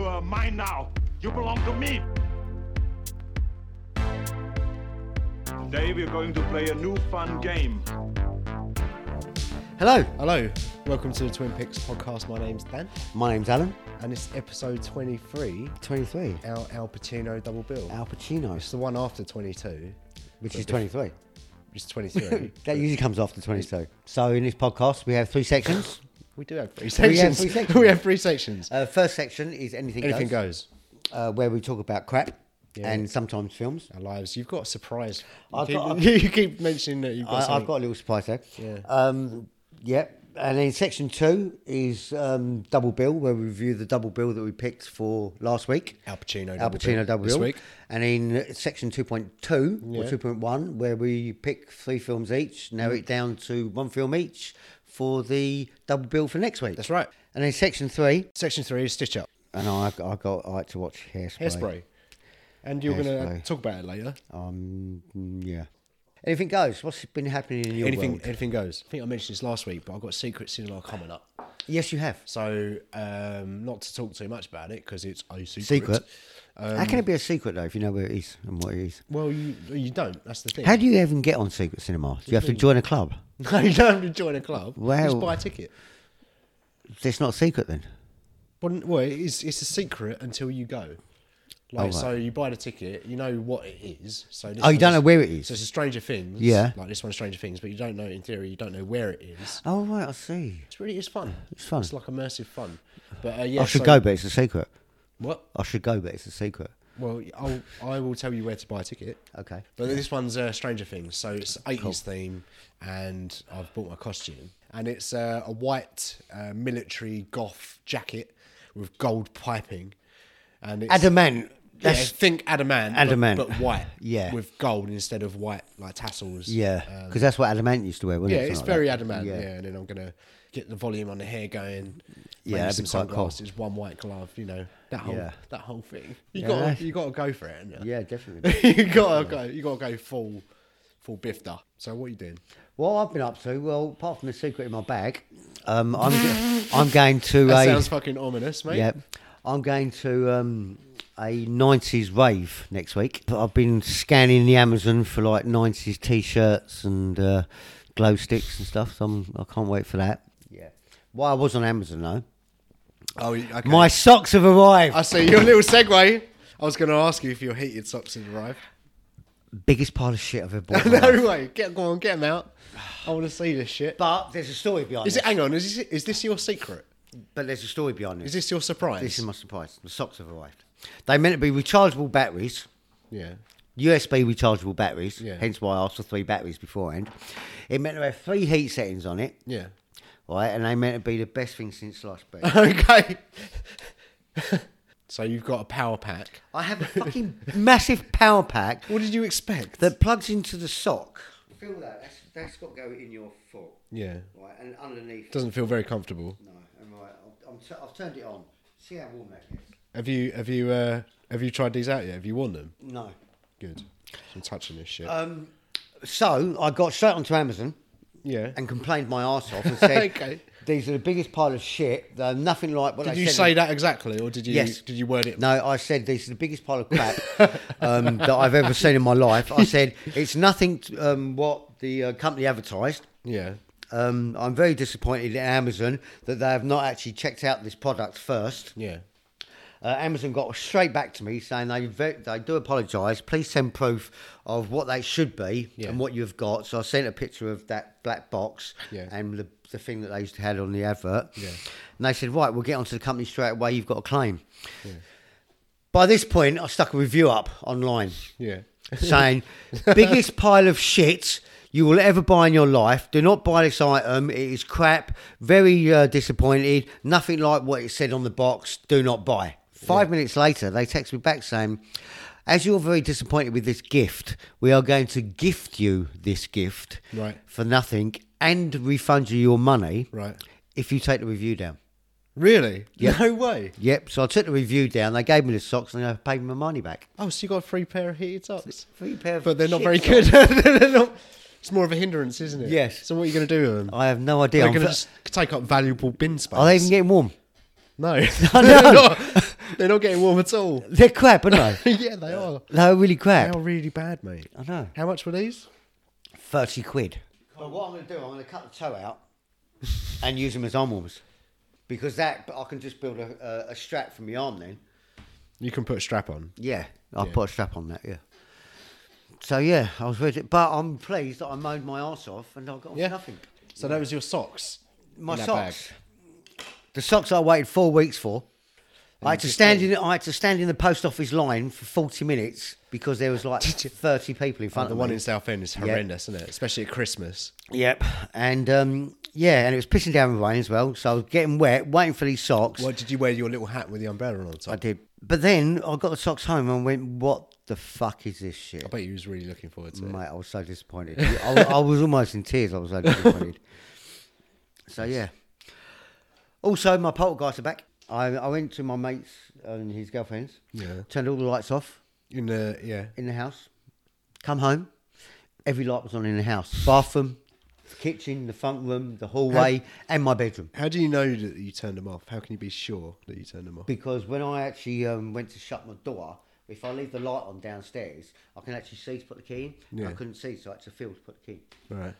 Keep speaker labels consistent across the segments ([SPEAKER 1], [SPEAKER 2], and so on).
[SPEAKER 1] are mine now. You belong to me. Today we're going to play a new fun game.
[SPEAKER 2] Hello,
[SPEAKER 3] Hello,
[SPEAKER 2] welcome to the Twin Picks podcast. My name's Dan,
[SPEAKER 3] my name's Alan.
[SPEAKER 2] and it's episode 23,
[SPEAKER 3] 23.
[SPEAKER 2] our Al Pacino double bill.
[SPEAKER 3] Al Pacino,
[SPEAKER 2] It's the one after 22,
[SPEAKER 3] which is 23.
[SPEAKER 2] which is 23.
[SPEAKER 3] That usually comes after 22. So in this podcast, we have three sections.
[SPEAKER 2] we do have three
[SPEAKER 3] We have
[SPEAKER 2] sections.
[SPEAKER 3] three sections.
[SPEAKER 2] We have three sections.
[SPEAKER 3] Uh, first section is anything
[SPEAKER 2] Anything
[SPEAKER 3] goes,
[SPEAKER 2] goes.
[SPEAKER 3] Uh, where we talk about crap
[SPEAKER 2] Yeah.
[SPEAKER 3] and sometimes films.
[SPEAKER 2] Our lives. You've got a surprise. You,
[SPEAKER 3] I've
[SPEAKER 2] keep,
[SPEAKER 3] got
[SPEAKER 2] you keep mentioning that you've got
[SPEAKER 3] I, I've
[SPEAKER 2] something.
[SPEAKER 3] got a little surprise there.
[SPEAKER 2] Yeah.
[SPEAKER 3] Um, yeah. And then section two is um, double bill, where we review the double bill that we picked for last week.
[SPEAKER 2] Al Pacino
[SPEAKER 3] Al
[SPEAKER 2] double bill
[SPEAKER 3] Pacino double
[SPEAKER 2] this
[SPEAKER 3] bill.
[SPEAKER 2] week.
[SPEAKER 3] And in section 2.2
[SPEAKER 2] Yeah.
[SPEAKER 3] or 2.1, where we pick three films each, narrow it down to one film each for the double bill for next week.
[SPEAKER 2] That's right.
[SPEAKER 3] And in section three,
[SPEAKER 2] Section three is Stitch Up,
[SPEAKER 3] and I, I got I like to watch Hairspray.
[SPEAKER 2] Hairspray. And you're going to
[SPEAKER 3] Hairspray.
[SPEAKER 2] talk about it later.
[SPEAKER 3] Um, mm, yeah. Anything goes. What's been happening in your
[SPEAKER 2] anything
[SPEAKER 3] world?
[SPEAKER 2] anything goes. I think I mentioned this last week, but I've got Secret Cinema coming up.
[SPEAKER 3] Yes, you have.
[SPEAKER 2] So, um, not to talk too much about it because it's a secret.
[SPEAKER 3] Secret. How
[SPEAKER 2] Um,
[SPEAKER 3] can it be a secret though if you know where it is and what it is?
[SPEAKER 2] Well, you you don't. That's the thing.
[SPEAKER 3] How do you even get on secret cinema? Do you have to join a club?
[SPEAKER 2] no, you don't have to join a club.
[SPEAKER 3] Well-
[SPEAKER 2] just buy a ticket.
[SPEAKER 3] It's not secret then.
[SPEAKER 2] Well, n- well, it is, it's a secret until you go. Like,
[SPEAKER 3] right.
[SPEAKER 2] so you buy the ticket, you know what it is. So this
[SPEAKER 3] Oh, you
[SPEAKER 2] one
[SPEAKER 3] don't
[SPEAKER 2] is-
[SPEAKER 3] know where it is?
[SPEAKER 2] So it's a Stranger Things.
[SPEAKER 3] Yeah.
[SPEAKER 2] Like this one's Stranger Things, but you don't know, in theory, you don't know where it is.
[SPEAKER 3] Oh right, I see.
[SPEAKER 2] It's really, it's fun.
[SPEAKER 3] It's fun.
[SPEAKER 2] It's like immersive fun. But uh, yeah,
[SPEAKER 3] I should
[SPEAKER 2] so-
[SPEAKER 3] go, but it's a secret.
[SPEAKER 2] What?
[SPEAKER 3] I should go, but it's a secret.
[SPEAKER 2] Well, I'll, I will tell you where to buy a ticket.
[SPEAKER 3] Okay.
[SPEAKER 2] But this one's uh, Stranger Things, so it's 80s theme, and I've bought my costume. And it's uh, a white uh, military goth jacket with gold piping. And it's,
[SPEAKER 3] Adamant.
[SPEAKER 2] yeah,
[SPEAKER 3] That's
[SPEAKER 2] think adamant, but-
[SPEAKER 3] Adamant.
[SPEAKER 2] But, white,
[SPEAKER 3] Yeah.
[SPEAKER 2] with gold instead of white like tassels.
[SPEAKER 3] yeah,
[SPEAKER 2] Um,
[SPEAKER 3] because that's what adamant used to wear, wasn't
[SPEAKER 2] yeah,
[SPEAKER 3] it?
[SPEAKER 2] it's
[SPEAKER 3] Something like
[SPEAKER 2] very
[SPEAKER 3] that.
[SPEAKER 2] adamant. Yeah.
[SPEAKER 3] Yeah.
[SPEAKER 2] and then I'm gonna get the volume on the hair going.
[SPEAKER 3] Yeah,
[SPEAKER 2] maybe
[SPEAKER 3] that'd
[SPEAKER 2] some
[SPEAKER 3] be quite cool.
[SPEAKER 2] sunglasses, one white glove. You know that whole
[SPEAKER 3] Yeah.
[SPEAKER 2] that whole thing. You
[SPEAKER 3] Yeah,
[SPEAKER 2] got
[SPEAKER 3] that's-
[SPEAKER 2] to you got to go for it. haven't you?
[SPEAKER 3] Yeah, definitely.
[SPEAKER 2] you gotta go. You gotta go full, full bifter. So what are you doing?
[SPEAKER 3] what I've been up to, well, apart from the secret in my bag, um, I'm go- I'm going to
[SPEAKER 2] That
[SPEAKER 3] a
[SPEAKER 2] sounds fucking ominous, mate.
[SPEAKER 3] yeah, I'm going to um, a '90s rave next week. But I've been scanning the Amazon for like '90s t-shirts and uh, glow sticks and stuff. So I'm, I can't wait for that. Yeah. While I was on Amazon though,
[SPEAKER 2] Oh, you- okay.
[SPEAKER 3] my socks have arrived.
[SPEAKER 2] I see your little segue. I was gonna ask you if your heated socks had arrived.
[SPEAKER 3] Biggest pile of shit I've ever bought. in my life.
[SPEAKER 2] no way. Get go on, get them out. I want to see this shit.
[SPEAKER 3] But there's a story behind
[SPEAKER 2] Is
[SPEAKER 3] this.
[SPEAKER 2] it? Hang on. Is this, is this your secret?
[SPEAKER 3] But there's a story behind this.
[SPEAKER 2] Is this your surprise?
[SPEAKER 3] This is my surprise. The socks have arrived. They meant to be rechargeable batteries,
[SPEAKER 2] yeah.
[SPEAKER 3] USB rechargeable batteries.
[SPEAKER 2] Yeah.
[SPEAKER 3] Hence why I asked for three batteries beforehand. It meant to have three heat settings on it,
[SPEAKER 2] Yeah.
[SPEAKER 3] right? And they meant to be the best thing since sliced bread.
[SPEAKER 2] okay. so you've got a power pack.
[SPEAKER 3] I have a fucking massive power pack
[SPEAKER 2] What did you expect?
[SPEAKER 3] that plugs into the sock. Feel that? That's, that's got to go in your foot,
[SPEAKER 2] yeah.
[SPEAKER 3] right? And underneath.
[SPEAKER 2] Doesn't feel very comfortable.
[SPEAKER 3] No, I'm right. i I'm t- I've turned it on. See how warm that gets.
[SPEAKER 2] Have you have you uh, have you tried these out yet? Have you worn them?
[SPEAKER 3] No.
[SPEAKER 2] Good. I'm touching this shit.
[SPEAKER 3] Um, So I got straight onto Amazon
[SPEAKER 2] yeah.
[SPEAKER 3] and complained my arse off and said,
[SPEAKER 2] Okay.
[SPEAKER 3] "These are the biggest pile of shit. They're nothing like what
[SPEAKER 2] Did
[SPEAKER 3] they
[SPEAKER 2] you
[SPEAKER 3] said
[SPEAKER 2] say that exactly, or did you
[SPEAKER 3] Yes.
[SPEAKER 2] did you word it?
[SPEAKER 3] No, I said this is the biggest pile of crap um, that I've ever seen in my life. I said it's nothing t- um, what the uh, company advertised.
[SPEAKER 2] Yeah.
[SPEAKER 3] Um, I'm very disappointed at Amazon that they have not actually checked out this product first.
[SPEAKER 2] Yeah.
[SPEAKER 3] Uh, Amazon got straight back to me saying they ve- they do apologise. Please send proof of what they should be
[SPEAKER 2] Yeah.
[SPEAKER 3] and what you've got. So I sent a picture of that black box
[SPEAKER 2] Yeah.
[SPEAKER 3] and the, the thing that they used to had on the advert.
[SPEAKER 2] Yeah.
[SPEAKER 3] And they said, right, we'll get onto the company straight away. You've got a claim. By this point, I stuck a review up online
[SPEAKER 2] Yeah.
[SPEAKER 3] saying, biggest pile of shit you will ever buy in your life. Do not buy this item. It is crap. Very uh, disappointed. Nothing like what it said on the box. Do not buy. Five minutes later, they text me back saying, as you're very disappointed with this gift, we are going to gift you this gift
[SPEAKER 2] Right.
[SPEAKER 3] for nothing and refund you your money
[SPEAKER 2] Right.
[SPEAKER 3] if you take the review down.
[SPEAKER 2] Really?
[SPEAKER 3] Yeah.
[SPEAKER 2] No way.
[SPEAKER 3] Yep, so I took the review down. They gave me the socks and I paid me my money back.
[SPEAKER 2] Oh, so you got a free pair of heated socks,
[SPEAKER 3] Three pair of
[SPEAKER 2] but they're not
[SPEAKER 3] shit
[SPEAKER 2] very
[SPEAKER 3] socks.
[SPEAKER 2] good. they're not, it's more of a hindrance, isn't it?
[SPEAKER 3] Yes. Oh,
[SPEAKER 2] So what are you going to do with them?
[SPEAKER 3] I have no idea.
[SPEAKER 2] They're
[SPEAKER 3] I'm
[SPEAKER 2] going to
[SPEAKER 3] fl- Oh,
[SPEAKER 2] just take up valuable bin space.
[SPEAKER 3] Are they even getting warm?
[SPEAKER 2] No.
[SPEAKER 3] I know.
[SPEAKER 2] They're not. They're not getting warm at all.
[SPEAKER 3] They're crap, aren't they?
[SPEAKER 2] yeah, they are.
[SPEAKER 3] They're really
[SPEAKER 2] They
[SPEAKER 3] crap.
[SPEAKER 2] are really bad, mate.
[SPEAKER 3] I know.
[SPEAKER 2] How much were these?
[SPEAKER 3] 30 quid. Well, what I'm going to do, I'm going to cut the toe out and use them as arm warmers. Because that, I can just build a, a, a strap from my arm then.
[SPEAKER 2] You can put a strap on.
[SPEAKER 3] Yeah, I
[SPEAKER 2] Yeah.
[SPEAKER 3] put a strap on that, yeah. So, yeah, I was ready. But I'm pleased that I moaned my arse off and I got
[SPEAKER 2] Yeah.
[SPEAKER 3] nothing.
[SPEAKER 2] So that was your socks.
[SPEAKER 3] My
[SPEAKER 2] in that
[SPEAKER 3] socks.
[SPEAKER 2] bag.
[SPEAKER 3] The socks I waited four weeks for. I had to
[SPEAKER 2] just
[SPEAKER 3] stand in. I had to stand in the post office line for forty minutes because there was like thirty people in front
[SPEAKER 2] The
[SPEAKER 3] of
[SPEAKER 2] one
[SPEAKER 3] me.
[SPEAKER 2] in Southend is horrendous, isn't it? Especially at Christmas.
[SPEAKER 3] Yep. And um, yeah, and it was pissing down with rain as well, so I was getting wet, waiting for these socks.
[SPEAKER 2] What did you wear? Your little hat with the umbrella on top.
[SPEAKER 3] I
[SPEAKER 2] I,
[SPEAKER 3] did, but then I got the socks home and went, "What the fuck is this shit?"
[SPEAKER 2] bet you was really looking forward to it.
[SPEAKER 3] Mate, I was so disappointed. I, was- I was almost in tears. I was so disappointed. so yeah. Also, my poltergeists are back. I, I went to my mates and his girlfriend's.
[SPEAKER 2] Yeah.
[SPEAKER 3] Turned all the lights off
[SPEAKER 2] In the yeah.
[SPEAKER 3] in the house. Come home. Every light was on in the house. Bathroom, the kitchen, the front room, the hallway, and my bedroom.
[SPEAKER 2] How do you know that you turned them off? How can you be sure that you turned them off?
[SPEAKER 3] Because when I actually um, went to shut my door, if I leave the light on downstairs, I can actually see to put the key in.
[SPEAKER 2] Yeah.
[SPEAKER 3] I couldn't see, so I had to feel to put the key. in.
[SPEAKER 2] Right.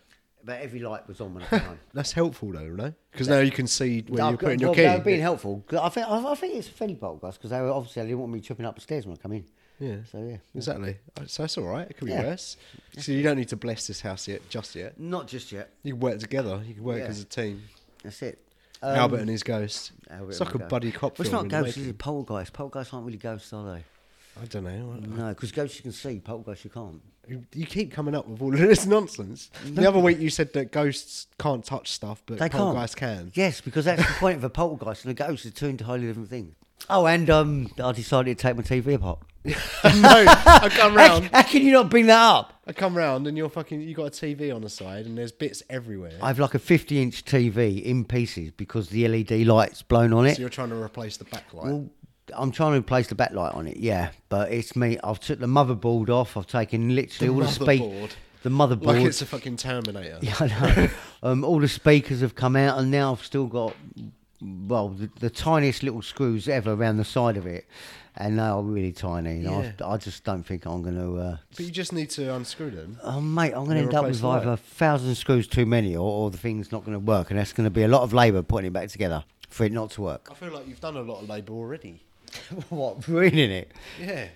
[SPEAKER 3] But every light was on when I came home.
[SPEAKER 2] That's helpful though, no? Because now you can see where you're
[SPEAKER 3] I've got-
[SPEAKER 2] putting your
[SPEAKER 3] well,
[SPEAKER 2] key.
[SPEAKER 3] They're being helpful. 'Cause I think I, I think it's fairly bold, guys, because they were, obviously they didn't want me tripping up the stairs when I come in.
[SPEAKER 2] Yeah.
[SPEAKER 3] So yeah.
[SPEAKER 2] Exactly. Oh, So that's all right. It could be
[SPEAKER 3] Yeah.
[SPEAKER 2] worse. So you don't need to bless this house yet, just yet.
[SPEAKER 3] Not just yet.
[SPEAKER 2] You can work together. You can work
[SPEAKER 3] Yeah.
[SPEAKER 2] as a team.
[SPEAKER 3] That's it. Um,
[SPEAKER 2] Albert and his ghost. it's like a buddy cop
[SPEAKER 3] Well, it's
[SPEAKER 2] film.
[SPEAKER 3] not
[SPEAKER 2] in the
[SPEAKER 3] ghosts, it's
[SPEAKER 2] making.
[SPEAKER 3] poltergeists. Poltergeists aren't really ghosts, are they?
[SPEAKER 2] I don't know.
[SPEAKER 3] No, because ghosts you can see, poltergeists you can't.
[SPEAKER 2] You keep coming up with all of this nonsense. The other week you said that ghosts can't touch stuff, but
[SPEAKER 3] They can't.
[SPEAKER 2] poltergeists can.
[SPEAKER 3] Yes, because that's the point of a poltergeist and a ghost is two entirely different things. Oh, and um, I decided to take my TV apart.
[SPEAKER 2] no, I come
[SPEAKER 3] How,
[SPEAKER 2] round.
[SPEAKER 3] how can you not bring that up?
[SPEAKER 2] I come round and you're fucking. You got a TV on the side and there's bits everywhere.
[SPEAKER 3] I have like a 50 inch TV in pieces because the LED light's blown on it.
[SPEAKER 2] so you're trying to replace the backlight.
[SPEAKER 3] Well, I'm trying to replace the backlight on it, yeah. But it's me. I've took the motherboard off. I've taken literally
[SPEAKER 2] The
[SPEAKER 3] all the
[SPEAKER 2] motherboard.
[SPEAKER 3] speakers. The motherboard.
[SPEAKER 2] like it's a fucking Terminator.
[SPEAKER 3] yeah, I know. um, all the speakers have come out, and now I've still got well the, the tiniest little screws ever around the side of it, and they are really tiny. and I've-
[SPEAKER 2] Yeah.
[SPEAKER 3] I just don't think I'm going to. Uh,
[SPEAKER 2] But you just need to unscrew them.
[SPEAKER 3] Oh mate, I'm going to
[SPEAKER 2] They
[SPEAKER 3] end up
[SPEAKER 2] replace
[SPEAKER 3] with
[SPEAKER 2] the
[SPEAKER 3] either
[SPEAKER 2] light.
[SPEAKER 3] a thousand screws too many, or, or the thing's not going to work, and that's going to be a lot of labour putting it back together for it not to work.
[SPEAKER 2] I feel like you've done a lot of labour already.
[SPEAKER 3] what ruining it?
[SPEAKER 2] Yeah.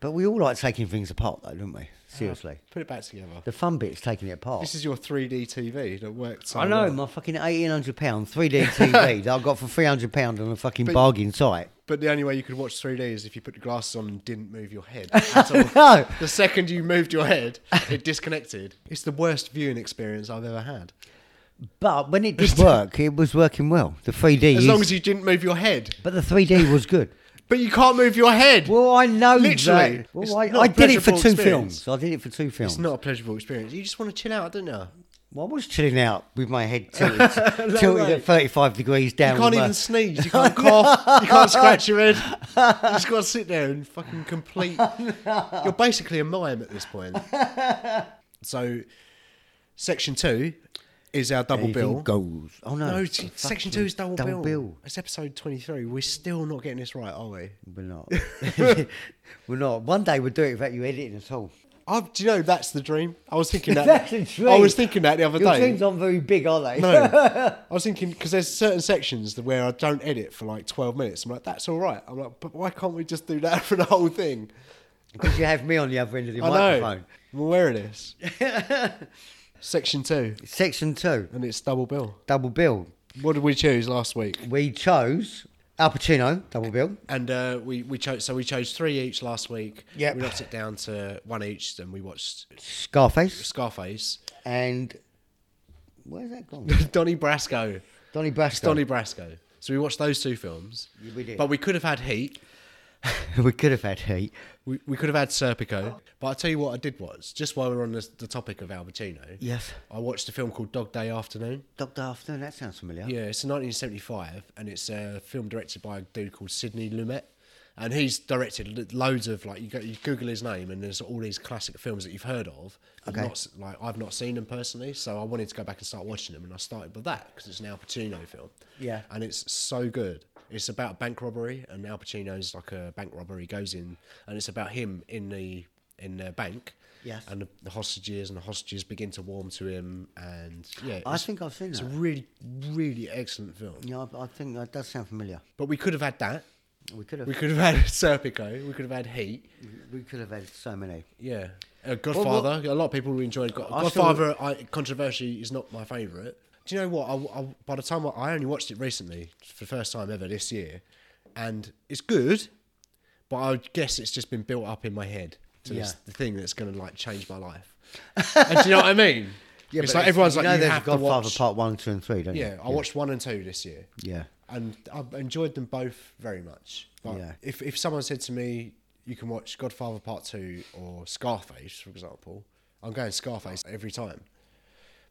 [SPEAKER 3] But we all like taking things apart, though, don't we? Seriously.
[SPEAKER 2] Put it back together.
[SPEAKER 3] The fun bit's taking it apart.
[SPEAKER 2] This is your 3D TV that worked. So
[SPEAKER 3] I know,
[SPEAKER 2] well.
[SPEAKER 3] my fucking £1,800 3D TV that I got for £300 on a fucking bargain site.
[SPEAKER 2] But the only way you could watch 3D is if you put the glasses on and didn't move your head at all.
[SPEAKER 3] No.
[SPEAKER 2] The second you moved your head, it disconnected. It's the worst viewing experience I've ever had.
[SPEAKER 3] But when it did work, it was working well. The 3D.
[SPEAKER 2] As
[SPEAKER 3] is-
[SPEAKER 2] long as you didn't move your head.
[SPEAKER 3] but the 3D was good.
[SPEAKER 2] But you can't move your head.
[SPEAKER 3] Well, I know
[SPEAKER 2] Literally,
[SPEAKER 3] that. Well,
[SPEAKER 2] it's
[SPEAKER 3] I,
[SPEAKER 2] not
[SPEAKER 3] I
[SPEAKER 2] a
[SPEAKER 3] did it for
[SPEAKER 2] pleasurable
[SPEAKER 3] two
[SPEAKER 2] experience.
[SPEAKER 3] films. I did it for two films.
[SPEAKER 2] It's not a pleasurable experience. You just want to chill out, don't you?
[SPEAKER 3] Well, I was chilling out with my head tilted, tilted
[SPEAKER 2] way.
[SPEAKER 3] at 35 degrees down.
[SPEAKER 2] You can't
[SPEAKER 3] with my-
[SPEAKER 2] even sneeze. You can't cough. You can't scratch your head. You just got to sit there and fucking complete. You're basically a mime at this point. So, section two is our double bill.
[SPEAKER 3] Anything goes. Oh, no.
[SPEAKER 2] No, t- section two is double, bill.
[SPEAKER 3] double bill.
[SPEAKER 2] It's episode 23. We're still not getting this right, are we?
[SPEAKER 3] We're not. We're not. One day we'll do it without you editing at all.
[SPEAKER 2] i do you know that's the dream? I was thinking that.
[SPEAKER 3] That's a dream.
[SPEAKER 2] I was thinking that the other
[SPEAKER 3] Your
[SPEAKER 2] day.
[SPEAKER 3] dreams aren't very big, are they?
[SPEAKER 2] No, I was thinking because there's certain sections that- where I don't edit for like 12 minutes. I'm like, that's all right. I'm like, but why can't we just do that for the whole thing?
[SPEAKER 3] Because you have me on the other end of the
[SPEAKER 2] I
[SPEAKER 3] microphone.
[SPEAKER 2] know. I'm aware of this. Section two,
[SPEAKER 3] Section two,
[SPEAKER 2] and it's double bill.
[SPEAKER 3] double bill.
[SPEAKER 2] What did we choose last week?
[SPEAKER 3] We chose Al Pacino, double bill.
[SPEAKER 2] And uh, we we chose so we chose three each last week.
[SPEAKER 3] Yep.
[SPEAKER 2] we knocked it down to one each, and we watched
[SPEAKER 3] Scarface
[SPEAKER 2] Scarface,
[SPEAKER 3] and where's that gone?
[SPEAKER 2] Donnie Brasco,
[SPEAKER 3] Donnie Brasco.
[SPEAKER 2] Donnie Brasco. So we watched those two films.
[SPEAKER 3] Yeah, we did.
[SPEAKER 2] But we could have had Heat.
[SPEAKER 3] we could have had heat.
[SPEAKER 2] We, we could have had Serpico, but I'll tell you what I did was just while we're on this, the topic of Al Pacino,
[SPEAKER 3] Yes.
[SPEAKER 2] I watched a film called Dog Day Afternoon.
[SPEAKER 3] Doctor Afternoon. That sounds familiar.
[SPEAKER 2] Yeah, it's 1975, and it's a film directed by a dude called Sidney Lumet, and he's directed lo- loads of like you, go, you Google his name, and there's all these classic films that you've heard of. but
[SPEAKER 3] Okay.
[SPEAKER 2] Not, s- like I've not seen them personally, so I wanted to go back and start watching them, and I started with that because it's an Al Pacino film.
[SPEAKER 3] Yeah.
[SPEAKER 2] and it's so good. It's about a bank robbery, and Al Pacino's like a bank robbery He goes in, and it's about him in the in the bank.
[SPEAKER 3] Yes.
[SPEAKER 2] and the, the hostages and the hostages begin to warm to him, and yeah,
[SPEAKER 3] I
[SPEAKER 2] it's-
[SPEAKER 3] think I've seen
[SPEAKER 2] it's
[SPEAKER 3] that.
[SPEAKER 2] a really really excellent film.
[SPEAKER 3] Yeah, I, I think that does sound familiar.
[SPEAKER 2] But we could have had that.
[SPEAKER 3] We could have.
[SPEAKER 2] We could have had Serpico. We could have had Heat.
[SPEAKER 3] We could have had so many.
[SPEAKER 2] Yeah. Uh, Godfather. a lot of people really enjoyed God-
[SPEAKER 3] I still-
[SPEAKER 2] Godfather. I, controversy is not my favourite. Do you know what? I, I- by the time I, I only watched it recently for the first time ever this year, and it's good, but I would guess it's just been built up in my head to this,
[SPEAKER 3] Yeah.
[SPEAKER 2] the thing that's going to like change my life. and do you know what I mean? Yeah, it's
[SPEAKER 3] but
[SPEAKER 2] like everyone's
[SPEAKER 3] you
[SPEAKER 2] like,
[SPEAKER 3] know
[SPEAKER 2] you
[SPEAKER 3] there's
[SPEAKER 2] have to
[SPEAKER 3] Godfather
[SPEAKER 2] watch.
[SPEAKER 3] Part One, Two, and Three, don't
[SPEAKER 2] Yeah,
[SPEAKER 3] you?
[SPEAKER 2] I watched one and two this year.
[SPEAKER 3] Yeah.
[SPEAKER 2] and I've enjoyed them both very much. But
[SPEAKER 3] Yeah.
[SPEAKER 2] if if someone said to me, "You can watch Godfather Part Two or Scarface," for example, I'm going Scarface every time.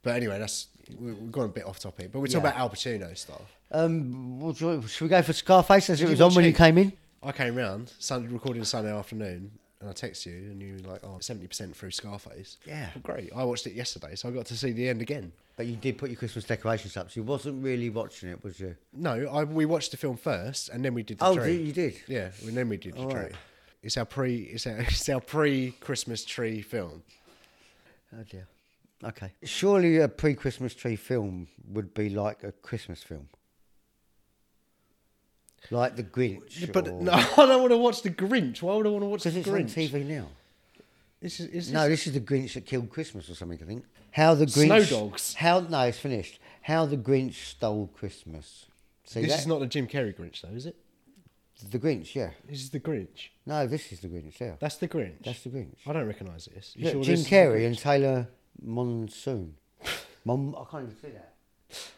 [SPEAKER 2] But anyway, that's we, we've gone a bit off topic. But we're talking
[SPEAKER 3] Yeah.
[SPEAKER 2] about Al Pacino stuff.
[SPEAKER 3] Um, what do you- should we go for Scarface as it
[SPEAKER 2] you
[SPEAKER 3] was on
[SPEAKER 2] watch
[SPEAKER 3] when you
[SPEAKER 2] it?
[SPEAKER 3] came in?
[SPEAKER 2] I came round Sunday recording Sunday afternoon, and I text you, and you were like, "Oh, 70 percent through Scarface."
[SPEAKER 3] Yeah.
[SPEAKER 2] Well, great. I watched it yesterday, so I got to see the end again.
[SPEAKER 3] But you did put your Christmas decorations up, so you wasn't really watching it, was you?
[SPEAKER 2] No, I, we watched the film first, and then we did. The
[SPEAKER 3] Oh,
[SPEAKER 2] tree.
[SPEAKER 3] you- you did?
[SPEAKER 2] Yeah, and then we did the
[SPEAKER 3] All
[SPEAKER 2] tree.
[SPEAKER 3] right.
[SPEAKER 2] It's our pre. It's our, it's our pre-Christmas tree film.
[SPEAKER 3] Oh dear. Okay. Surely a pre-Christmas tree film would be like a Christmas film, like The Grinch.
[SPEAKER 2] But
[SPEAKER 3] or-
[SPEAKER 2] no, I don't want to watch the Grinch. Why would I want to watch the
[SPEAKER 3] because it's
[SPEAKER 2] Grinch?
[SPEAKER 3] on TV now.
[SPEAKER 2] This is, is
[SPEAKER 3] No,
[SPEAKER 2] this-
[SPEAKER 3] this is the Grinch that killed Christmas or something. I think. How the
[SPEAKER 2] Snow
[SPEAKER 3] Grinch.
[SPEAKER 2] Dogs.
[SPEAKER 3] How no, it's finished. How the Grinch stole Christmas. See
[SPEAKER 2] this
[SPEAKER 3] that?
[SPEAKER 2] is not the Jim Carrey Grinch, though, is it?
[SPEAKER 3] the Grinch. Yeah.
[SPEAKER 2] This is the Grinch.
[SPEAKER 3] No, this is the Grinch. Yeah.
[SPEAKER 2] That's the Grinch.
[SPEAKER 3] That's the Grinch.
[SPEAKER 2] I don't recognise this. You
[SPEAKER 3] Look,
[SPEAKER 2] sure
[SPEAKER 3] Jim
[SPEAKER 2] this is the
[SPEAKER 3] Carrey
[SPEAKER 2] Grinch?
[SPEAKER 3] and Taylor Monsoon. Mom, I can't even say that.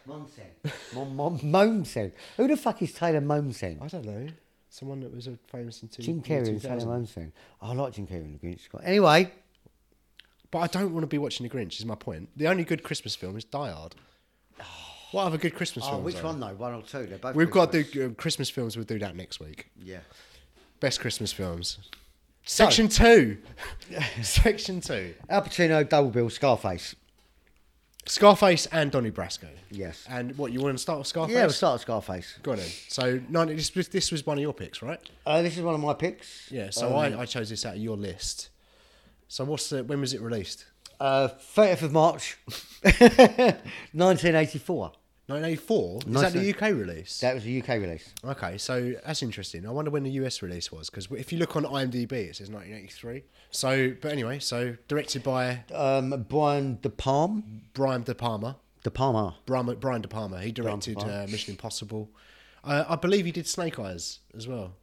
[SPEAKER 3] Monsen. Mom, mom, Monsen. Who the fuck is Taylor Monsen?
[SPEAKER 2] I don't know. Someone that was uh, famous in two,
[SPEAKER 3] Jim
[SPEAKER 2] year
[SPEAKER 3] Carrey and Taylor
[SPEAKER 2] 2000.
[SPEAKER 3] Monsen. I like Jim Carrey and the Grinch. Scott. Anyway,
[SPEAKER 2] But I don't want to be watching the Grinch. Is my point. The only good Christmas film is Die Hard. What other good Christmas
[SPEAKER 3] oh,
[SPEAKER 2] films?
[SPEAKER 3] which
[SPEAKER 2] are there?
[SPEAKER 3] one though? One or two? They're both.
[SPEAKER 2] We've
[SPEAKER 3] good
[SPEAKER 2] got
[SPEAKER 3] choice.
[SPEAKER 2] the uh, Christmas films. We'll do that next week.
[SPEAKER 3] Yeah.
[SPEAKER 2] Best Christmas films. Section two. Section two.
[SPEAKER 3] Al Pacino, Double Bill, Scarface.
[SPEAKER 2] Scarface and Donnie Brasco.
[SPEAKER 3] Yes.
[SPEAKER 2] And what you want to start with Scarface?
[SPEAKER 3] Yeah, we'll start with Scarface.
[SPEAKER 2] Go on then. So 90, this, was- this was one of your picks, right?
[SPEAKER 3] Uh, this is one of my picks. Uh,
[SPEAKER 2] Yeah. So I, I chose this out of your list. So what's the when was it released?
[SPEAKER 3] Uh, 30th of March, 1984.
[SPEAKER 2] 1984. Is that the
[SPEAKER 3] 19
[SPEAKER 2] UK release?
[SPEAKER 3] That was a UK release.
[SPEAKER 2] Okay, so that's interesting. I wonder when the US release was because if you look on IMDb, it says 1983. So, but anyway, so directed by
[SPEAKER 3] Um, Brian De Palm.
[SPEAKER 2] Brian De Palma.
[SPEAKER 3] De Palma.
[SPEAKER 2] Brian, Brian De Palma. He directed
[SPEAKER 3] Palma.
[SPEAKER 2] uh, Mission Impossible. Uh, I believe he did Snake Eyes as well.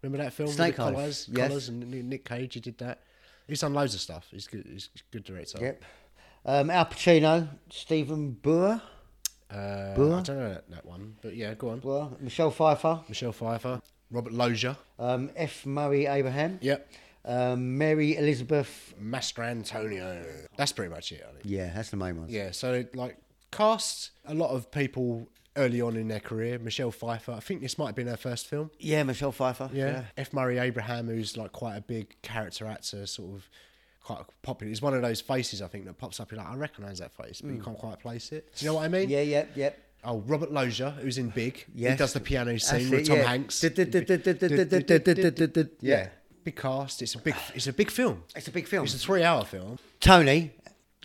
[SPEAKER 2] Remember that film? with
[SPEAKER 3] Snake
[SPEAKER 2] the
[SPEAKER 3] Eyes,
[SPEAKER 2] Collars,
[SPEAKER 3] yes.
[SPEAKER 2] Collars and Ni- Nick Cage. He did that. He's done loads of stuff. He's good. He's a good director.
[SPEAKER 3] Yep. Um, Al Pacino, Stephen Brewer,
[SPEAKER 2] Uh,
[SPEAKER 3] Burr?
[SPEAKER 2] I don't know that, that one, but yeah, go on.
[SPEAKER 3] Brewer Michelle Pfeiffer,
[SPEAKER 2] Michelle Pfeiffer, Robert Lozier.
[SPEAKER 3] um, F. Murray Abraham,
[SPEAKER 2] Yep.
[SPEAKER 3] um, Mary Elizabeth.
[SPEAKER 2] Master Antonio. That's pretty much it. I think.
[SPEAKER 3] Yeah, that's the main one.
[SPEAKER 2] Yeah. So like cast a lot of people early on in their career. Michelle Pfeiffer. I think this might have been her first film.
[SPEAKER 3] Yeah, Michelle Pfeiffer.
[SPEAKER 2] Yeah. F. Murray Abraham, who's like quite a big character actor, sort of quite popular. He's one of those faces I think that pops up. You're like, I recognise that face, but you can't quite place it. Do you know what I mean?
[SPEAKER 3] Mm. Yeah, yep, yep.
[SPEAKER 2] Oh, Robert Lozier, who's in Big. He
[SPEAKER 3] Yes.
[SPEAKER 2] does the piano scene
[SPEAKER 3] That's
[SPEAKER 2] with
[SPEAKER 3] it,
[SPEAKER 2] Tom
[SPEAKER 3] yeah.
[SPEAKER 2] Hanks.
[SPEAKER 3] Yeah.
[SPEAKER 2] yeah. Big cast. It's a big. It's a big film.
[SPEAKER 3] It's a big film.
[SPEAKER 2] It's a three-hour film.
[SPEAKER 3] Tony,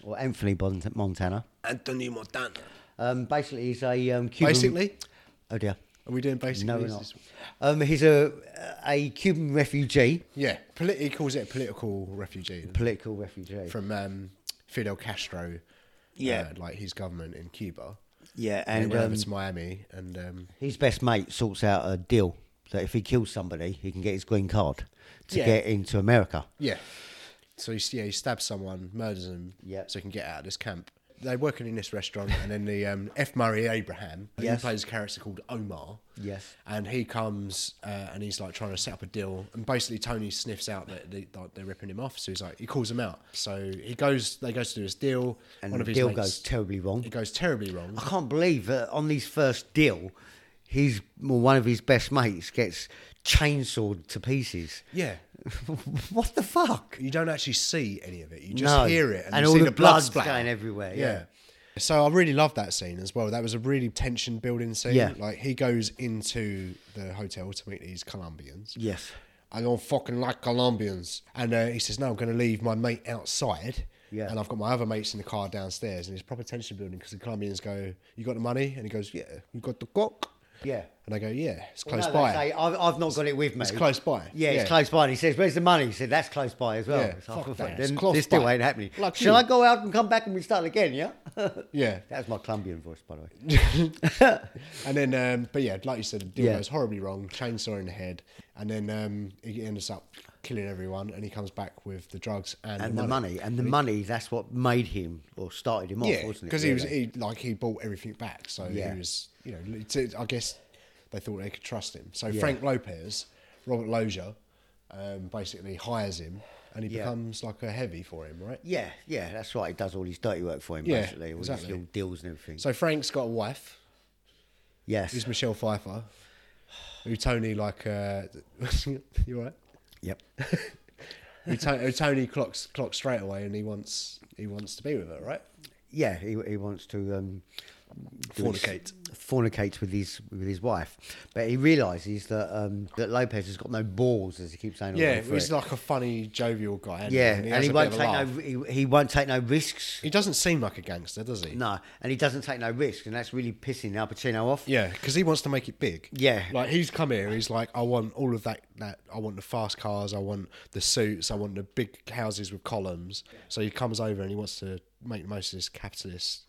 [SPEAKER 3] or Anthony Bon- Montana.
[SPEAKER 2] Anthony Montana.
[SPEAKER 3] Um, basically, he's a um, Cuban.
[SPEAKER 2] Basically,
[SPEAKER 3] Oh dear.
[SPEAKER 2] are we doing basically?
[SPEAKER 3] No, we're
[SPEAKER 2] Is
[SPEAKER 3] not.
[SPEAKER 2] this-
[SPEAKER 3] Um, he's a a Cuban refugee,
[SPEAKER 2] Yeah, Polit- he calls it a political refugee
[SPEAKER 3] political refugee.
[SPEAKER 2] from um, Fidel Castro.
[SPEAKER 3] Yeah.
[SPEAKER 2] uh, like his government in Cuba.
[SPEAKER 3] yeah,
[SPEAKER 2] And
[SPEAKER 3] and
[SPEAKER 2] went over
[SPEAKER 3] um,
[SPEAKER 2] to Miami, and um,
[SPEAKER 3] His best mate sorts out a deal that if he kills somebody, he can get his green card to
[SPEAKER 2] Yeah.
[SPEAKER 3] get into America.
[SPEAKER 2] Yeah. So he, yeah, he stabs someone, murders him,
[SPEAKER 3] Yeah.
[SPEAKER 2] so he can get out of this camp. They're working in this restaurant, and then the um, F. Murray Abraham,
[SPEAKER 3] Yes.
[SPEAKER 2] he plays a character called Omar.
[SPEAKER 3] Yes.
[SPEAKER 2] And he comes uh, and he's like trying to set up a deal, and basically Tony sniffs out that they, like, they're ripping him off, so he's like he calls him out. So he goes, they go to do this deal,
[SPEAKER 3] And
[SPEAKER 2] one
[SPEAKER 3] the
[SPEAKER 2] of his
[SPEAKER 3] deal
[SPEAKER 2] mates-
[SPEAKER 3] goes terribly wrong.
[SPEAKER 2] it goes terribly wrong.
[SPEAKER 3] I can't believe that on his first deal, his well, one of his best mates gets chainsawed to pieces.
[SPEAKER 2] Yeah,
[SPEAKER 3] what the fuck?
[SPEAKER 2] you don't actually see any of it. You just
[SPEAKER 3] No.
[SPEAKER 2] hear it and,
[SPEAKER 3] And
[SPEAKER 2] you
[SPEAKER 3] all
[SPEAKER 2] see
[SPEAKER 3] the
[SPEAKER 2] the, blood
[SPEAKER 3] blood's
[SPEAKER 2] splatter.
[SPEAKER 3] going everywhere, yeah.
[SPEAKER 2] So I really loved that scene as well. That was a really tension building scene.
[SPEAKER 3] Yeah.
[SPEAKER 2] Like he goes into the hotel to meet these Colombians.
[SPEAKER 3] Yes.
[SPEAKER 2] I don't fucking like Colombians. And uh, he says, No, I'm going to leave my mate outside.
[SPEAKER 3] Yeah.
[SPEAKER 2] And I've got my other mates in the car downstairs. And it's proper tension building because the Colombians go, You got the money? And he goes, Yeah. You got the cock?
[SPEAKER 3] Yeah.
[SPEAKER 2] And I go, Yeah, it's close
[SPEAKER 3] No, they
[SPEAKER 2] by.
[SPEAKER 3] say, I've, I've not got it with me.
[SPEAKER 2] it's close by.
[SPEAKER 3] Yeah,
[SPEAKER 2] Yeah.
[SPEAKER 3] it's close by. And he says, "Where's the money?" He said, "That's close by as well."
[SPEAKER 2] Yeah,
[SPEAKER 3] So I
[SPEAKER 2] fuck
[SPEAKER 3] thought,
[SPEAKER 2] that,
[SPEAKER 3] Then
[SPEAKER 2] it's close
[SPEAKER 3] this still
[SPEAKER 2] by.
[SPEAKER 3] ain't happening.
[SPEAKER 2] Like
[SPEAKER 3] Shall
[SPEAKER 2] you.
[SPEAKER 3] I go out and come back and we start again? Yeah.
[SPEAKER 2] yeah.
[SPEAKER 3] That's my Colombian voice, by the way.
[SPEAKER 2] And then, um, but yeah, like you said, the deal
[SPEAKER 3] Yeah.
[SPEAKER 2] goes horribly wrong, chainsaw in the head. And then um, he ends up killing everyone and he comes back with the drugs and,
[SPEAKER 3] And the money, and the money. That's what made him or started him off,
[SPEAKER 2] Yeah,
[SPEAKER 3] wasn't it?
[SPEAKER 2] because he was e-
[SPEAKER 3] really?
[SPEAKER 2] he, like he bought everything back, so
[SPEAKER 3] Yeah.
[SPEAKER 2] he was you know it's- it- I guess they thought they could trust him. So
[SPEAKER 3] Yeah.
[SPEAKER 2] Frank Lopez, Robert Lozier, um, basically hires him, and he
[SPEAKER 3] Yeah.
[SPEAKER 2] becomes like a heavy for him, right?
[SPEAKER 3] Yeah, yeah, that's right. He does all his dirty work for him,
[SPEAKER 2] Yeah,
[SPEAKER 3] basically. All
[SPEAKER 2] exactly.
[SPEAKER 3] his little deals and everything.
[SPEAKER 2] So Frank's got a wife,
[SPEAKER 3] yes.
[SPEAKER 2] who's Michelle Pfeiffer, who Tony like uh, you all right?
[SPEAKER 3] Yep.
[SPEAKER 2] Who, to- who Tony clocks clocks straight away, and he wants he wants to be with her, right?
[SPEAKER 3] Yeah, he, he wants to um, do his-
[SPEAKER 2] Fornicate.
[SPEAKER 3] fornicate with his with his wife, but he realizes that um, that Lopez has got no balls, as he keeps saying. all
[SPEAKER 2] Yeah,
[SPEAKER 3] the way through
[SPEAKER 2] he's
[SPEAKER 3] it.
[SPEAKER 2] like a funny jovial guy. isn't
[SPEAKER 3] Yeah,
[SPEAKER 2] and he,
[SPEAKER 3] and
[SPEAKER 2] has
[SPEAKER 3] he
[SPEAKER 2] a bit
[SPEAKER 3] won't
[SPEAKER 2] of a
[SPEAKER 3] take no
[SPEAKER 2] laugh.
[SPEAKER 3] he, he won't take no risks.
[SPEAKER 2] He doesn't seem like a gangster, does he?
[SPEAKER 3] No, and he doesn't take no risks, and that's really pissing Al Pacino off.
[SPEAKER 2] Yeah, because he wants to make it big.
[SPEAKER 3] Yeah.
[SPEAKER 2] like he's come here. He's like, I want all of that. That I want the fast cars. I want the suits. I want the big houses with columns. So he comes over and he wants to make the most of this capitalist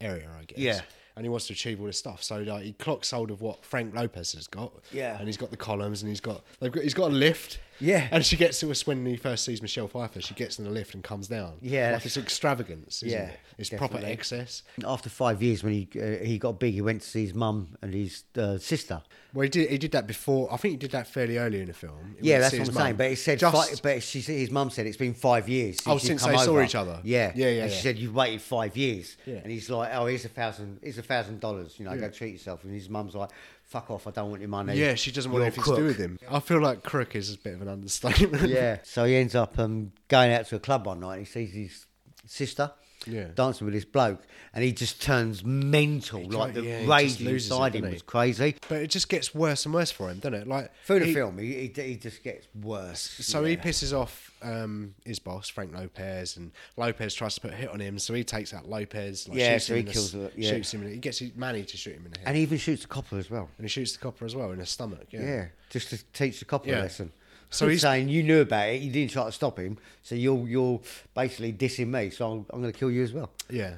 [SPEAKER 2] area, I guess.
[SPEAKER 3] Yeah.
[SPEAKER 2] And he wants to achieve all this stuff. So like he clocks hold of what Frank Lopez has got.
[SPEAKER 3] Yeah.
[SPEAKER 2] And he's got the columns and he's got they've got he's got a lift.
[SPEAKER 3] Yeah.
[SPEAKER 2] And she gets to us when he first sees Michelle Pfeiffer, she gets in the lift and comes down.
[SPEAKER 3] Yeah.
[SPEAKER 2] Like it's extravagance, isn't
[SPEAKER 3] Yeah,
[SPEAKER 2] it? It's proper
[SPEAKER 3] definitely.
[SPEAKER 2] excess.
[SPEAKER 3] After five years, when he uh, he got big, he went to see his mum and his uh, sister.
[SPEAKER 2] Well, he did. He did that before. I think he did that fairly early in the film. He
[SPEAKER 3] yeah,
[SPEAKER 2] went
[SPEAKER 3] that's
[SPEAKER 2] to see
[SPEAKER 3] what I'm
[SPEAKER 2] his
[SPEAKER 3] saying.
[SPEAKER 2] mum.
[SPEAKER 3] But it said, fi- but she said, his mum said it's been five years. Since
[SPEAKER 2] Oh,
[SPEAKER 3] you've
[SPEAKER 2] since
[SPEAKER 3] come
[SPEAKER 2] they
[SPEAKER 3] over.
[SPEAKER 2] saw each other.
[SPEAKER 3] Yeah,
[SPEAKER 2] Yeah, yeah,
[SPEAKER 3] And she
[SPEAKER 2] yeah.
[SPEAKER 3] said you've waited five years.
[SPEAKER 2] Yeah.
[SPEAKER 3] And he's like, oh, here's a thousand, here's a thousand dollars. You know, go treat yourself. And his mum's like, fuck off, I don't want your money.
[SPEAKER 2] yeah, she doesn't want
[SPEAKER 3] You're a
[SPEAKER 2] anything to do
[SPEAKER 3] crook."
[SPEAKER 2] with him. I feel like crook is a bit of an understatement.
[SPEAKER 3] yeah. So he ends up um, going out to a club one night. And he sees his sister
[SPEAKER 2] Yeah.
[SPEAKER 3] dancing with this bloke, and he just turns mental. like the
[SPEAKER 2] yeah, he just
[SPEAKER 3] rage
[SPEAKER 2] loses it,
[SPEAKER 3] inside him
[SPEAKER 2] doesn't he?
[SPEAKER 3] was crazy.
[SPEAKER 2] but it just gets worse and worse for him, doesn't it? Like
[SPEAKER 3] Through the
[SPEAKER 2] he-
[SPEAKER 3] film, he, he he just gets worse.
[SPEAKER 2] So he
[SPEAKER 3] Yeah.
[SPEAKER 2] pisses off um, his boss, Frank Lopez, and Lopez tries to put a hit on him. So he takes out Lopez. Like,
[SPEAKER 3] Yeah,
[SPEAKER 2] shoots
[SPEAKER 3] so
[SPEAKER 2] him
[SPEAKER 3] he
[SPEAKER 2] in the-
[SPEAKER 3] kills the- yeah.
[SPEAKER 2] Shoots him. In, the- he gets his manny to shoot him in the head, and
[SPEAKER 3] and he even shoots a copper as well.
[SPEAKER 2] he, shoots the copper as well in the stomach. Yeah.
[SPEAKER 3] Yeah, just to teach the copper
[SPEAKER 2] Yeah.
[SPEAKER 3] a lesson.
[SPEAKER 2] So
[SPEAKER 3] So he's
[SPEAKER 2] he's-
[SPEAKER 3] saying you knew about it, you didn't try to stop him, so you're you're basically dissing me. So I'm, I'm going to kill you as well.
[SPEAKER 2] Yeah.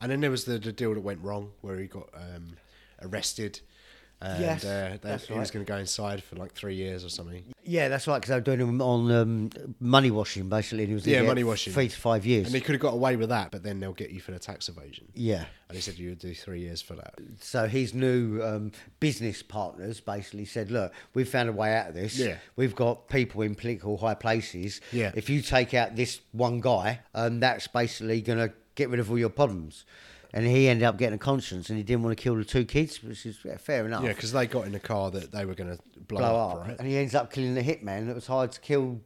[SPEAKER 2] And then there was the, the deal that went wrong where he got um, arrested. And
[SPEAKER 3] Yes,
[SPEAKER 2] uh, they,
[SPEAKER 3] that's
[SPEAKER 2] he was
[SPEAKER 3] right.
[SPEAKER 2] going to go inside for like three years or something.
[SPEAKER 3] Yeah, that's right. Because they were doing him on um, money washing basically. And he was gonna
[SPEAKER 2] Yeah,
[SPEAKER 3] get
[SPEAKER 2] money washing.
[SPEAKER 3] Three to five years.
[SPEAKER 2] And they could have got away with that, but then they'll get you for the tax evasion.
[SPEAKER 3] yeah.
[SPEAKER 2] And he said you would do three years for that.
[SPEAKER 3] So his new um, business partners basically said, "Look, we've found a way out of this.
[SPEAKER 2] Yeah.
[SPEAKER 3] We've got people in political high places.
[SPEAKER 2] Yeah.
[SPEAKER 3] If you take out this one guy, um, that's basically going to get rid of all your problems." And he ended up getting a conscience, and he didn't want to kill the two kids, which is yeah, fair enough.
[SPEAKER 2] Yeah, because they got in a car that they were going to blow,
[SPEAKER 3] blow
[SPEAKER 2] up,
[SPEAKER 3] up,
[SPEAKER 2] right?
[SPEAKER 3] and he ends up killing the hitman that was hired to kill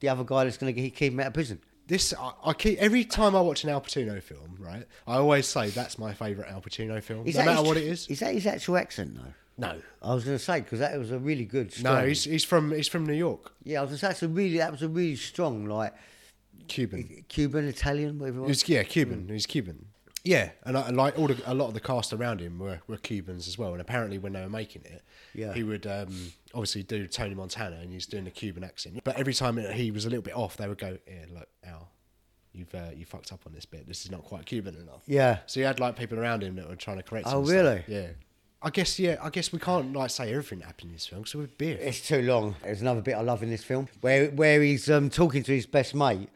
[SPEAKER 3] the other guy that's going to keep him out of prison.
[SPEAKER 2] This, I, I keep, every time I watch an Al Pacino film, right, I always say that's my favourite Al Pacino film, no
[SPEAKER 3] that
[SPEAKER 2] matter
[SPEAKER 3] his-
[SPEAKER 2] what it is.
[SPEAKER 3] Is that his actual accent though?
[SPEAKER 2] No.
[SPEAKER 3] I was going to say because that was a really good. Strong,
[SPEAKER 2] No, he's, he's, from, he's from New York,
[SPEAKER 3] yeah, I was going to say that's a really that was a really strong like
[SPEAKER 2] Cuban.
[SPEAKER 3] Cuban, Italian, whatever. It was.
[SPEAKER 2] He's yeah,
[SPEAKER 3] Mm.
[SPEAKER 2] Cuban. He's Cuban. Yeah, and I, like all the, a lot of the cast around him were, were Cubans as well. And apparently, when they were making it,
[SPEAKER 3] Yeah.
[SPEAKER 2] he would um, obviously do Tony Montana, and he's doing the Cuban accent. But every time he was a little bit off, they would go, "Yeah, look, Al, you've uh, you fucked up on this bit. This is not quite Cuban enough."
[SPEAKER 3] Yeah.
[SPEAKER 2] So he had like people around him that were trying to correct.
[SPEAKER 3] Oh,
[SPEAKER 2] him and stuff.
[SPEAKER 3] really?
[SPEAKER 2] Yeah. I guess yeah. I guess we can't like say everything that happened in this film because we're beer.
[SPEAKER 3] It's too long. There's another bit I love in this film where where he's um, talking to his best mate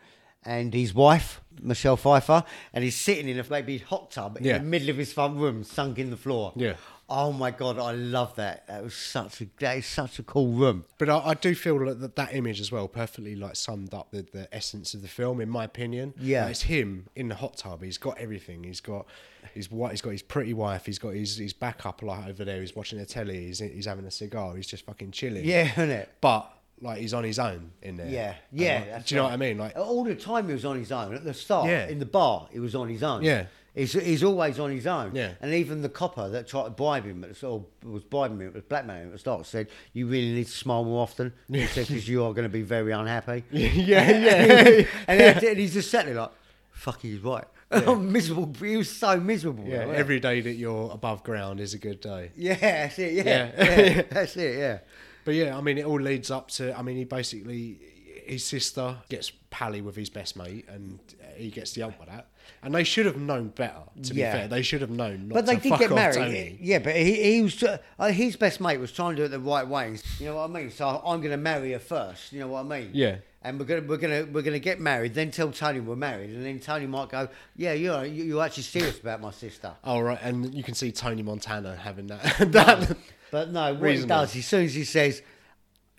[SPEAKER 3] and his wife, Michelle Pfeiffer, and he's sitting in a maybe hot tub in
[SPEAKER 2] Yeah.
[SPEAKER 3] the middle of his front room, sunk in the floor.
[SPEAKER 2] Yeah.
[SPEAKER 3] Oh my god, I love that. That was such a that is such a cool room.
[SPEAKER 2] But I, I do feel like that that image as well perfectly like summed up the, the essence of the film, in my opinion.
[SPEAKER 3] Yeah.
[SPEAKER 2] Like, it's him in the hot tub. He's got everything. He's got his wife. He's got his pretty wife. He's got his his backup like over there. He's watching the telly. He's he's having a cigar. He's just fucking chilling.
[SPEAKER 3] Yeah, innit?
[SPEAKER 2] But like he's on his own in there.
[SPEAKER 3] Yeah,
[SPEAKER 2] And,
[SPEAKER 3] yeah.
[SPEAKER 2] like,
[SPEAKER 3] that's
[SPEAKER 2] do you know
[SPEAKER 3] right. Uh,
[SPEAKER 2] what I mean? Like
[SPEAKER 3] all the time he was on his own. At the start,
[SPEAKER 2] Yeah.
[SPEAKER 3] in the bar, he was on his own.
[SPEAKER 2] Yeah.
[SPEAKER 3] he's, he's always on his own.
[SPEAKER 2] Yeah.
[SPEAKER 3] and even the copper that tried to bribe him, at the start- or was bribing him, was blackmailing him at the start, said, "You really need to smile more often." He said, "Because you are going to be very unhappy."
[SPEAKER 2] Yeah,
[SPEAKER 3] and, that's it, and he's just sat there like, "Fuck, he's right." miserable. He was so miserable.
[SPEAKER 2] yeah,
[SPEAKER 3] like that.
[SPEAKER 2] every day that you're above ground is a good day.
[SPEAKER 3] Yeah, that's it. Yeah,
[SPEAKER 2] Yeah.
[SPEAKER 3] yeah, that's it. Yeah.
[SPEAKER 2] But yeah, I mean, it all leads up to. I mean, he basically his sister gets pally with his best mate, and he gets the up with that. And they should have known better. To
[SPEAKER 3] Yeah.
[SPEAKER 2] be fair, they should have known. Not
[SPEAKER 3] But they
[SPEAKER 2] to
[SPEAKER 3] did
[SPEAKER 2] fuck
[SPEAKER 3] get
[SPEAKER 2] off
[SPEAKER 3] married.
[SPEAKER 2] Tony.
[SPEAKER 3] Yeah, but he, he was tr- uh, his best mate was trying to do it the right way. You know what I mean? So I'm going to marry her first. You know what I mean?
[SPEAKER 2] Yeah.
[SPEAKER 3] And we're gonna we're gonna we're gonna get married. Then tell Tony we're married, and then Tony might go, "Yeah, you're you- you're actually serious about my sister."
[SPEAKER 2] Oh right, and you can see Tony Montana having that. that
[SPEAKER 3] Um, But no, what
[SPEAKER 2] Reasonable.
[SPEAKER 3] he does, as soon as he says,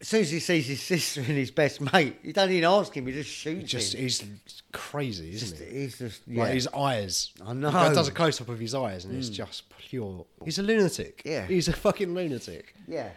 [SPEAKER 3] as soon as he sees his sister and his best mate, he doesn't even ask him. He just shoots
[SPEAKER 2] just
[SPEAKER 3] him.
[SPEAKER 2] he's crazy, isn't
[SPEAKER 3] Just-
[SPEAKER 2] it?
[SPEAKER 3] he's just yeah.
[SPEAKER 2] Like his eyes.
[SPEAKER 3] I know. Mm.
[SPEAKER 2] He does a close up of his eyes, and it's just pure. He's a lunatic.
[SPEAKER 3] Yeah.
[SPEAKER 2] He's a fucking lunatic.
[SPEAKER 3] yeah.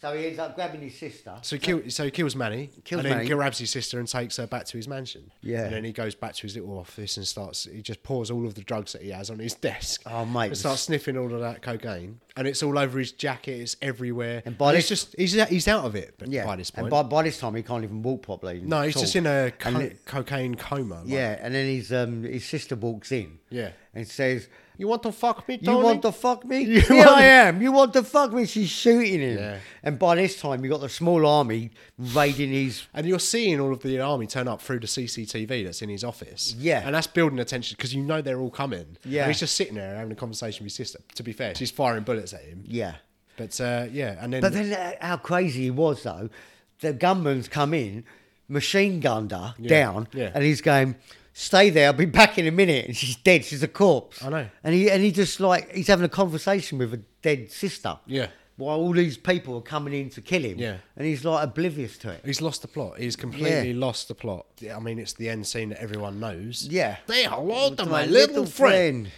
[SPEAKER 3] So he ends up grabbing his sister.
[SPEAKER 2] So he, kill, so he kills Manny,
[SPEAKER 3] Kills
[SPEAKER 2] and then
[SPEAKER 3] Manny.
[SPEAKER 2] grabs his sister and takes her back to his mansion.
[SPEAKER 3] Yeah.
[SPEAKER 2] and then he goes back to his little office and starts. He just pours all of the drugs that he has on his desk.
[SPEAKER 3] Oh, mate,
[SPEAKER 2] And
[SPEAKER 3] this-
[SPEAKER 2] starts sniffing all of that cocaine, and it's all over his jacket. It's everywhere.
[SPEAKER 3] And by
[SPEAKER 2] it's
[SPEAKER 3] this-
[SPEAKER 2] just he's he's out of it. But
[SPEAKER 3] Yeah.
[SPEAKER 2] by this point,
[SPEAKER 3] And by, by this time, he can't even walk properly. and
[SPEAKER 2] no, he's
[SPEAKER 3] talk.
[SPEAKER 2] just in a co-
[SPEAKER 3] And li-
[SPEAKER 2] cocaine coma. like,
[SPEAKER 3] yeah, and then his um, his sister walks in.
[SPEAKER 2] Yeah.
[SPEAKER 3] And says,
[SPEAKER 2] you want to fuck me?
[SPEAKER 3] "You
[SPEAKER 2] Tony?
[SPEAKER 3] want to fuck me?
[SPEAKER 2] You
[SPEAKER 3] Here
[SPEAKER 2] want-
[SPEAKER 3] I am. You want to fuck me?" She's shooting him.
[SPEAKER 2] Yeah.
[SPEAKER 3] And by this time, you got the small army raiding his.
[SPEAKER 2] And you're seeing all of the army turn up through the CCTV that's in his office.
[SPEAKER 3] Yeah.
[SPEAKER 2] And that's building attention because you know they're all coming.
[SPEAKER 3] Yeah.
[SPEAKER 2] And he's just sitting there having a conversation with his sister. To be fair, she's firing bullets at him.
[SPEAKER 3] Yeah.
[SPEAKER 2] But uh, yeah, and then,
[SPEAKER 3] But then, uh, how crazy he was though. The gunman's come in, machine gunned her down,
[SPEAKER 2] yeah.
[SPEAKER 3] and he's going, "Stay there. I'll be back in a minute." And she's dead. She's a corpse.
[SPEAKER 2] I know.
[SPEAKER 3] And he and he just like he's having a conversation with a dead sister.
[SPEAKER 2] Yeah.
[SPEAKER 3] While all these people are coming in to kill him.
[SPEAKER 2] Yeah.
[SPEAKER 3] And he's like oblivious to it.
[SPEAKER 2] he's lost the plot. He's completely
[SPEAKER 3] Yeah.
[SPEAKER 2] lost the plot. I mean, it's the end scene that everyone knows.
[SPEAKER 3] Yeah.
[SPEAKER 2] Say hello to my little friend.
[SPEAKER 3] Yeah.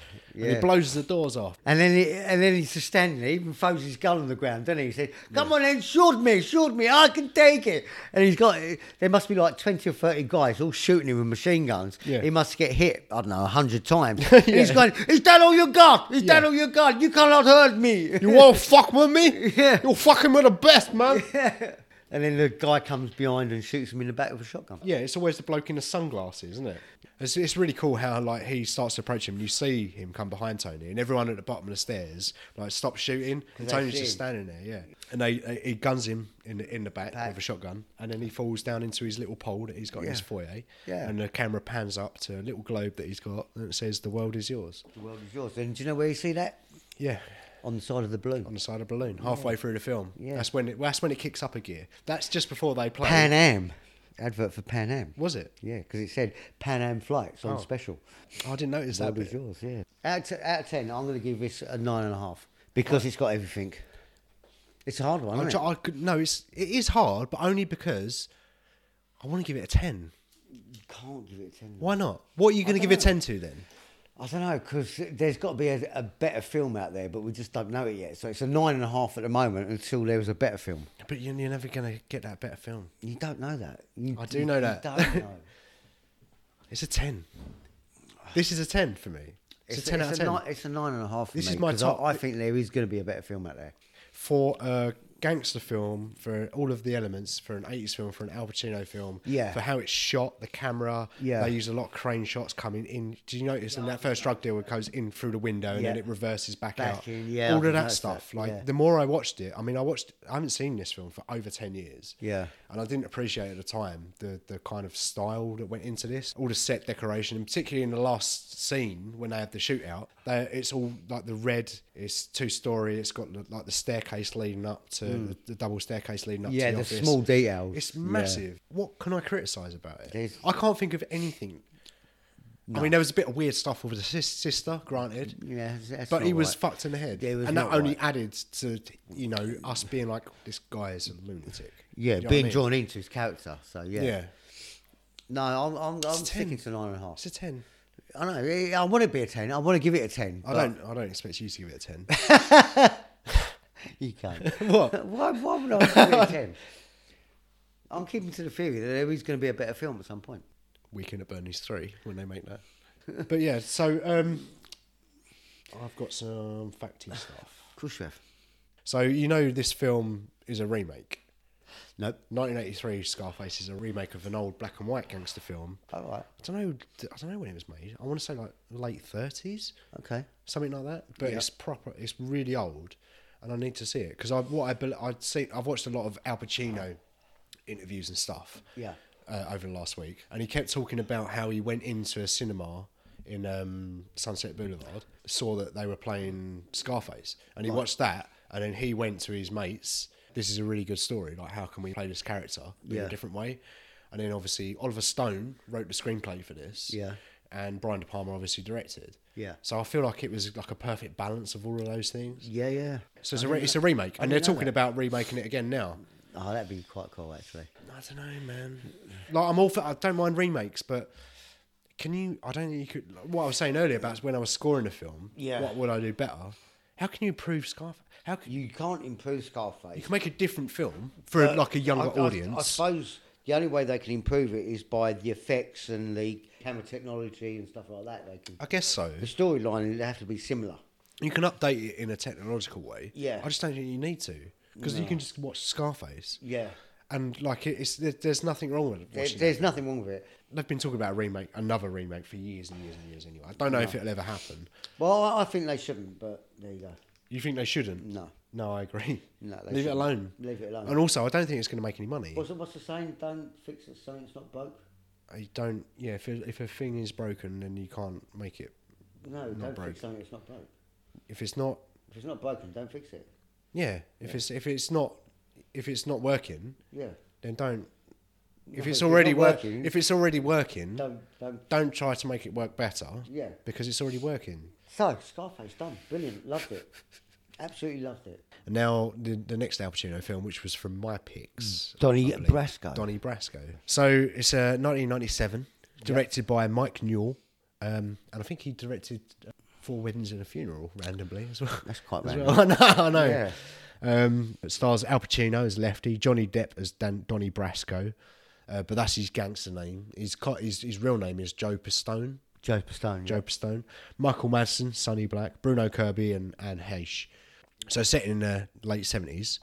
[SPEAKER 2] And he blows the doors off.
[SPEAKER 3] And then, he, and then he's just standing there. He even throws his gun on the ground, doesn't he? He said, "Come on, then shoot me, shoot me. I can take it." And he's got. There must be like twenty or thirty guys all shooting him with machine guns.
[SPEAKER 2] Yeah.
[SPEAKER 3] He must get hit. I don't know, hundred times. And He's going, "Is that all you got? Is that
[SPEAKER 2] Yeah.
[SPEAKER 3] all you got? You cannot hurt me."
[SPEAKER 2] You want to fuck with me?
[SPEAKER 3] Yeah.
[SPEAKER 2] You're fucking with the best, man.
[SPEAKER 3] and then the guy comes behind and shoots him in the back with a shotgun.
[SPEAKER 2] Yeah, it's always the bloke in the sunglasses, isn't it? It's, it's really cool how like he starts to approach him, and you see him come behind Tony, and everyone at the bottom of the stairs like stops shooting, and
[SPEAKER 3] they
[SPEAKER 2] Tony's
[SPEAKER 3] see
[SPEAKER 2] just
[SPEAKER 3] him.
[SPEAKER 2] standing there, yeah. And they, they- he guns him in the, in the back,
[SPEAKER 3] Back.
[SPEAKER 2] with a shotgun, and then he falls down into his little pole that he's got in his
[SPEAKER 3] Yeah.
[SPEAKER 2] foyer,
[SPEAKER 3] Yeah.
[SPEAKER 2] And the camera pans up to a little globe that he's got, and it says "The world is yours."
[SPEAKER 3] The world is yours. And do you know where you see that?
[SPEAKER 2] Yeah,
[SPEAKER 3] On the side of the balloon.
[SPEAKER 2] on the side of the balloon, halfway through the film.
[SPEAKER 3] Yeah.
[SPEAKER 2] that's when it, that's when it kicks up a gear. That's just before they play.
[SPEAKER 3] Pan Am. Advert for Pan Am.
[SPEAKER 2] Was it?
[SPEAKER 3] Yeah, because it said Pan Am flights on
[SPEAKER 2] Oh.
[SPEAKER 3] special.
[SPEAKER 2] I didn't notice that.
[SPEAKER 3] That
[SPEAKER 2] Bit.
[SPEAKER 3] was yours, yeah. Out of, out of ten, I'm going to give this a nine and a half because it's got everything. It's a hard one,
[SPEAKER 2] I'm
[SPEAKER 3] isn't
[SPEAKER 2] try- I could no, it's it is hard, but only because I want to give it a ten.
[SPEAKER 3] it? You can't give it a ten.
[SPEAKER 2] Why not? What are you going to give it a ten to then?
[SPEAKER 3] I don't know because there's got to be a, a better film out there, but we just don't know it yet. So it's a nine and a half at the moment until there was a better film.
[SPEAKER 2] But you're, you're never going to get that better film.
[SPEAKER 3] You don't know that. You,
[SPEAKER 2] I do know that.
[SPEAKER 3] You don't know.
[SPEAKER 2] It's a ten. This is a ten for me. It's, a ten out of ten
[SPEAKER 3] Nine, it's a nine and a half. For
[SPEAKER 2] This
[SPEAKER 3] me,
[SPEAKER 2] is my
[SPEAKER 3] 'cause
[SPEAKER 2] top-
[SPEAKER 3] I, I think there is going to be a better film out there.
[SPEAKER 2] for a gangster film, for all of the elements, for an '80s film, for an Al Pacino film.
[SPEAKER 3] Yeah.
[SPEAKER 2] For how it's shot, the camera.
[SPEAKER 3] Yeah.
[SPEAKER 2] They use a lot of crane shots coming in. Did you notice in that first drug deal, it goes in through the window and then
[SPEAKER 3] Yeah.
[SPEAKER 2] it reverses back,
[SPEAKER 3] Back
[SPEAKER 2] out.
[SPEAKER 3] in, yeah, I
[SPEAKER 2] All of
[SPEAKER 3] did
[SPEAKER 2] that
[SPEAKER 3] notice
[SPEAKER 2] stuff.
[SPEAKER 3] that,
[SPEAKER 2] Like
[SPEAKER 3] yeah.
[SPEAKER 2] the more I watched it, I mean, I watched. I haven't seen this film for over ten years.
[SPEAKER 3] Yeah.
[SPEAKER 2] And I didn't appreciate at the time the the kind of style that went into this, all the set decoration, and particularly in the last scene when they have the shootout, they, it's all like the red. It's two story. It's got the, like the staircase leading up to the, the double staircase leading up.
[SPEAKER 3] Hmm. Yeah,
[SPEAKER 2] to the,
[SPEAKER 3] the
[SPEAKER 2] office.
[SPEAKER 3] small details.
[SPEAKER 2] It's
[SPEAKER 3] Yeah.
[SPEAKER 2] massive. What can I criticize about it?
[SPEAKER 3] There's-
[SPEAKER 2] I can't think of anything. I mean, there was a bit of weird stuff with his sis- sister, granted.
[SPEAKER 3] Yeah, that's- that's
[SPEAKER 2] but he
[SPEAKER 3] not
[SPEAKER 2] was
[SPEAKER 3] right.
[SPEAKER 2] fucked in the head,
[SPEAKER 3] Yeah, he was
[SPEAKER 2] and that
[SPEAKER 3] not
[SPEAKER 2] only
[SPEAKER 3] right.
[SPEAKER 2] added to you know us being like this guy is a lunatic.
[SPEAKER 3] Yeah,
[SPEAKER 2] Do you know what I
[SPEAKER 3] being
[SPEAKER 2] mean?
[SPEAKER 3] drawn into his character. So yeah.
[SPEAKER 2] Yeah.
[SPEAKER 3] No, I'm I'm, I'm
[SPEAKER 2] It's
[SPEAKER 3] sticking
[SPEAKER 2] 10.
[SPEAKER 3] to nine and a half.
[SPEAKER 2] it's a ten.
[SPEAKER 3] I know. eh, I want to be a ten. I want to give it a ten.
[SPEAKER 2] I
[SPEAKER 3] but
[SPEAKER 2] don't. I don't expect you to give it a ten.
[SPEAKER 3] You can't.
[SPEAKER 2] What?
[SPEAKER 3] why, why would I give it a ten? I'm keeping to the theory that there is going to be a better film at some point.
[SPEAKER 2] Weekend at Bernie's three when they make that. But yeah, so um, I've got some facty stuff.
[SPEAKER 3] Of course you have.
[SPEAKER 2] So you know this film is a remake.
[SPEAKER 3] Nope.
[SPEAKER 2] 1983 Scarface is a remake of an old black and white gangster film.
[SPEAKER 3] All right.
[SPEAKER 2] I don't know. I don't know when it was made. I want to say like late 30s,
[SPEAKER 3] Okay.
[SPEAKER 2] something like that. But it's proper. It's really old, and I need to see it because I what I bel- I'd seen. I've watched a lot of Al Pacino interviews and stuff.
[SPEAKER 3] Yeah.
[SPEAKER 2] Uh, over the last week, and he kept talking about how he went into a cinema in um, Sunset Boulevard, saw that they were playing Scarface, and he watched that, and then he went to his mates. This is a really good story. Like, how can we play this character in
[SPEAKER 3] Yeah.
[SPEAKER 2] a different way? And then obviously Oliver Stone wrote the screenplay for this
[SPEAKER 3] Yeah.
[SPEAKER 2] and Brian De Palma obviously directed.
[SPEAKER 3] Yeah.
[SPEAKER 2] So I feel like it was like a perfect balance of all of those things.
[SPEAKER 3] Yeah, yeah.
[SPEAKER 2] So it's a, re- it's a remake, and they're
[SPEAKER 3] didn't know
[SPEAKER 2] talking
[SPEAKER 3] that.
[SPEAKER 2] about remaking it again now.
[SPEAKER 3] Oh, that'd be quite cool actually.
[SPEAKER 2] I don't know, man. Like I'm all for, I don't mind remakes, but can you? I don't think you could. like, What I was saying earlier about when I was scoring a film,
[SPEAKER 3] Yeah.
[SPEAKER 2] What would I do better? How can you improve Scarface? How can you,
[SPEAKER 3] You can't improve Scarface.
[SPEAKER 2] can make a different film for like a younger
[SPEAKER 3] I- I- I,
[SPEAKER 2] audience?
[SPEAKER 3] suppose the only way they can improve it is by the effects and the camera technology and stuff like that. They can.
[SPEAKER 2] I guess so.
[SPEAKER 3] The storyline would have to be similar.
[SPEAKER 2] You can update it in a technological way.
[SPEAKER 3] Yeah.
[SPEAKER 2] I just don't think you need to because you can just watch Scarface.
[SPEAKER 3] Yeah.
[SPEAKER 2] and like it- it's there, there's nothing wrong with it.
[SPEAKER 3] There, there's nothing wrong with it.
[SPEAKER 2] They've been talking about a remake, another remake for years and years and years. Anyway, I don't know if it'll ever happen.
[SPEAKER 3] Well, I, I think they shouldn't, but there you go.
[SPEAKER 2] You think they shouldn't?
[SPEAKER 3] No.
[SPEAKER 2] No, I agree.
[SPEAKER 3] No,
[SPEAKER 2] leave
[SPEAKER 3] they
[SPEAKER 2] it
[SPEAKER 3] shouldn't.
[SPEAKER 2] alone.
[SPEAKER 3] Leave it alone.
[SPEAKER 2] And also, I don't think it's going to make any money.
[SPEAKER 3] What's, the- what's the saying? Don't fix it, something it's not broke.
[SPEAKER 2] I don't. Yeah, if it, if a thing is broken, then you can't make it.
[SPEAKER 3] No,
[SPEAKER 2] Not
[SPEAKER 3] don't
[SPEAKER 2] broke.
[SPEAKER 3] fix something that's not broke.
[SPEAKER 2] If it's not,
[SPEAKER 3] If it's not broken, don't fix it.
[SPEAKER 2] yeah. If it's if it's not if it's not working,
[SPEAKER 3] Yeah.
[SPEAKER 2] then don't. If
[SPEAKER 3] No,
[SPEAKER 2] it's
[SPEAKER 3] if it's
[SPEAKER 2] already
[SPEAKER 3] not
[SPEAKER 2] work,
[SPEAKER 3] working-
[SPEAKER 2] if it's already working,
[SPEAKER 3] Don't, don't.
[SPEAKER 2] don't try to make it work better.
[SPEAKER 3] Yeah.
[SPEAKER 2] Because it's already working.
[SPEAKER 3] So, Scarface, done. Brilliant. Loved it. Absolutely loved it.
[SPEAKER 2] And now the, the next Al Pacino film, which was from my picks,
[SPEAKER 3] Mm. Donnie
[SPEAKER 2] I believe.
[SPEAKER 3] Brasco.
[SPEAKER 2] Donnie Brasco. So it's uh, 1997, directed by Mike Newell, um, and I think he directed uh, Four Weddings and a Funeral randomly as well.
[SPEAKER 3] That's quite
[SPEAKER 2] As
[SPEAKER 3] random.
[SPEAKER 2] well. I know. I know.
[SPEAKER 3] Yeah.
[SPEAKER 2] Um, it stars Al Pacino as Lefty, Johnny Depp as Dan- Donnie Brasco, uh, but that's his gangster name. His, co- his his real name is Joe Pistone.
[SPEAKER 3] Joe Pistone.
[SPEAKER 2] Joe Pistone, Michael Madsen, Sonny Black, Bruno Kirby, and Anne Heche. So set in the late seventies,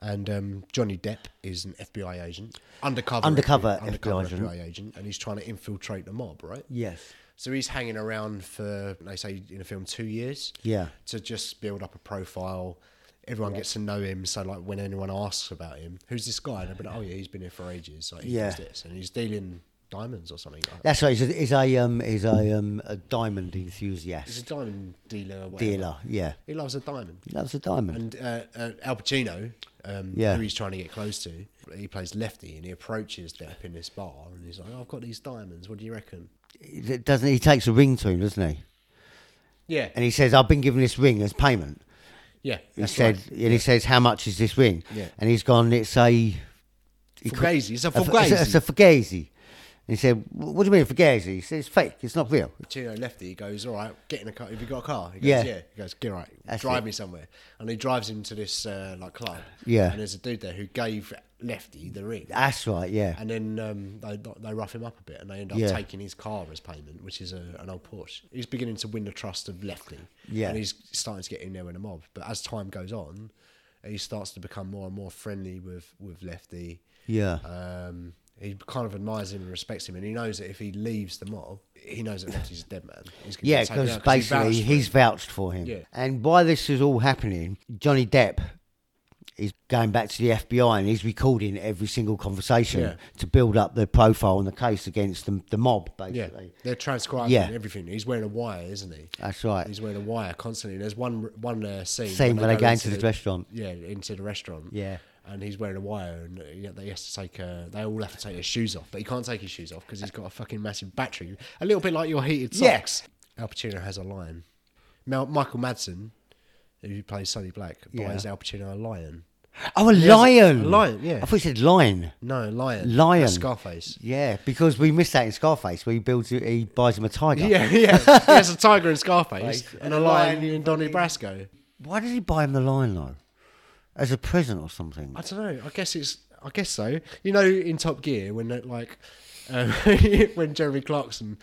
[SPEAKER 2] and um, Johnny Depp is an FBI agent, undercover,
[SPEAKER 3] Undercover
[SPEAKER 2] FBI,
[SPEAKER 3] FBI agent.
[SPEAKER 2] FBI agent, and he's trying to infiltrate the mob, right?
[SPEAKER 3] Yes.
[SPEAKER 2] So he's hanging around for they say in the film two years,
[SPEAKER 3] Yeah.
[SPEAKER 2] to just build up a profile. Everyone gets to know him, so like when anyone asks about him, who's this guy? They'll be like, oh yeah, he's been here for ages. Like, he
[SPEAKER 3] Yeah.
[SPEAKER 2] does this, and he's dealing diamonds or something. Like that.
[SPEAKER 3] That's right. He's a he's a, um, he's a, um, a diamond
[SPEAKER 2] He's a
[SPEAKER 3] enthusiast
[SPEAKER 2] diamond dealer, or whatever.
[SPEAKER 3] dealer. Yeah,
[SPEAKER 2] He loves a diamond.
[SPEAKER 3] he loves a diamond.
[SPEAKER 2] And uh, uh, Al Pacino, um,
[SPEAKER 3] Yeah.
[SPEAKER 2] who he's trying to get close to, he plays Lefty and he approaches Depp in this bar and he's like, oh, I've got these diamonds. What do you reckon?
[SPEAKER 3] He- doesn't he takes a ring to him, doesn't he?
[SPEAKER 2] Yeah.
[SPEAKER 3] And he says, "I've been given this ring as payment."
[SPEAKER 2] Yeah.
[SPEAKER 3] He
[SPEAKER 2] That's
[SPEAKER 3] said,
[SPEAKER 2] right.
[SPEAKER 3] and he says, "How much is this ring?"
[SPEAKER 2] Yeah.
[SPEAKER 3] And he's gone, "It's a he call-
[SPEAKER 2] Fugazi. It's a
[SPEAKER 3] f- it's a- It's a
[SPEAKER 2] Fugazi.
[SPEAKER 3] fugazi." And he said, "Wh- "What do you mean fugazi?" He said, "It's fake. It's not real."
[SPEAKER 2] Pacino Lefty he goes, all right, get in a car. Have you got a car? He goes,
[SPEAKER 3] Yeah.
[SPEAKER 2] yeah. He goes, get right,
[SPEAKER 3] That's
[SPEAKER 2] drive
[SPEAKER 3] it.
[SPEAKER 2] me somewhere. And he drives him to this uh, like club.
[SPEAKER 3] Yeah.
[SPEAKER 2] And there's a dude there who gave Lefty the ring.
[SPEAKER 3] That's right. Yeah.
[SPEAKER 2] And then um, they they rough him up a bit, and they end up
[SPEAKER 3] Yeah.
[SPEAKER 2] taking his car as payment, which is a, an old Porsche. He's beginning to win the trust of Lefty,
[SPEAKER 3] Yeah.
[SPEAKER 2] and he's starting to get in there with the mob. But as time goes on, he starts to become more and more friendly with with Lefty.
[SPEAKER 3] Yeah.
[SPEAKER 2] Um, he kind of admires him and respects him, and he knows that if he leaves the mob, he knows that Lefty's a dead man. He's gonna
[SPEAKER 3] Yeah,
[SPEAKER 2] be taken
[SPEAKER 3] because
[SPEAKER 2] out 'cause he
[SPEAKER 3] basically
[SPEAKER 2] vouched for
[SPEAKER 3] he's
[SPEAKER 2] him.
[SPEAKER 3] vouched for him.
[SPEAKER 2] Yeah.
[SPEAKER 3] And while this is all happening, Johnny Depp is going back to the FBI and he's recording every single conversation
[SPEAKER 2] Yeah.
[SPEAKER 3] to build up the profile and the case against the, the mob,
[SPEAKER 2] yeah.
[SPEAKER 3] basically.
[SPEAKER 2] They're transcribing
[SPEAKER 3] Yeah.
[SPEAKER 2] everything. He's wearing a wire, isn't he?
[SPEAKER 3] That's right.
[SPEAKER 2] He's wearing a wire constantly. There's one one uh, scene.
[SPEAKER 3] Scene
[SPEAKER 2] when
[SPEAKER 3] where they go
[SPEAKER 2] into
[SPEAKER 3] into the restaurant.
[SPEAKER 2] Yeah, into the restaurant.
[SPEAKER 3] Yeah.
[SPEAKER 2] and he's wearing a wire, and he- they has to take. Uh, they all have to take their shoes off, but he can't take his shoes off because he's got a fucking massive battery, a little bit like your heated
[SPEAKER 3] Yeah.
[SPEAKER 2] socks. Al Pacino has a lion. Now Michael Madsen, who plays Sonny Black,
[SPEAKER 3] Yeah.
[SPEAKER 2] buys Al Pacino a lion.
[SPEAKER 3] Oh, a
[SPEAKER 2] a-
[SPEAKER 3] lion.
[SPEAKER 2] a lion, yeah.
[SPEAKER 3] I thought you said lion.
[SPEAKER 2] No, lion.
[SPEAKER 3] Lion.
[SPEAKER 2] That's Scarface.
[SPEAKER 3] Yeah, because we missed that in Scarface, where he builds, he buys him a tiger.
[SPEAKER 2] Yeah, yeah. he has a tiger in Scarface
[SPEAKER 3] Like,
[SPEAKER 2] and a lion in Donnie Brasco.
[SPEAKER 3] Why did he buy him the lion though? As a present or something?
[SPEAKER 2] I don't know. I guess it's. I guess so. You know, in Top Gear, when they, like um, when Jeremy Clarkson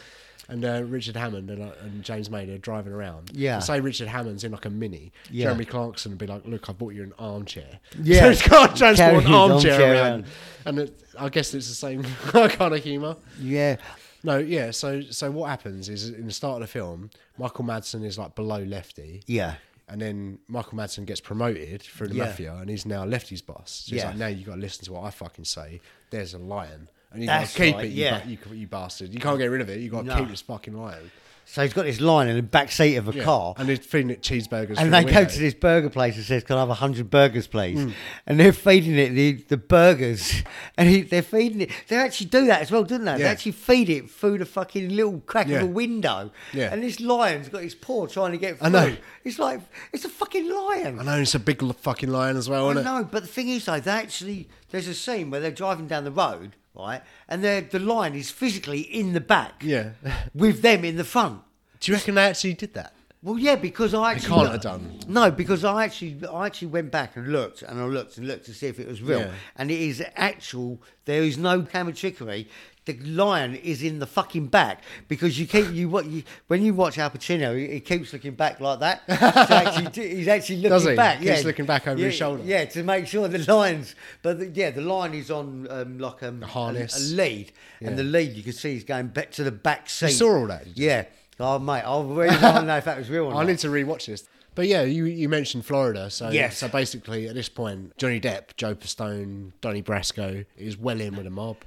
[SPEAKER 2] and uh, Richard Hammond and, uh, and James May are driving around.
[SPEAKER 3] Yeah.
[SPEAKER 2] And say Richard Hammond's in like a mini.
[SPEAKER 3] Yeah.
[SPEAKER 2] Jeremy Clarkson would be like, "Look, I bought you an armchair.
[SPEAKER 3] Yeah.
[SPEAKER 2] So he's got to
[SPEAKER 3] Carry
[SPEAKER 2] transport
[SPEAKER 3] his
[SPEAKER 2] an armchair,
[SPEAKER 3] armchair
[SPEAKER 2] around.
[SPEAKER 3] around.
[SPEAKER 2] And it, I guess it's the same kind of humour.
[SPEAKER 3] Yeah.
[SPEAKER 2] No, yeah. So, so what happens is in the start of the film, Michael Madsen is like below Lefty.
[SPEAKER 3] Yeah.
[SPEAKER 2] And then Michael Madsen gets promoted through the
[SPEAKER 3] Yeah.
[SPEAKER 2] mafia, and he's now Lefty's boss. So he's
[SPEAKER 3] Yeah.
[SPEAKER 2] like, now you got to listen to what I fucking say. There's a lion, and you got
[SPEAKER 3] That's
[SPEAKER 2] to keep
[SPEAKER 3] right,
[SPEAKER 2] it. You,
[SPEAKER 3] yeah.
[SPEAKER 2] ba- you, you bastard. You can't get rid of it. You got to
[SPEAKER 3] No.
[SPEAKER 2] keep this fucking lion.
[SPEAKER 3] So he's got this lion in the back seat of a
[SPEAKER 2] Yeah.
[SPEAKER 3] car.
[SPEAKER 2] and they're feeding it cheeseburgers.
[SPEAKER 3] And
[SPEAKER 2] from
[SPEAKER 3] they
[SPEAKER 2] the
[SPEAKER 3] go
[SPEAKER 2] window.
[SPEAKER 3] to this burger place and says, "Can I have hundred burgers, please?"
[SPEAKER 2] Hmm.
[SPEAKER 3] And they're feeding it the, the burgers, and he, they're feeding it. They actually do that as well, don't they? They
[SPEAKER 2] Yeah.
[SPEAKER 3] actually feed it through the fucking little crack
[SPEAKER 2] Yeah.
[SPEAKER 3] of a window.
[SPEAKER 2] Yeah.
[SPEAKER 3] And this lion's got his paw trying to get through.
[SPEAKER 2] I know.
[SPEAKER 3] It's like it's a fucking lion.
[SPEAKER 2] I know it's a big l- fucking lion as well,
[SPEAKER 3] I
[SPEAKER 2] isn't it?
[SPEAKER 3] know, Oh, but the thing is, though, they actually there's a scene where they're driving down the road, right, and they're- the lion is physically in the back,
[SPEAKER 2] Yeah.
[SPEAKER 3] with them in the front.
[SPEAKER 2] Do you reckon they actually did that?
[SPEAKER 3] Well, yeah, because I actually
[SPEAKER 2] can't have done.
[SPEAKER 3] No, because I actually I actually went back and looked and I looked and looked to see if it was real,
[SPEAKER 2] Yeah.
[SPEAKER 3] and it is actual. There is no camera trickery. The lion is in the fucking back because you keep you what you when you watch Al Pacino, he, he keeps looking back like that. So actually, do- he's actually looking
[SPEAKER 2] Does he?
[SPEAKER 3] back.
[SPEAKER 2] Keeps looking back over
[SPEAKER 3] yeah,
[SPEAKER 2] his shoulder.
[SPEAKER 3] Yeah, to make sure the lion's. But the, yeah, the lion is on um, like um, a
[SPEAKER 2] harness.
[SPEAKER 3] a, lead, and the lead you can see is going back to the back seat.
[SPEAKER 2] saw all that, did you?
[SPEAKER 3] Yeah. Oh mate, I really don't know if that was real or
[SPEAKER 2] I
[SPEAKER 3] not.
[SPEAKER 2] need to rewatch this. But yeah, you, you mentioned Florida, so
[SPEAKER 3] Yes.
[SPEAKER 2] so basically at this point, Johnny Depp, Joe Pistone, Donnie Brasco is well in with the mob.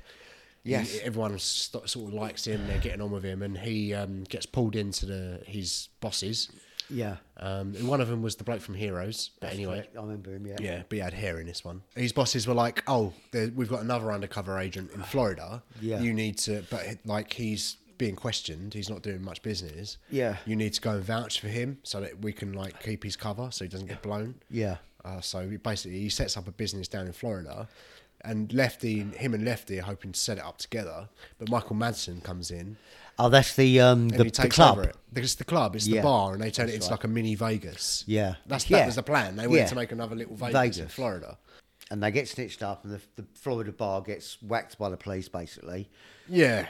[SPEAKER 3] Yes.
[SPEAKER 2] He- everyone st- sort of likes him. They're getting on with him, and he um, gets pulled into the his bosses.
[SPEAKER 3] Yeah.
[SPEAKER 2] Um, and one of them was the bloke from Heroes, but anyway,
[SPEAKER 3] I remember him, yeah.
[SPEAKER 2] yeah, but he had hair in this one. His bosses were like, "Oh, there, we've got another undercover agent in Florida.
[SPEAKER 3] Yeah.
[SPEAKER 2] you need to." But like, he's being questioned. He's not doing much business.
[SPEAKER 3] Yeah.
[SPEAKER 2] you need to go and vouch for him so that we can like keep his cover so he doesn't get blown.
[SPEAKER 3] Yeah.
[SPEAKER 2] Uh, so he basically, he sets up a business down in Florida, and Lefty, him and Lefty are hoping to set it up together. But Michael Madsen comes in
[SPEAKER 3] Oh, that's the um
[SPEAKER 2] and
[SPEAKER 3] the,
[SPEAKER 2] he
[SPEAKER 3] the
[SPEAKER 2] takes
[SPEAKER 3] club.
[SPEAKER 2] over it. It's the club, it's
[SPEAKER 3] Yeah.
[SPEAKER 2] the bar, and they turn it into like a mini Vegas.
[SPEAKER 3] Yeah.
[SPEAKER 2] that's
[SPEAKER 3] Yeah.
[SPEAKER 2] that was the plan. They wanted
[SPEAKER 3] Yeah.
[SPEAKER 2] to make another little Vegas, in
[SPEAKER 3] Vegas.
[SPEAKER 2] Florida.
[SPEAKER 3] And they get snitched up and the, the Florida bar gets whacked by the police basically.
[SPEAKER 2] Yeah.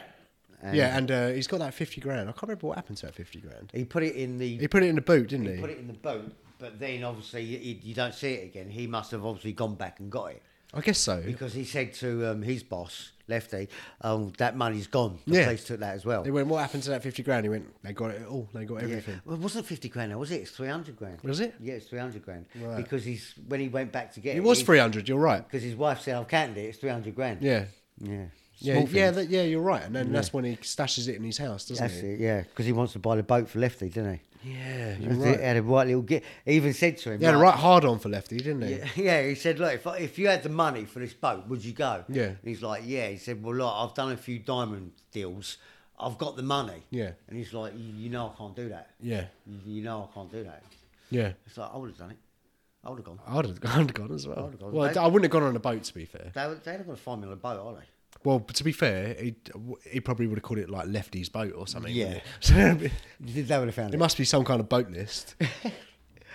[SPEAKER 3] And-
[SPEAKER 2] yeah, and uh, he's got that 50 grand. I can't remember what happened to that 50 grand.
[SPEAKER 3] He put it in the
[SPEAKER 2] He put it in the boot, didn't he?
[SPEAKER 3] put it in the boat, but then obviously you, you don't see it again. He must have obviously gone back and got it.
[SPEAKER 2] I guess so.
[SPEAKER 3] Because he said to um, his boss, Lefty, "Oh, that money's gone. The
[SPEAKER 2] Yeah.
[SPEAKER 3] police took that as well."
[SPEAKER 2] They went, what happened to that 50 grand? He went, they got it all. They got
[SPEAKER 3] Yeah.
[SPEAKER 2] everything.
[SPEAKER 3] Well, it wasn't fifty grand, though, was it? It's three hundred grand.
[SPEAKER 2] Was it?
[SPEAKER 3] Yeah, it's three hundred grand.
[SPEAKER 2] Right.
[SPEAKER 3] Because he's when he went back to get it,
[SPEAKER 2] It was
[SPEAKER 3] he-
[SPEAKER 2] 300, you're right.
[SPEAKER 3] because his wife said, "I've canned it. It's three hundred grand."
[SPEAKER 2] Yeah.
[SPEAKER 3] yeah,
[SPEAKER 2] Yeah,
[SPEAKER 3] Small
[SPEAKER 2] yeah,
[SPEAKER 3] things.
[SPEAKER 2] that, yeah, you're right. And then that's when he stashes it in his house, doesn't
[SPEAKER 3] that's
[SPEAKER 2] he?
[SPEAKER 3] it. Yeah, because he wants to buy the boat for Lefty, didn't he?
[SPEAKER 2] Yeah, you're
[SPEAKER 3] That's
[SPEAKER 2] right.
[SPEAKER 3] it. He had a right little gift. He even said to him,
[SPEAKER 2] He had a
[SPEAKER 3] like-
[SPEAKER 2] right hard on for Lefty, didn't he?
[SPEAKER 3] Yeah, yeah, he said, look, if, I- if you had the money for this boat, would you go?
[SPEAKER 2] Yeah.
[SPEAKER 3] And he's like, yeah. He said, well, look, I've done a few diamond deals. I've got the money.
[SPEAKER 2] Yeah.
[SPEAKER 3] And he's like, you, you know I can't do that.
[SPEAKER 2] Yeah.
[SPEAKER 3] You, you know I can't do that.
[SPEAKER 2] Yeah.
[SPEAKER 3] It's like, I would have done it. I would have gone.
[SPEAKER 2] I would have gone, gone as well.
[SPEAKER 3] I'd have gone.
[SPEAKER 2] well,
[SPEAKER 3] They-
[SPEAKER 2] I wouldn't have gone on a boat, to be fair.
[SPEAKER 3] They, would- they're not going to find me on a boat, are they?
[SPEAKER 2] Well, to be fair, he, he probably would have called it like Lefty's boat or something.
[SPEAKER 3] Yeah.
[SPEAKER 2] wouldn't he? So-
[SPEAKER 3] They would have found
[SPEAKER 2] It
[SPEAKER 3] it.
[SPEAKER 2] must be some kind of boat list.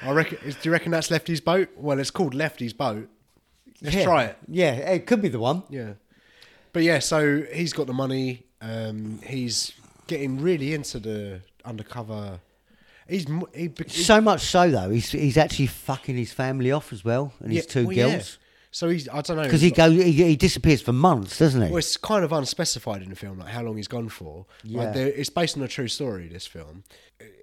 [SPEAKER 2] I reckon. is- Do you reckon that's Lefty's boat? Well, it's called Lefty's boat. Let's
[SPEAKER 3] Yeah.
[SPEAKER 2] try it.
[SPEAKER 3] Yeah, it could be the one.
[SPEAKER 2] Yeah. But yeah, so he's got the money. Um, he's getting really into the undercover. He's m- he, be- he-
[SPEAKER 3] So much so though, he's he's actually fucking his family off as well, and his
[SPEAKER 2] yeah,
[SPEAKER 3] two
[SPEAKER 2] well, yeah.
[SPEAKER 3] girls.
[SPEAKER 2] So he's I don't know
[SPEAKER 3] Because he goes, he, he disappears for months, doesn't he?
[SPEAKER 2] Well, it's kind of unspecified in the film, like how long he's gone for. Like,
[SPEAKER 3] Yeah.
[SPEAKER 2] there- it's based on a true story. This film,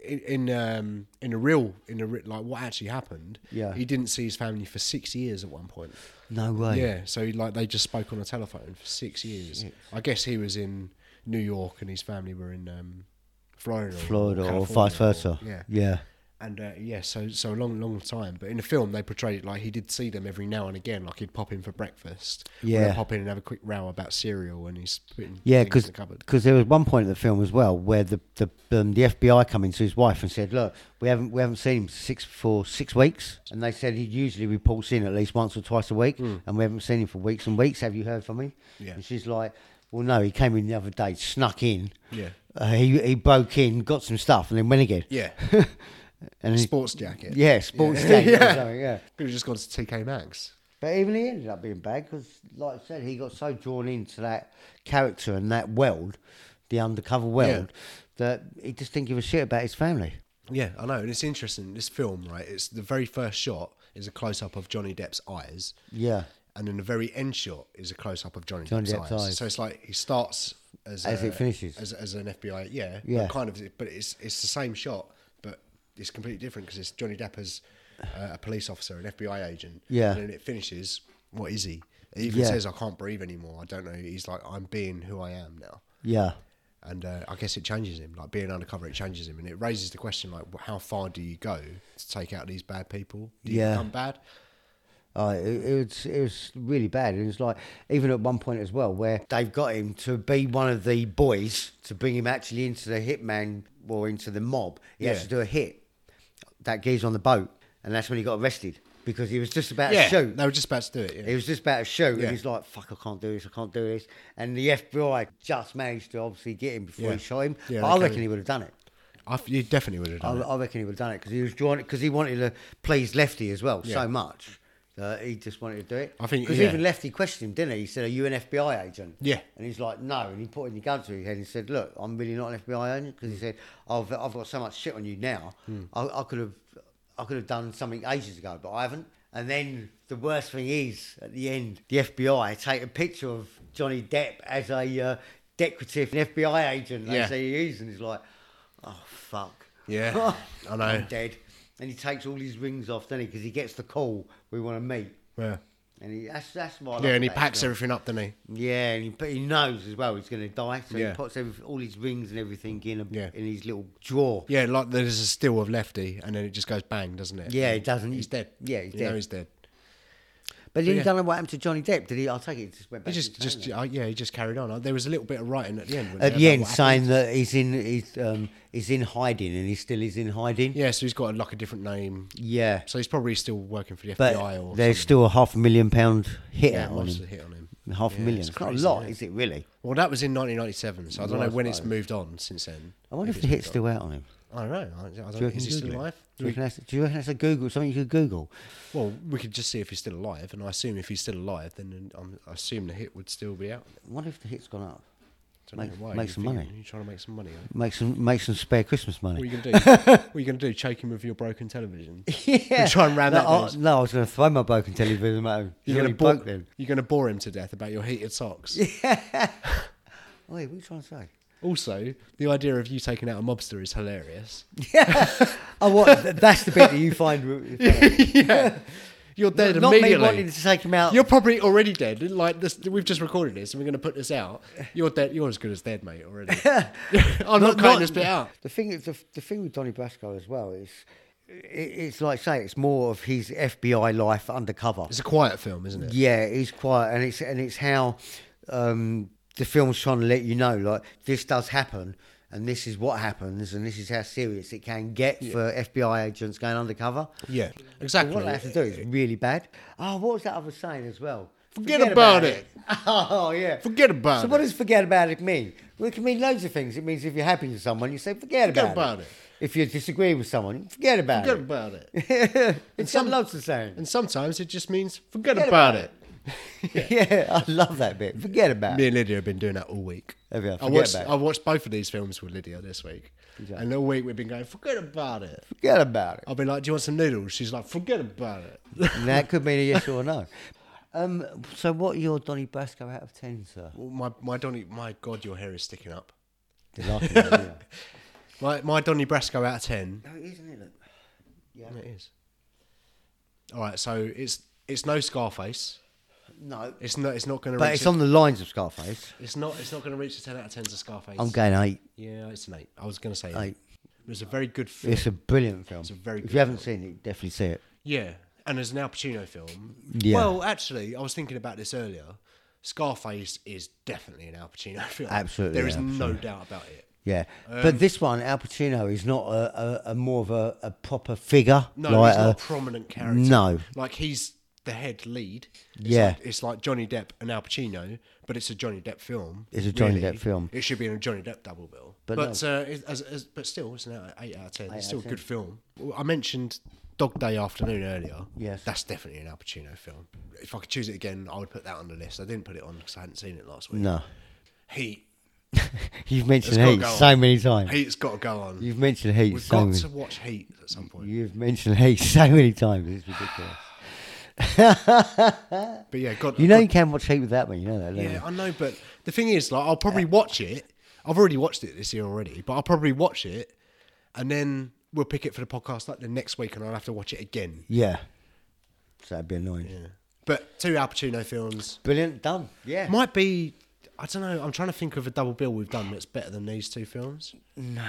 [SPEAKER 2] in in, um, in a real in a re- like what actually happened.
[SPEAKER 3] Yeah.
[SPEAKER 2] he didn't see his family for six years at one point.
[SPEAKER 3] no way.
[SPEAKER 2] Yeah, so he, like they just spoke on the telephone for six years. I guess he was in New York and his family were in um, Florida, or
[SPEAKER 3] Florida or
[SPEAKER 2] California
[SPEAKER 3] vice versa.
[SPEAKER 2] yeah,
[SPEAKER 3] Yeah.
[SPEAKER 2] And uh, yeah, so so a long, long time. But in the film, they portrayed it like he did see them every now and again. Like he'd pop in for breakfast. or he'd
[SPEAKER 3] Yeah.
[SPEAKER 2] pop in and have a quick row about cereal when he's putting
[SPEAKER 3] Yeah,
[SPEAKER 2] things
[SPEAKER 3] because
[SPEAKER 2] in the cupboard.
[SPEAKER 3] there was one point in the film as well where the the, um, the FBI come into his wife and said, "Look, we haven't we haven't seen him six for six weeks," and they said he usually reports in at least once or twice a week, and we haven't seen him for weeks and weeks. Have you heard from him?
[SPEAKER 2] Hmm. Yeah.
[SPEAKER 3] And she's like, "Well, no, he came in the other day, snuck in.
[SPEAKER 2] Yeah.
[SPEAKER 3] Uh, he he broke in, got some stuff, and then went again.
[SPEAKER 2] Yeah,
[SPEAKER 3] And he,
[SPEAKER 2] sports jacket.
[SPEAKER 3] yeah, sports
[SPEAKER 2] Yeah.
[SPEAKER 3] yeah. Day
[SPEAKER 2] Yeah.
[SPEAKER 3] or something, yeah.
[SPEAKER 2] could have just gone to TK Maxx.
[SPEAKER 3] But even he ended up being bad because, like I said, he got so drawn into that character and that world, the undercover world, that he just didn't give a shit about his family.
[SPEAKER 2] Yeah, I know, and it's interesting. This film, right? It's the very first shot is a close up of Johnny Depp's eyes,
[SPEAKER 3] Yeah.
[SPEAKER 2] and then the very end shot is a close up of Johnny,
[SPEAKER 3] Johnny
[SPEAKER 2] Depp's,
[SPEAKER 3] Depp's
[SPEAKER 2] eyes.
[SPEAKER 3] eyes.
[SPEAKER 2] So it's like he starts as
[SPEAKER 3] As
[SPEAKER 2] a-
[SPEAKER 3] it finishes.
[SPEAKER 2] as, as an FBI. Yeah, but
[SPEAKER 3] Yeah.
[SPEAKER 2] kind of. But it's it's the same shot, but it's completely different because it's Johnny Depp as uh, a police officer, an FBI agent.
[SPEAKER 3] Yeah.
[SPEAKER 2] and then it finishes. What is he? He even
[SPEAKER 3] Yeah.
[SPEAKER 2] says, "I can't breathe anymore. I don't know." He's like, "I'm being who I am now."
[SPEAKER 3] Yeah.
[SPEAKER 2] and uh, I guess it changes him. Like being undercover, it changes him, and it raises the question: like, wh- how far do you go to take out these bad people? Do you
[SPEAKER 3] Yeah.
[SPEAKER 2] become bad?
[SPEAKER 3] Uh, it, it was it was really bad. It was like even at one point as well where they've got him to be one of the boys to bring him actually into the hitman or into the mob. He
[SPEAKER 2] Yeah.
[SPEAKER 3] has to do a hit. That geezer on the boat, and that's when he got arrested because he was just about
[SPEAKER 2] yeah,
[SPEAKER 3] to shoot.
[SPEAKER 2] they were just about to do it.
[SPEAKER 3] He
[SPEAKER 2] Yeah,
[SPEAKER 3] was just about to shoot,
[SPEAKER 2] Yeah.
[SPEAKER 3] and he's like, "Fuck, I can't do this. I can't do this." And the FBI just managed to obviously get him before
[SPEAKER 2] Yeah.
[SPEAKER 3] he shot him.
[SPEAKER 2] Yeah,
[SPEAKER 3] but I
[SPEAKER 2] they
[SPEAKER 3] reckon
[SPEAKER 2] came-
[SPEAKER 3] he would have done it.
[SPEAKER 2] I f you definitely would have
[SPEAKER 3] I,
[SPEAKER 2] done it.
[SPEAKER 3] I reckon he would have done it because he was drawn because he wanted to please Lefty as well
[SPEAKER 2] Yeah.
[SPEAKER 3] so much. that he just wanted to do it.
[SPEAKER 2] I think-
[SPEAKER 3] because
[SPEAKER 2] yeah.
[SPEAKER 3] even Lefty questioned him, didn't he? He said, "Are you an FBI agent?"
[SPEAKER 2] Yeah.
[SPEAKER 3] and he's like, "No," and he put in the gun to his head and said, "Look, I'm really not an FBI agent,"
[SPEAKER 2] Hmm.
[SPEAKER 3] because he said, "I've I've got so much shit on you now. I, I could have I could have done something ages ago, but I haven't." And then the worst thing is, at the end, the FBI take a picture of Johnny Depp as a uh, decorative FBI agent. They
[SPEAKER 2] Yeah.
[SPEAKER 3] say he is, and he's like, "Oh fuck."
[SPEAKER 2] Yeah, I know.
[SPEAKER 3] I'm dead. And he takes all his rings off, doesn't he? Because he gets the call we want to meet.
[SPEAKER 2] Yeah,
[SPEAKER 3] And he, that's that's why. I
[SPEAKER 2] yeah,
[SPEAKER 3] like
[SPEAKER 2] and he
[SPEAKER 3] that
[SPEAKER 2] packs
[SPEAKER 3] film.
[SPEAKER 2] everything up, doesn't he?
[SPEAKER 3] Yeah, and he, but he knows as well he's going to die, so
[SPEAKER 2] Yeah.
[SPEAKER 3] he puts every, all his rings and everything in a,
[SPEAKER 2] Yeah.
[SPEAKER 3] in his little drawer.
[SPEAKER 2] Yeah, like there's a still of Lefty, and then it just goes bang, doesn't it?
[SPEAKER 3] Yeah,
[SPEAKER 2] And
[SPEAKER 3] it doesn't.
[SPEAKER 2] He's dead.
[SPEAKER 3] Yeah, he's
[SPEAKER 2] you
[SPEAKER 3] dead.
[SPEAKER 2] Know he's dead.
[SPEAKER 3] But then
[SPEAKER 2] yeah.
[SPEAKER 3] you don't know what happened to Johnny Depp, did he? I take it he just went
[SPEAKER 2] He
[SPEAKER 3] back. to
[SPEAKER 2] just,
[SPEAKER 3] his
[SPEAKER 2] just,
[SPEAKER 3] family.
[SPEAKER 2] uh, yeah, he just carried on. Uh, There was a little bit of writing at the end. wasn't
[SPEAKER 3] at
[SPEAKER 2] there,
[SPEAKER 3] the
[SPEAKER 2] about
[SPEAKER 3] end
[SPEAKER 2] what happened?
[SPEAKER 3] saying that he's in he's um he's in hiding and he still is in hiding.
[SPEAKER 2] yeah, so he's got like a different name.
[SPEAKER 3] Yeah.
[SPEAKER 2] So he's probably still working for the
[SPEAKER 3] But
[SPEAKER 2] FBI or
[SPEAKER 3] there's
[SPEAKER 2] something.
[SPEAKER 3] still a half a million pound hit
[SPEAKER 2] yeah,
[SPEAKER 3] out on
[SPEAKER 2] lots of
[SPEAKER 3] him.
[SPEAKER 2] hit on him.
[SPEAKER 3] Half a
[SPEAKER 2] Yeah,
[SPEAKER 3] million.
[SPEAKER 2] it's
[SPEAKER 3] It's, not a
[SPEAKER 2] crazy,
[SPEAKER 3] lot,
[SPEAKER 2] yeah.
[SPEAKER 3] is it really?
[SPEAKER 2] Well, that was in 1997, so I don't know
[SPEAKER 3] Right,
[SPEAKER 2] when it's
[SPEAKER 3] right.
[SPEAKER 2] moved on since then.
[SPEAKER 3] I wonder if,
[SPEAKER 2] it's
[SPEAKER 3] the hit's
[SPEAKER 2] moved
[SPEAKER 3] still out on him.
[SPEAKER 2] on. I don't know. I- I don't,
[SPEAKER 3] Do you
[SPEAKER 2] is he
[SPEAKER 3] reckon
[SPEAKER 2] still
[SPEAKER 3] Google it?
[SPEAKER 2] alive?
[SPEAKER 3] Do you reckon that's, do you reckon that's a Google something you could Google?
[SPEAKER 2] Well, we could just see if he's still alive, and I assume if he's still alive, then um, I assume the hit would still be out.
[SPEAKER 3] I wonder if the hit's gone up.
[SPEAKER 2] Don't know
[SPEAKER 3] Make-
[SPEAKER 2] why.
[SPEAKER 3] make
[SPEAKER 2] You
[SPEAKER 3] some
[SPEAKER 2] think-
[SPEAKER 3] money.
[SPEAKER 2] You're trying to make some money. Aren't you?
[SPEAKER 3] Make some make some spare Christmas
[SPEAKER 2] What are
[SPEAKER 3] money.
[SPEAKER 2] you going to do? what are you going to do? Choke him with your broken television?
[SPEAKER 3] yeah.
[SPEAKER 2] try and round
[SPEAKER 3] no,
[SPEAKER 2] that
[SPEAKER 3] I,
[SPEAKER 2] down.
[SPEAKER 3] no, I was going to throw my broken television at him.
[SPEAKER 2] You're
[SPEAKER 3] going to
[SPEAKER 2] bore,
[SPEAKER 3] broke them.
[SPEAKER 2] You're going to bore him to death about your heated socks.
[SPEAKER 3] Wait, what are you trying to say?
[SPEAKER 2] Also, the idea of you taking out a mobster is hilarious.
[SPEAKER 3] Oh, what? th- that's the bit that you find. re-
[SPEAKER 2] yeah, you're dead
[SPEAKER 3] Not me
[SPEAKER 2] immediately.
[SPEAKER 3] wanting to take him out.
[SPEAKER 2] You're probably already dead. Like this, we've just recorded this, and we're going to put this out. You're dead. You're as good as dead, mate. Already. I'm not, cutting this bit out.
[SPEAKER 3] The thing, is- the, the thing with Donny Brasco as well is, it, it's like say, it's more of his FBI life undercover.
[SPEAKER 2] It's a quiet film, isn't it?
[SPEAKER 3] Yeah, it's quiet, and it's and it's how um, the film's trying to let you know, like this does happen, and this is what happens, and this is how serious it can get for FBI agents going undercover.
[SPEAKER 2] Yeah, exactly.
[SPEAKER 3] What they have to do is really bad. Oh, what was that other saying as well?
[SPEAKER 2] Forget about
[SPEAKER 3] Oh yeah.
[SPEAKER 2] Forget about
[SPEAKER 3] so
[SPEAKER 2] it.
[SPEAKER 3] what does forget about it mean? Well, it can mean loads of things. It means if you're happy with someone, you say forget,
[SPEAKER 2] Forget about it.
[SPEAKER 3] If you disagree with someone, forget about
[SPEAKER 2] Forget
[SPEAKER 3] it.
[SPEAKER 2] about it.
[SPEAKER 3] It's
[SPEAKER 2] some-
[SPEAKER 3] some loads of saying.
[SPEAKER 2] And sometimes it just means forget,
[SPEAKER 3] Forget
[SPEAKER 2] about,
[SPEAKER 3] about
[SPEAKER 2] it.
[SPEAKER 3] Yeah. I love that bit. Forget about
[SPEAKER 2] Me
[SPEAKER 3] it.
[SPEAKER 2] and Lydia have been doing that all week.
[SPEAKER 3] Have you?
[SPEAKER 2] I
[SPEAKER 3] Forget
[SPEAKER 2] watched,
[SPEAKER 3] about it.
[SPEAKER 2] I watched both of these films with Lydia this week,
[SPEAKER 3] Yeah.
[SPEAKER 2] and all week we've been going forget about it.
[SPEAKER 3] Forget about it.
[SPEAKER 2] I'll be like, "Do you want some noodles?" She's like, "Forget about it."
[SPEAKER 3] And that could mean a yes or a no. Um, so what are your Donny Brasco out of 10, sir?
[SPEAKER 2] Well, my my Donny, my God, your hair is sticking up.
[SPEAKER 3] They like it, don't they?
[SPEAKER 2] My my Donny Brasco out of ten.
[SPEAKER 3] No, it isn't it? Look. Yeah.
[SPEAKER 2] It is. All right, so it's it's no Scarface.
[SPEAKER 3] No.
[SPEAKER 2] It's not. It's not going to.
[SPEAKER 3] But
[SPEAKER 2] reach
[SPEAKER 3] it's
[SPEAKER 2] a-
[SPEAKER 3] on the lines of Scarface.
[SPEAKER 2] It's not. It's not going to reach a ten out of ten to Scarface.
[SPEAKER 3] I'm Oh, going eight.
[SPEAKER 2] Yeah, it's an eight. I was going to say
[SPEAKER 3] Eight.
[SPEAKER 2] It was a very good film.
[SPEAKER 3] It's a brilliant film.
[SPEAKER 2] It's a very
[SPEAKER 3] if
[SPEAKER 2] good
[SPEAKER 3] you haven't seen it, definitely see it.
[SPEAKER 2] Yeah, and as an Al Pacino film.
[SPEAKER 3] Yeah.
[SPEAKER 2] Well, actually, I was thinking about this earlier. Scarface is definitely an Al Pacino film.
[SPEAKER 3] Absolutely,
[SPEAKER 2] there is no
[SPEAKER 3] absolutely.
[SPEAKER 2] doubt about it.
[SPEAKER 3] Yeah,
[SPEAKER 2] um,
[SPEAKER 3] but this one, Al Pacino, is not a, a, a more of a, a proper figure.
[SPEAKER 2] No,
[SPEAKER 3] like
[SPEAKER 2] he's not
[SPEAKER 3] a-
[SPEAKER 2] a prominent character.
[SPEAKER 3] no.
[SPEAKER 2] like he's the head lead. It's
[SPEAKER 3] Yeah.
[SPEAKER 2] like, it's like Johnny Depp and Al Pacino, but it's a Johnny Depp film.
[SPEAKER 3] It's a Johnny Depp film.
[SPEAKER 2] It should be in a Johnny Depp double bill.
[SPEAKER 3] But
[SPEAKER 2] But uh, it, as, as, but still, it's an out- eight out of ten. It's still a
[SPEAKER 3] 10.
[SPEAKER 2] good film. Well, I mentioned Dog Day Afternoon earlier.
[SPEAKER 3] Yes.
[SPEAKER 2] that's definitely an Al Pacino film. If I could choose it again, I would put that on the list. I didn't put it on because I hadn't seen it last week.
[SPEAKER 3] No,
[SPEAKER 2] Heat,
[SPEAKER 3] you've
[SPEAKER 2] It's
[SPEAKER 3] mentioned
[SPEAKER 2] gotta
[SPEAKER 3] Heat
[SPEAKER 2] go
[SPEAKER 3] so
[SPEAKER 2] on.
[SPEAKER 3] many times.
[SPEAKER 2] Heat's got to go on.
[SPEAKER 3] You've mentioned Heat
[SPEAKER 2] We've
[SPEAKER 3] so
[SPEAKER 2] got
[SPEAKER 3] many.
[SPEAKER 2] to watch Heat at some point.
[SPEAKER 3] You've mentioned Heat so many times. It's ridiculous.
[SPEAKER 2] But yeah, God,
[SPEAKER 3] You know
[SPEAKER 2] God-
[SPEAKER 3] you can watch Heat without me. You know that. don't
[SPEAKER 2] Yeah,
[SPEAKER 3] you?
[SPEAKER 2] I know, but the thing is, like, I'll probably watch it. I've already watched it this year already, but I'll probably watch it, and then we'll pick it for the podcast like the next week, and I'll have to watch it again.
[SPEAKER 3] Yeah. So that'd be annoying.
[SPEAKER 2] Yeah. But two Al Pacino films
[SPEAKER 3] Brilliant. Done. Yeah.
[SPEAKER 2] might be. I don't know. I'm trying to think of a double bill we've done that's better than these two films. No,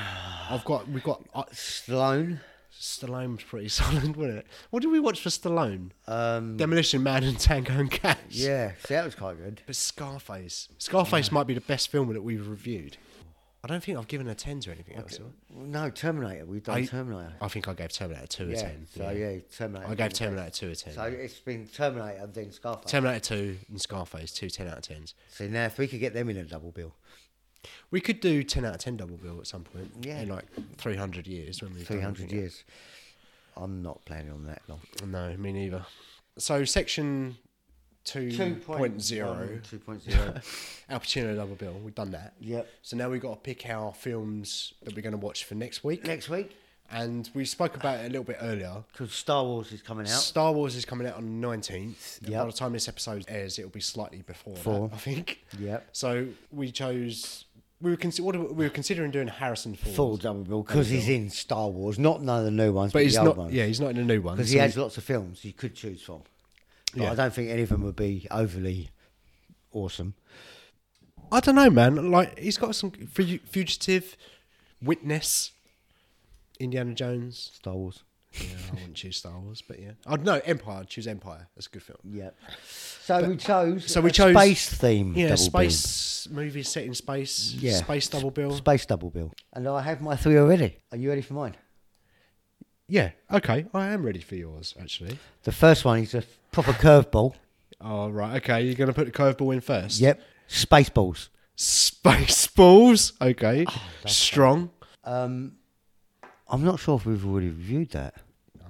[SPEAKER 2] I've got we've got uh,
[SPEAKER 3] Sloan.
[SPEAKER 2] Stallone's pretty solid, wasn't it? What did we watch for Stallone? Um, Demolition Man and Tango and Cash.
[SPEAKER 3] Yeah. So that was quite good.
[SPEAKER 2] But Scarface. Scarface might be the best film that we've reviewed. I don't think I've given a 10 to anything else. have
[SPEAKER 3] No, Terminator. We've done
[SPEAKER 2] I,
[SPEAKER 3] Terminator.
[SPEAKER 2] I think I gave Terminator 2 a
[SPEAKER 3] Yeah.
[SPEAKER 2] 10.
[SPEAKER 3] So yeah, Terminator.
[SPEAKER 2] I gave Terminator 2 a 10.
[SPEAKER 3] So it's been Terminator and then Scarface.
[SPEAKER 2] Terminator 2 and Scarface, two 10 out of 10s.
[SPEAKER 3] See now, if we could get them in a double bill,
[SPEAKER 2] We could do 10 out of 10 double bill at some point.
[SPEAKER 3] Yeah.
[SPEAKER 2] In like 300 years. When we've done
[SPEAKER 3] three hundred
[SPEAKER 2] everything.
[SPEAKER 3] years. I'm not planning on that long.
[SPEAKER 2] No, me neither. So section 2.0.
[SPEAKER 3] Two point zero.
[SPEAKER 2] Al Pacino double bill. We've done that.
[SPEAKER 3] Yep.
[SPEAKER 2] So now we've got to pick our films that we're going to watch for next week.
[SPEAKER 3] Next week,
[SPEAKER 2] And we spoke about it a little bit earlier.
[SPEAKER 3] because Star Wars is coming out.
[SPEAKER 2] Star Wars is coming out on the 19th. and
[SPEAKER 3] Yep.
[SPEAKER 2] By the time this episode airs, it'll be slightly before
[SPEAKER 3] Four.
[SPEAKER 2] that, I think.
[SPEAKER 3] Yep.
[SPEAKER 2] So we chose. We were, consi- what do we, we were considering doing Harrison Ford.
[SPEAKER 3] Full double bill because he's
[SPEAKER 2] bill.
[SPEAKER 3] in Star Wars, not none of the new ones, but,
[SPEAKER 2] But he's
[SPEAKER 3] uh, the old
[SPEAKER 2] not.
[SPEAKER 3] ones.
[SPEAKER 2] Yeah, he's not in a new one.
[SPEAKER 3] because
[SPEAKER 2] so
[SPEAKER 3] he has lots of films you could choose from. But
[SPEAKER 2] Yeah.
[SPEAKER 3] I don't think any of them would be overly awesome.
[SPEAKER 2] I don't know, man. Like he's got some Fu- fugitive, witness, Indiana Jones.
[SPEAKER 3] Star Wars.
[SPEAKER 2] Yeah, I wouldn't choose Star Wars, but yeah, I'd no Empire. I'd choose Empire. That's a good film.
[SPEAKER 3] Yep. So we chose.
[SPEAKER 2] So we
[SPEAKER 3] a
[SPEAKER 2] chose
[SPEAKER 3] space theme.
[SPEAKER 2] Yeah,
[SPEAKER 3] double
[SPEAKER 2] space movies set in space.
[SPEAKER 3] bill. Yeah.
[SPEAKER 2] space double bill.
[SPEAKER 3] S- Space double bill. And I have my three already. Are you ready for mine?
[SPEAKER 2] yeah, okay. I am ready for yours, actually.
[SPEAKER 3] The first one is a proper curveball.
[SPEAKER 2] Oh, right. Okay. You're going to put the curveball in first.
[SPEAKER 3] Yep. Spaceballs.
[SPEAKER 2] Spaceballs. Okay.
[SPEAKER 3] Oh,
[SPEAKER 2] Strong.
[SPEAKER 3] Um, I'm not sure if we've already reviewed that.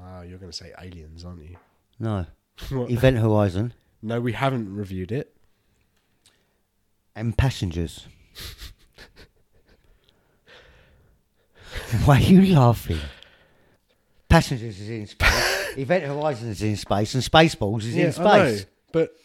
[SPEAKER 2] Oh, you're going to say aliens, aren't you?
[SPEAKER 3] No.
[SPEAKER 2] What?
[SPEAKER 3] Event Horizon
[SPEAKER 2] No, we haven't reviewed it.
[SPEAKER 3] and Passengers. Why are you laughing? Passengers is in space. Event Horizon is in space, and Spaceballs is in
[SPEAKER 2] I know,
[SPEAKER 3] space.
[SPEAKER 2] but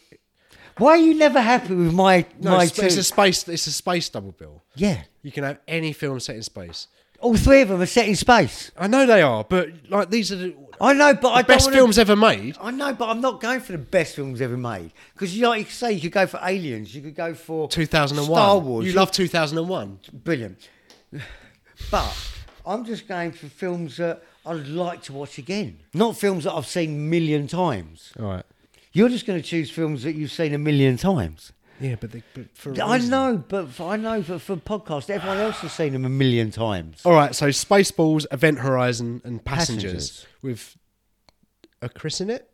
[SPEAKER 3] Why are you never happy with my
[SPEAKER 2] no,
[SPEAKER 3] my
[SPEAKER 2] it's,
[SPEAKER 3] two?
[SPEAKER 2] it's a space. It's a space double bill.
[SPEAKER 3] yeah,
[SPEAKER 2] You can have any film set in space.
[SPEAKER 3] all three of them are set in space.
[SPEAKER 2] I know they are, but like these are the
[SPEAKER 3] I know, but I don't
[SPEAKER 2] best
[SPEAKER 3] wanna-
[SPEAKER 2] films ever made.
[SPEAKER 3] I know, but I'm not going for the best films ever made because, like you say, you could go for Aliens, you could go for
[SPEAKER 2] 2001.
[SPEAKER 3] Star Wars.
[SPEAKER 2] You
[SPEAKER 3] You-
[SPEAKER 2] love 2001.
[SPEAKER 3] brilliant. But I'm just going for films that I'd like to watch again, not films that I've seen a million times.
[SPEAKER 2] All right.
[SPEAKER 3] You're just going to choose films that you've seen a million times.
[SPEAKER 2] Yeah, but, they, but for a
[SPEAKER 3] I
[SPEAKER 2] reason.
[SPEAKER 3] know, but for, I know for, for podcasts, everyone else has seen them a million times.
[SPEAKER 2] All right, so Spaceballs, Event Horizon, and Passengers,
[SPEAKER 3] Passengers.
[SPEAKER 2] with a Chris in it,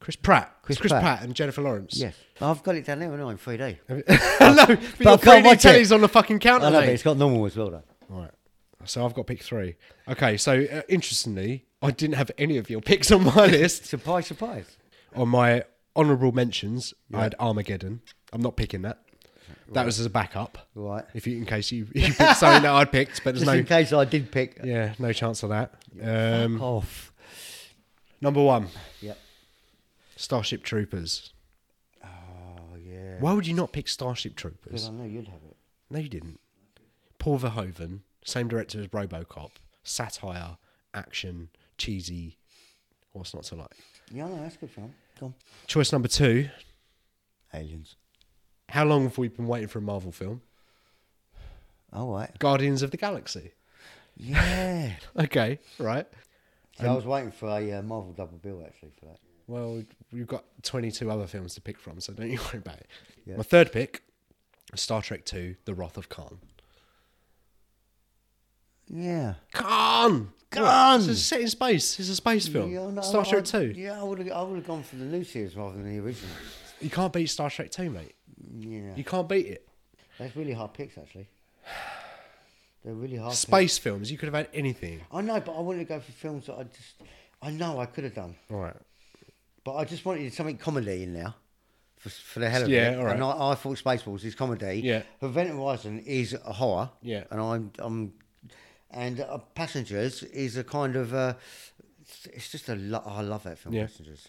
[SPEAKER 2] Chris Pratt,
[SPEAKER 3] Chris
[SPEAKER 2] Chris,
[SPEAKER 3] Pratt.
[SPEAKER 2] Pratt. and Jennifer Lawrence.
[SPEAKER 3] Yes, I've got it down there and I'm in 3D. I
[SPEAKER 2] no, but,
[SPEAKER 3] I
[SPEAKER 2] your
[SPEAKER 3] can't
[SPEAKER 2] 3D
[SPEAKER 3] watch it.
[SPEAKER 2] telly's on the fucking counter.
[SPEAKER 3] know, but
[SPEAKER 2] Mate.
[SPEAKER 3] it's got normal as well though.
[SPEAKER 2] All right, so I've got pick three. Okay, so uh, interestingly, I didn't have any of your picks on my list.
[SPEAKER 3] Surprise, surprise.
[SPEAKER 2] on my honourable mentions, I had Armageddon. I'm not picking that. That was as a backup,
[SPEAKER 3] Right.
[SPEAKER 2] If you, in case you, you picked something that I picked, but there's
[SPEAKER 3] Just
[SPEAKER 2] no,
[SPEAKER 3] in case I did pick
[SPEAKER 2] yeah, no chance of that. Um,
[SPEAKER 3] off.
[SPEAKER 2] number one.
[SPEAKER 3] Yep.
[SPEAKER 2] Starship Troopers.
[SPEAKER 3] Oh yeah.
[SPEAKER 2] Why would you not pick Starship
[SPEAKER 3] Because
[SPEAKER 2] Troopers?
[SPEAKER 3] I know you'd have it.
[SPEAKER 2] No, you didn't. Paul Verhoeven, same director as RoboCop, satire, action, cheesy. What's not to like?
[SPEAKER 3] Yeah, no, that's a good film. Come.
[SPEAKER 2] Choice number two.
[SPEAKER 3] Aliens.
[SPEAKER 2] How long have we been waiting for a Marvel film?
[SPEAKER 3] All Oh, right.
[SPEAKER 2] Guardians of the Galaxy.
[SPEAKER 3] Yeah.
[SPEAKER 2] Okay, right.
[SPEAKER 3] I was waiting for a uh, Marvel double bill actually for that.
[SPEAKER 2] Well, we've got 22 other films to pick from, so don't you worry about it.
[SPEAKER 3] Yeah.
[SPEAKER 2] My third pick, Star Trek II: The Wrath of Khan.
[SPEAKER 3] Yeah.
[SPEAKER 2] Khan,
[SPEAKER 3] Khan!
[SPEAKER 2] It's set in space. It's a space film.
[SPEAKER 3] Yeah, no,
[SPEAKER 2] Star
[SPEAKER 3] I-
[SPEAKER 2] Trek
[SPEAKER 3] I-
[SPEAKER 2] Two.
[SPEAKER 3] Yeah, I would have. I would have gone for the new series rather than the original.
[SPEAKER 2] You can't beat Star Trek Two, mate.
[SPEAKER 3] Yeah,
[SPEAKER 2] You can't beat it.
[SPEAKER 3] that's really hard picks actually. They're really hard. Picks.
[SPEAKER 2] Space films. You could have had anything.
[SPEAKER 3] I know, but I wanted to go for films that I just. I know I could have done,
[SPEAKER 2] All right.
[SPEAKER 3] but I just wanted something comedy in there, for, for the hell of
[SPEAKER 2] Yeah,
[SPEAKER 3] it.
[SPEAKER 2] all right.
[SPEAKER 3] And I, I thought Spaceballs is comedy.
[SPEAKER 2] Yeah.
[SPEAKER 3] Event Horizon is a horror.
[SPEAKER 2] Yeah.
[SPEAKER 3] And I'm. I'm and uh, Passengers is a kind of. Uh, it's- it's just a. Lo- I love that film.
[SPEAKER 2] Yeah.
[SPEAKER 3] Passengers.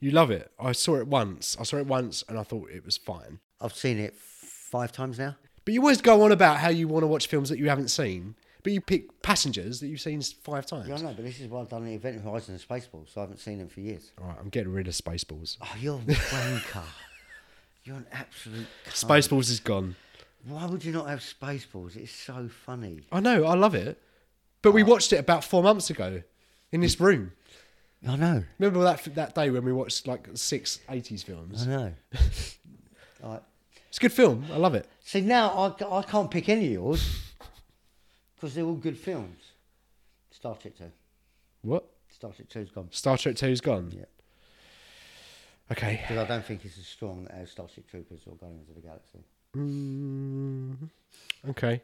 [SPEAKER 2] You love it. I saw it once. I saw it once, and I thought it was fine.
[SPEAKER 3] I've seen it five times now.
[SPEAKER 2] But you always go on about how you want to watch films that you haven't seen, but you pick passengers that you've seen five times.
[SPEAKER 3] Yeah, I know, but this is why I've done the Event Horizon and Spaceballs, so I haven't seen them for years.
[SPEAKER 2] All right, I'm getting rid of Spaceballs.
[SPEAKER 3] Oh, you're a wanker. you're an absolute cunt.
[SPEAKER 2] Spaceballs is gone.
[SPEAKER 3] Why would you not have Spaceballs? It's so funny.
[SPEAKER 2] I know. I love it. But we watched it about four months ago in this room.
[SPEAKER 3] I know.
[SPEAKER 2] Remember that that day when we watched like six 80s
[SPEAKER 3] I
[SPEAKER 2] films?
[SPEAKER 3] know. All right.
[SPEAKER 2] It's a good film. I love it.
[SPEAKER 3] See, now I, ca- I can't pick any of yours because they're all good films. Star Trek 2.
[SPEAKER 2] What?
[SPEAKER 3] Star Trek 2's gone.
[SPEAKER 2] Star Trek 2's gone?
[SPEAKER 3] Yeah.
[SPEAKER 2] Okay.
[SPEAKER 3] Because I don't think it's as strong as Starship Troopers or Guardians of the Galaxy.
[SPEAKER 2] Mm, okay.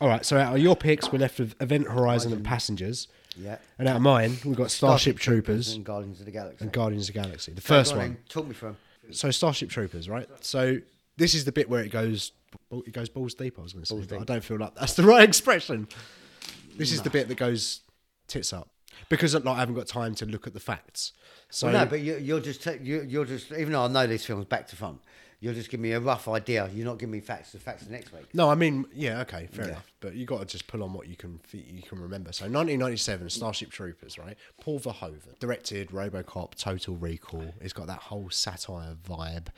[SPEAKER 2] All right. So out of your picks, we're left with Event Horizon and Passengers.
[SPEAKER 3] Yeah.
[SPEAKER 2] And out of mine, we've got Starship Troopers
[SPEAKER 3] And Guardians of the Galaxy.
[SPEAKER 2] and Guardians of the Galaxy. The first
[SPEAKER 3] Go on
[SPEAKER 2] one.
[SPEAKER 3] then, Talk me through 'em.
[SPEAKER 2] So Starship Troopers, right? So this is the bit where it goes, it goes balls deep. I was going to say, but I don't feel like that's the right expression. This is the bit that goes tits up because like, I haven't got time to look at the facts. So
[SPEAKER 3] Well, no, but you, you're just ta- you, you're just even though I know this film's back to front, you're just giving me a rough idea. You're not giving me facts. The facts are next week.
[SPEAKER 2] No, I mean, yeah, okay, fair enough. But you got to just pull on what you can think you can remember. So, 1997, Starship Troopers, right? Paul Verhoeven directed RoboCop, Total Recall. It's got that whole satire vibe.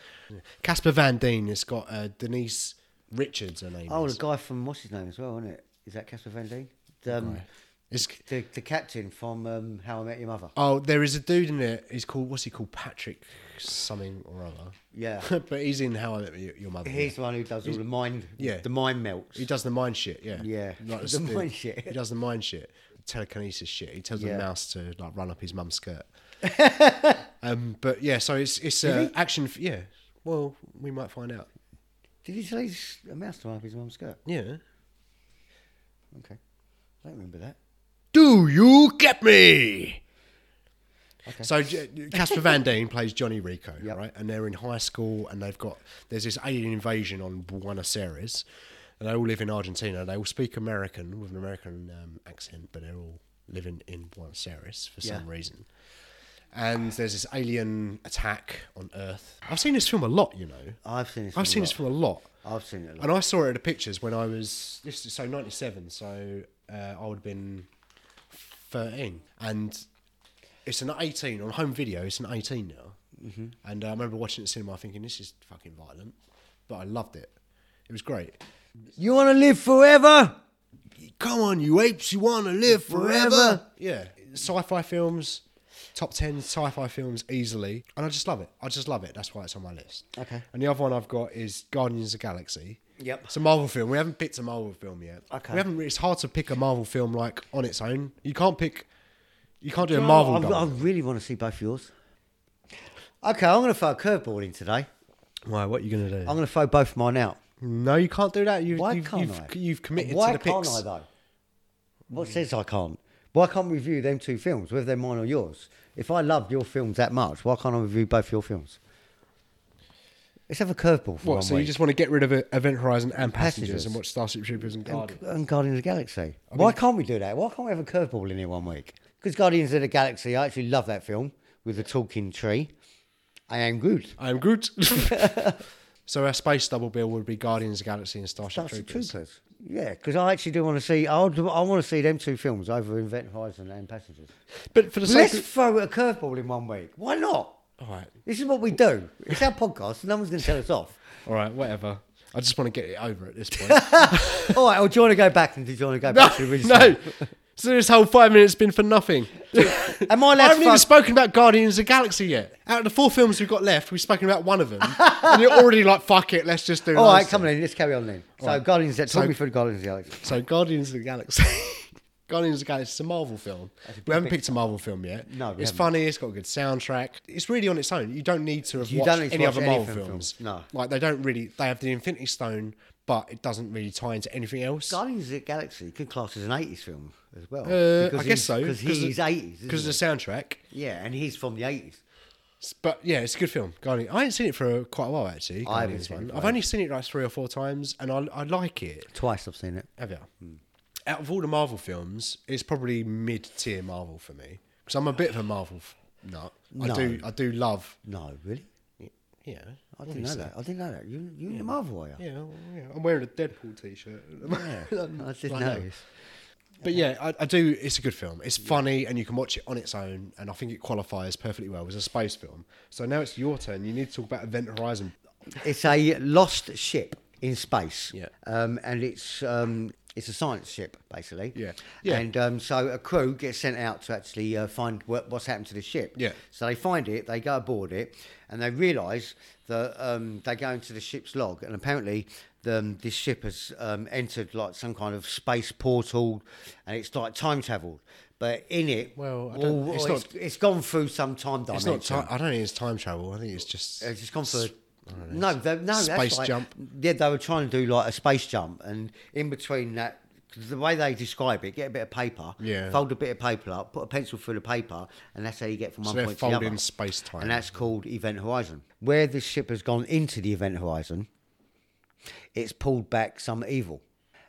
[SPEAKER 2] Casper Van Dien. It's got uh, Denise Richards. Her name.
[SPEAKER 3] Oh,
[SPEAKER 2] is.
[SPEAKER 3] the guy from what's his name as well, isn't it? Is that Casper Van Dien? The, um,
[SPEAKER 2] It's,
[SPEAKER 3] the, the captain from um, How I Met Your Mother.
[SPEAKER 2] oh, there is a dude in it. He's called what's he called? Patrick something or other.
[SPEAKER 3] Yeah.
[SPEAKER 2] but he's in How I Met Your Your Mother.
[SPEAKER 3] He's the one who does all the mind,
[SPEAKER 2] yeah.
[SPEAKER 3] the mind melts.
[SPEAKER 2] He does the mind shit, yeah.
[SPEAKER 3] Yeah.
[SPEAKER 2] Like,
[SPEAKER 3] The mind shit.
[SPEAKER 2] He does the mind shit. Telekinesis shit. He tells
[SPEAKER 3] Yeah.
[SPEAKER 2] the mouse to like run up his mum's skirt. um, but yeah, so it's it's uh, action. F- yeah. Well, we might find out.
[SPEAKER 3] Did he tell his a mouse to run up his mum's skirt?
[SPEAKER 2] Yeah.
[SPEAKER 3] Okay, I don't remember that.
[SPEAKER 2] Do you get me?
[SPEAKER 3] Okay.
[SPEAKER 2] So J- Casper Van Dien plays Johnny Rico,
[SPEAKER 3] Yep.
[SPEAKER 2] right? And they're in high school, and they've got there's this alien invasion on Buenos Aires, and they all live in Argentina. They all speak American with an American um, accent, but they're all living in Buenos Aires for some
[SPEAKER 3] Yeah.
[SPEAKER 2] reason. And there's this alien attack on Earth. I've seen this film a lot, you know.
[SPEAKER 3] I've seen this.
[SPEAKER 2] I've
[SPEAKER 3] a
[SPEAKER 2] seen
[SPEAKER 3] lot.
[SPEAKER 2] this film a lot.
[SPEAKER 3] I've seen it. A lot.
[SPEAKER 2] And I saw it at the pictures when I was this is so ninety seven, so uh, I would have been thirteen, and it's an eighteen on home video. It's an eighteen now, mm-hmm. and uh, I remember watching it at cinema, thinking this is fucking violent, but I loved it. It was great.
[SPEAKER 3] You want to live forever?
[SPEAKER 2] Come on, you apes! You want to live
[SPEAKER 3] Forever.
[SPEAKER 2] Yeah, sci-fi films, top ten sci-fi films easily, and I just love it. I just love it. That's why it's on my list.
[SPEAKER 3] Okay.
[SPEAKER 2] And the other one I've got is Guardians of the Galaxy.
[SPEAKER 3] Yep.
[SPEAKER 2] It's a Marvel film. We haven't picked a Marvel film yet.
[SPEAKER 3] Okay.
[SPEAKER 2] We haven't. It's hard to pick a Marvel film like on its own. You can't pick. You can't do a
[SPEAKER 3] No,
[SPEAKER 2] Marvel.
[SPEAKER 3] I, I
[SPEAKER 2] double.
[SPEAKER 3] really want to see both yours. Okay, I'm going to throw a curveball in today.
[SPEAKER 2] Why? What are you gonna do?
[SPEAKER 3] I'm going to throw both mine out.
[SPEAKER 2] no, you can't do that. You,
[SPEAKER 3] Why
[SPEAKER 2] you've,
[SPEAKER 3] can't
[SPEAKER 2] you've,
[SPEAKER 3] I?
[SPEAKER 2] You've committed
[SPEAKER 3] Why
[SPEAKER 2] to the picks.
[SPEAKER 3] can't I though? What says I can't? Why can't we review them two films, whether they're mine or yours? If I loved your films that much, why can't I review both your films? Let's have a curveball for one
[SPEAKER 2] What? So you
[SPEAKER 3] week.
[SPEAKER 2] just want to get rid of Event Horizon and Passengers,
[SPEAKER 3] Passengers.
[SPEAKER 2] and watch Starship Troopers and Guardians?
[SPEAKER 3] and Guardians of the Galaxy. Why can't we do that? Why can't we have a curveball in here one week? Because Guardians of the Galaxy, I actually love that film with the talking tree. I am good.
[SPEAKER 2] I am Groot. so our space double bill would be Guardians of the Galaxy and Starship,
[SPEAKER 3] Starship
[SPEAKER 2] Troopers.
[SPEAKER 3] Troopers. Yeah, because I actually do want to see. I, would, I want to see them two films over Event Horizon and Passengers.
[SPEAKER 2] But for the sake
[SPEAKER 3] Let's
[SPEAKER 2] of...
[SPEAKER 3] throw a curveball in one week. Why not?
[SPEAKER 2] All right.
[SPEAKER 3] This is what we do. It's our podcast. No one's going to tell us off.
[SPEAKER 2] All right, whatever. I just want to get it over at this point.
[SPEAKER 3] All right, well, do you want to go back and do you want to go back to the original?
[SPEAKER 2] no. So this whole five minutes been for nothing.
[SPEAKER 3] Am I
[SPEAKER 2] I
[SPEAKER 3] allowed
[SPEAKER 2] haven't
[SPEAKER 3] to
[SPEAKER 2] even
[SPEAKER 3] fuck?
[SPEAKER 2] spoken about Guardians of the Galaxy yet. Out of the four films we've got left, we've spoken about one of them, and you're already like, "Fuck it, let's just do."
[SPEAKER 3] All right,
[SPEAKER 2] last
[SPEAKER 3] come
[SPEAKER 2] one."
[SPEAKER 3] on in. Let's carry on then. So, Guardians, talk
[SPEAKER 2] So-
[SPEAKER 3] me through Guardians of the Galaxy.
[SPEAKER 2] So Guardians of the Galaxy. Guardians of the Galaxy is a Marvel film.
[SPEAKER 3] big
[SPEAKER 2] We haven't
[SPEAKER 3] pick.
[SPEAKER 2] picked a Marvel film yet.
[SPEAKER 3] No, we
[SPEAKER 2] it's
[SPEAKER 3] haven't.
[SPEAKER 2] funny. It's got a good soundtrack. It's really on its own. You don't need to have
[SPEAKER 3] You
[SPEAKER 2] watched
[SPEAKER 3] don't need to
[SPEAKER 2] any
[SPEAKER 3] watch
[SPEAKER 2] other
[SPEAKER 3] any
[SPEAKER 2] Marvel
[SPEAKER 3] film
[SPEAKER 2] films.
[SPEAKER 3] films, no.
[SPEAKER 2] like they don't really. They have the Infinity Stone, but it doesn't really tie into anything else.
[SPEAKER 3] Guardians of the Galaxy could class as an 80s film as well.
[SPEAKER 2] Uh, I
[SPEAKER 3] because
[SPEAKER 2] guess
[SPEAKER 3] he's-
[SPEAKER 2] so
[SPEAKER 3] Because he's 80s. isn't
[SPEAKER 2] Because
[SPEAKER 3] he?
[SPEAKER 2] of the soundtrack.
[SPEAKER 3] Yeah, and he's from the 80s.
[SPEAKER 2] S- But yeah, it's a good film. Guardian. I haven't seen it for quite a while actually.
[SPEAKER 3] I haven't
[SPEAKER 2] Guardians
[SPEAKER 3] seen
[SPEAKER 2] one.
[SPEAKER 3] it for
[SPEAKER 2] I've
[SPEAKER 3] ages.
[SPEAKER 2] only seen it like three or four times, and I, I like it.
[SPEAKER 3] Twice I've seen it.
[SPEAKER 2] Have you?
[SPEAKER 3] Hmm.
[SPEAKER 2] Out of all the Marvel films, it's probably mid-tier Marvel for me because I'm a bit of a Marvel f- nut. I
[SPEAKER 3] No.
[SPEAKER 2] do. I do love.
[SPEAKER 3] No, really?
[SPEAKER 2] Yeah.
[SPEAKER 3] I didn't know that. I didn't know that. You, you yeah. Marvel, are you?
[SPEAKER 2] Yeah, well, yeah, I'm wearing a Deadpool t-shirt. at the moment.
[SPEAKER 3] Yeah. I did
[SPEAKER 2] Right now.
[SPEAKER 3] notice.
[SPEAKER 2] But yeah, I, I do. It's a good film. It's funny, and you can watch it on its own. And I think it qualifies perfectly well as a space film. So now it's your turn. You need to talk about Event Horizon.
[SPEAKER 3] It's a lost ship in space.
[SPEAKER 2] Yeah.
[SPEAKER 3] Um, and it's um, it's a science ship basically.
[SPEAKER 2] Yeah. Yeah.
[SPEAKER 3] And um, so a crew gets sent out to actually uh, find what, what's happened to the ship.
[SPEAKER 2] Yeah.
[SPEAKER 3] So they find it, they go aboard it, and they realise that um, they go into the ship's log, and apparently. The, um, this ship has um, entered like some kind of space portal, and it's like time travelled. But in it,
[SPEAKER 2] Well, I don't-
[SPEAKER 3] all-
[SPEAKER 2] it's
[SPEAKER 3] it's,
[SPEAKER 2] not-
[SPEAKER 3] it's gone through some time dimension.
[SPEAKER 2] It's not. Ti- I don't think it's time travel. I think it's just.
[SPEAKER 3] It's just gone for. No, they, no,
[SPEAKER 2] space
[SPEAKER 3] that's like,
[SPEAKER 2] jump.
[SPEAKER 3] Yeah, they were trying to do like a space jump, and in between that, 'cause the way they describe it, get a bit of paper,
[SPEAKER 2] Yeah.
[SPEAKER 3] fold a bit of paper up, put a pencil through the paper, and that's how you get from one
[SPEAKER 2] they're
[SPEAKER 3] point to the other.
[SPEAKER 2] folding space-time.
[SPEAKER 3] and that's called Event Horizon. Where this ship has gone into the Event Horizon, it's pulled back some evil,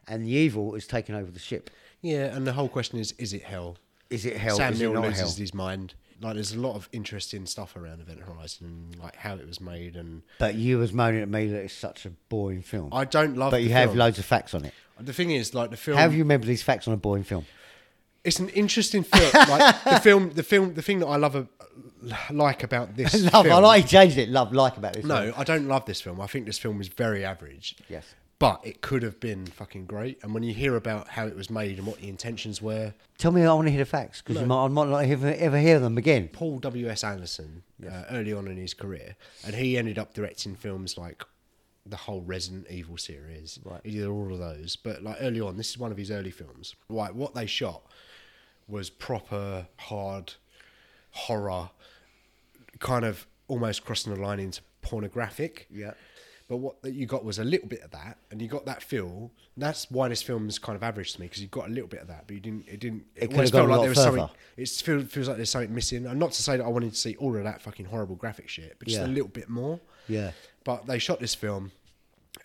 [SPEAKER 3] and the evil is taken over the ship.
[SPEAKER 2] yeah, and the whole question is: Is it hell?
[SPEAKER 3] Is it hell?
[SPEAKER 2] Sam
[SPEAKER 3] is
[SPEAKER 2] Neill
[SPEAKER 3] it not
[SPEAKER 2] loses
[SPEAKER 3] hell?
[SPEAKER 2] his mind. Like, there's a lot of interesting stuff around Event Horizon, and, like how it was made, and
[SPEAKER 3] But you was moaning at me that it's such a boring film.
[SPEAKER 2] I don't love.
[SPEAKER 3] but
[SPEAKER 2] the
[SPEAKER 3] you have
[SPEAKER 2] film.
[SPEAKER 3] loads of facts on it.
[SPEAKER 2] The thing is, like the film.
[SPEAKER 3] How do you remember these facts on a boring film?
[SPEAKER 2] It's an interesting film. like the film, the film, the thing that I love, a, like about this.
[SPEAKER 3] Love, I
[SPEAKER 2] film-
[SPEAKER 3] like you changed it. Love, like about this.
[SPEAKER 2] No, I don't love this film. I think this film is very average.
[SPEAKER 3] Yes.
[SPEAKER 2] But it could have been fucking great. And when you hear about how it was made and what the intentions were,
[SPEAKER 3] Tell me, I want to hear the facts because you might, I might not ever, ever hear them again.
[SPEAKER 2] Paul W. S. Anderson uh, early on in his career, and he ended up directing films like the whole Resident Evil series. Right, he did all of those, but like early on, this is one of his early films. Like what they shot was proper hard horror, kind of almost crossing the line into pornographic.
[SPEAKER 3] Yeah.
[SPEAKER 2] But what that you got was a little bit of that, and you got that feel. That's why this film is kind of average to me because you got a little bit of that, but you didn't. It didn't. It,
[SPEAKER 3] could
[SPEAKER 2] almost
[SPEAKER 3] have gone
[SPEAKER 2] felt
[SPEAKER 3] a
[SPEAKER 2] like
[SPEAKER 3] lot
[SPEAKER 2] there was
[SPEAKER 3] further.
[SPEAKER 2] something it feels feels like there's something missing. And not to say that I wanted to see all of that fucking horrible graphic shit, but just a
[SPEAKER 3] Yeah.
[SPEAKER 2] little bit more.
[SPEAKER 3] Yeah.
[SPEAKER 2] But they shot this film,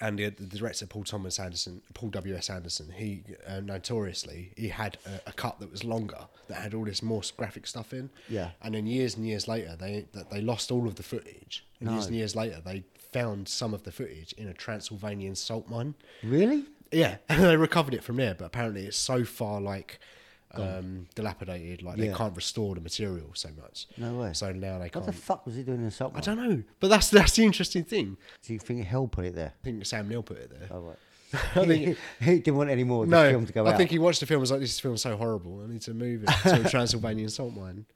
[SPEAKER 2] and the, the director Paul Thomas Anderson, Paul W S Anderson, he uh, notoriously he had a, a cut that was longer that had all this more graphic stuff in.
[SPEAKER 3] Yeah.
[SPEAKER 2] And then years and years later, they that they lost all of the footage. And years and years later, they found some of the footage in a Transylvanian salt mine.
[SPEAKER 3] Really?
[SPEAKER 2] Yeah, and they recovered it from there, but apparently it's so far like um, dilapidated, like they
[SPEAKER 3] Yeah.
[SPEAKER 2] can't restore the material so much.
[SPEAKER 3] No way.
[SPEAKER 2] So now they
[SPEAKER 3] What
[SPEAKER 2] can't.
[SPEAKER 3] the fuck was he doing in Salt?
[SPEAKER 2] I don't know, but that's that's the interesting thing.
[SPEAKER 3] Do you think hell put it there?
[SPEAKER 2] I think Sam Neill put it there.
[SPEAKER 3] Oh, right.
[SPEAKER 2] I think-
[SPEAKER 3] he didn't want any more of this
[SPEAKER 2] no,
[SPEAKER 3] film to go
[SPEAKER 2] I
[SPEAKER 3] out.
[SPEAKER 2] think he watched the film and was like, "This film's so horrible. I need to move it to a Transylvanian salt mine."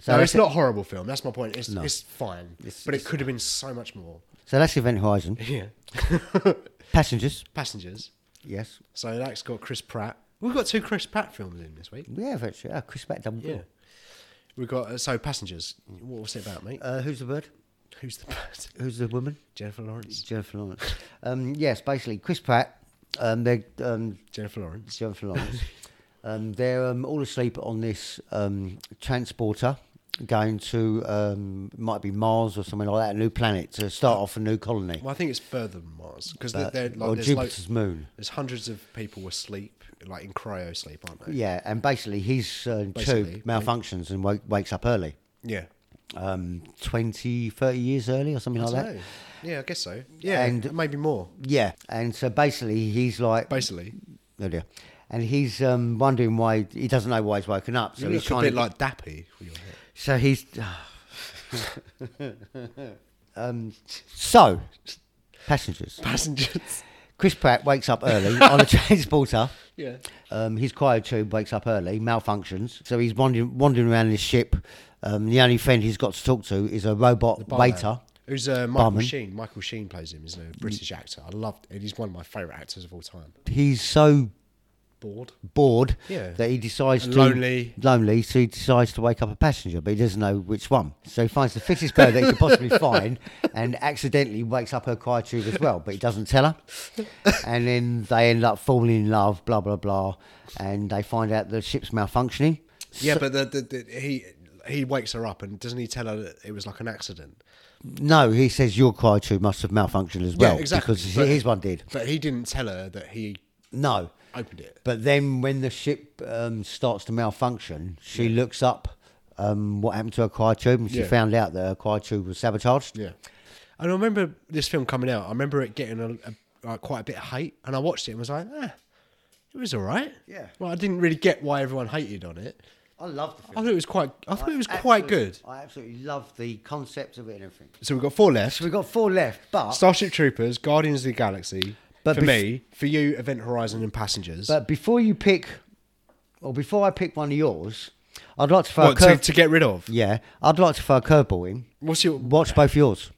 [SPEAKER 3] So
[SPEAKER 2] no,
[SPEAKER 3] that's
[SPEAKER 2] it's
[SPEAKER 3] it.
[SPEAKER 2] not a horrible film. That's my point. It's
[SPEAKER 3] No.
[SPEAKER 2] it's fine,
[SPEAKER 3] It's-
[SPEAKER 2] but it
[SPEAKER 3] it's-
[SPEAKER 2] could have been so much more.
[SPEAKER 3] so that's Event Horizon.
[SPEAKER 2] Yeah,
[SPEAKER 3] Passengers.
[SPEAKER 2] passengers.
[SPEAKER 3] Yes.
[SPEAKER 2] So that's got Chris Pratt. We've got two Chris Pratt films in this week.
[SPEAKER 3] Yeah, actually. Oh, Chris Pratt double.
[SPEAKER 2] Yeah.
[SPEAKER 3] bill.
[SPEAKER 2] We've got, uh, so passengers. What was it about, mate?
[SPEAKER 3] Uh, who's the bird?
[SPEAKER 2] Who's the person?
[SPEAKER 3] Who's the woman?
[SPEAKER 2] Jennifer Lawrence.
[SPEAKER 3] Jennifer Lawrence. um, yes, basically Chris Pratt. Um, they um,
[SPEAKER 2] Jennifer Lawrence.
[SPEAKER 3] Jennifer Lawrence. um, they're um, all asleep on this um, transporter going to um, might be Mars or something like that, a new planet to start off a new colony.
[SPEAKER 2] Well, I think it's further than Mars because
[SPEAKER 3] Uh,
[SPEAKER 2] they're, they're, like
[SPEAKER 3] or
[SPEAKER 2] there's, lo-
[SPEAKER 3] Jupiter's moon.
[SPEAKER 2] there's hundreds of people asleep, like in cryo sleep, aren't they?
[SPEAKER 3] Yeah, and basically his uh,
[SPEAKER 2] Basically,
[SPEAKER 3] tube malfunctions and wake, wakes up early,
[SPEAKER 2] Yeah.
[SPEAKER 3] um, 20, 30 years early or something like that.
[SPEAKER 2] So, yeah, I guess so. Yeah,
[SPEAKER 3] And-
[SPEAKER 2] and maybe more.
[SPEAKER 3] Yeah, and so basically he's like,
[SPEAKER 2] Basically,
[SPEAKER 3] oh dear. and he's um, wondering why he doesn't know why he's woken up. So
[SPEAKER 2] you
[SPEAKER 3] he's
[SPEAKER 2] look a
[SPEAKER 3] trying
[SPEAKER 2] bit
[SPEAKER 3] to
[SPEAKER 2] like Dappy. with your hair.
[SPEAKER 3] So he's. um, so, Passengers.
[SPEAKER 2] Passengers.
[SPEAKER 3] Chris Pratt wakes up early on a transporter.
[SPEAKER 2] Yeah.
[SPEAKER 3] Um, his cryo tube wakes up early, malfunctions, so he's wandering, wandering around this ship. Um, the only friend he's got to talk to is a robot
[SPEAKER 2] Barman,
[SPEAKER 3] waiter.
[SPEAKER 2] Who's uh, Michael
[SPEAKER 3] Barman.
[SPEAKER 2] Sheen? Michael Sheen plays him. He's a British actor. I love. and He's one of my favourite actors of all time.
[SPEAKER 3] He's so
[SPEAKER 2] Bored.
[SPEAKER 3] bored
[SPEAKER 2] Yeah.
[SPEAKER 3] that he decides
[SPEAKER 2] And
[SPEAKER 3] to
[SPEAKER 2] lonely.
[SPEAKER 3] lonely, so he decides to wake up a passenger, but he doesn't know which one. So he finds the fittest girl that he could possibly find, and accidentally wakes up her cry tube as well, but he doesn't tell her. And then they end up falling in love, blah blah blah, and they find out the ship's malfunctioning.
[SPEAKER 2] Yeah, but the, the, the, he he wakes her up and doesn't he tell her that it was like an accident?
[SPEAKER 3] No, he says your cry tube must have malfunctioned as well,
[SPEAKER 2] exactly,
[SPEAKER 3] because
[SPEAKER 2] but-
[SPEAKER 3] his one did.
[SPEAKER 2] But he didn't tell her that he
[SPEAKER 3] No,
[SPEAKER 2] opened it.
[SPEAKER 3] But then when the ship um, starts to malfunction, she looks up um, what happened to her cry tube and she
[SPEAKER 2] Yeah.
[SPEAKER 3] found out that her cry tube was sabotaged.
[SPEAKER 2] Yeah. And I remember this film coming out. I remember it getting a, a, like quite a bit of hate, and I watched it and was like, ah, it was all right.
[SPEAKER 3] Yeah.
[SPEAKER 2] Well, I didn't really get why everyone hated on it.
[SPEAKER 3] I love the
[SPEAKER 2] I
[SPEAKER 3] film.
[SPEAKER 2] thought it was quite. I thought it was quite good.
[SPEAKER 3] I absolutely love the concept of it and everything.
[SPEAKER 2] So we've got four left.
[SPEAKER 3] So we've got four left, but
[SPEAKER 2] Starship Troopers, Guardians of the Galaxy.
[SPEAKER 3] But
[SPEAKER 2] for
[SPEAKER 3] bef-
[SPEAKER 2] me, for you, Event Horizon and Passengers.
[SPEAKER 3] but before you pick, or before I pick one of yours, I'd like to throw
[SPEAKER 2] what, to,
[SPEAKER 3] a curve.
[SPEAKER 2] to get rid of.
[SPEAKER 3] yeah, I'd like to throw a curveball in.
[SPEAKER 2] What's your?
[SPEAKER 3] Watch both yours.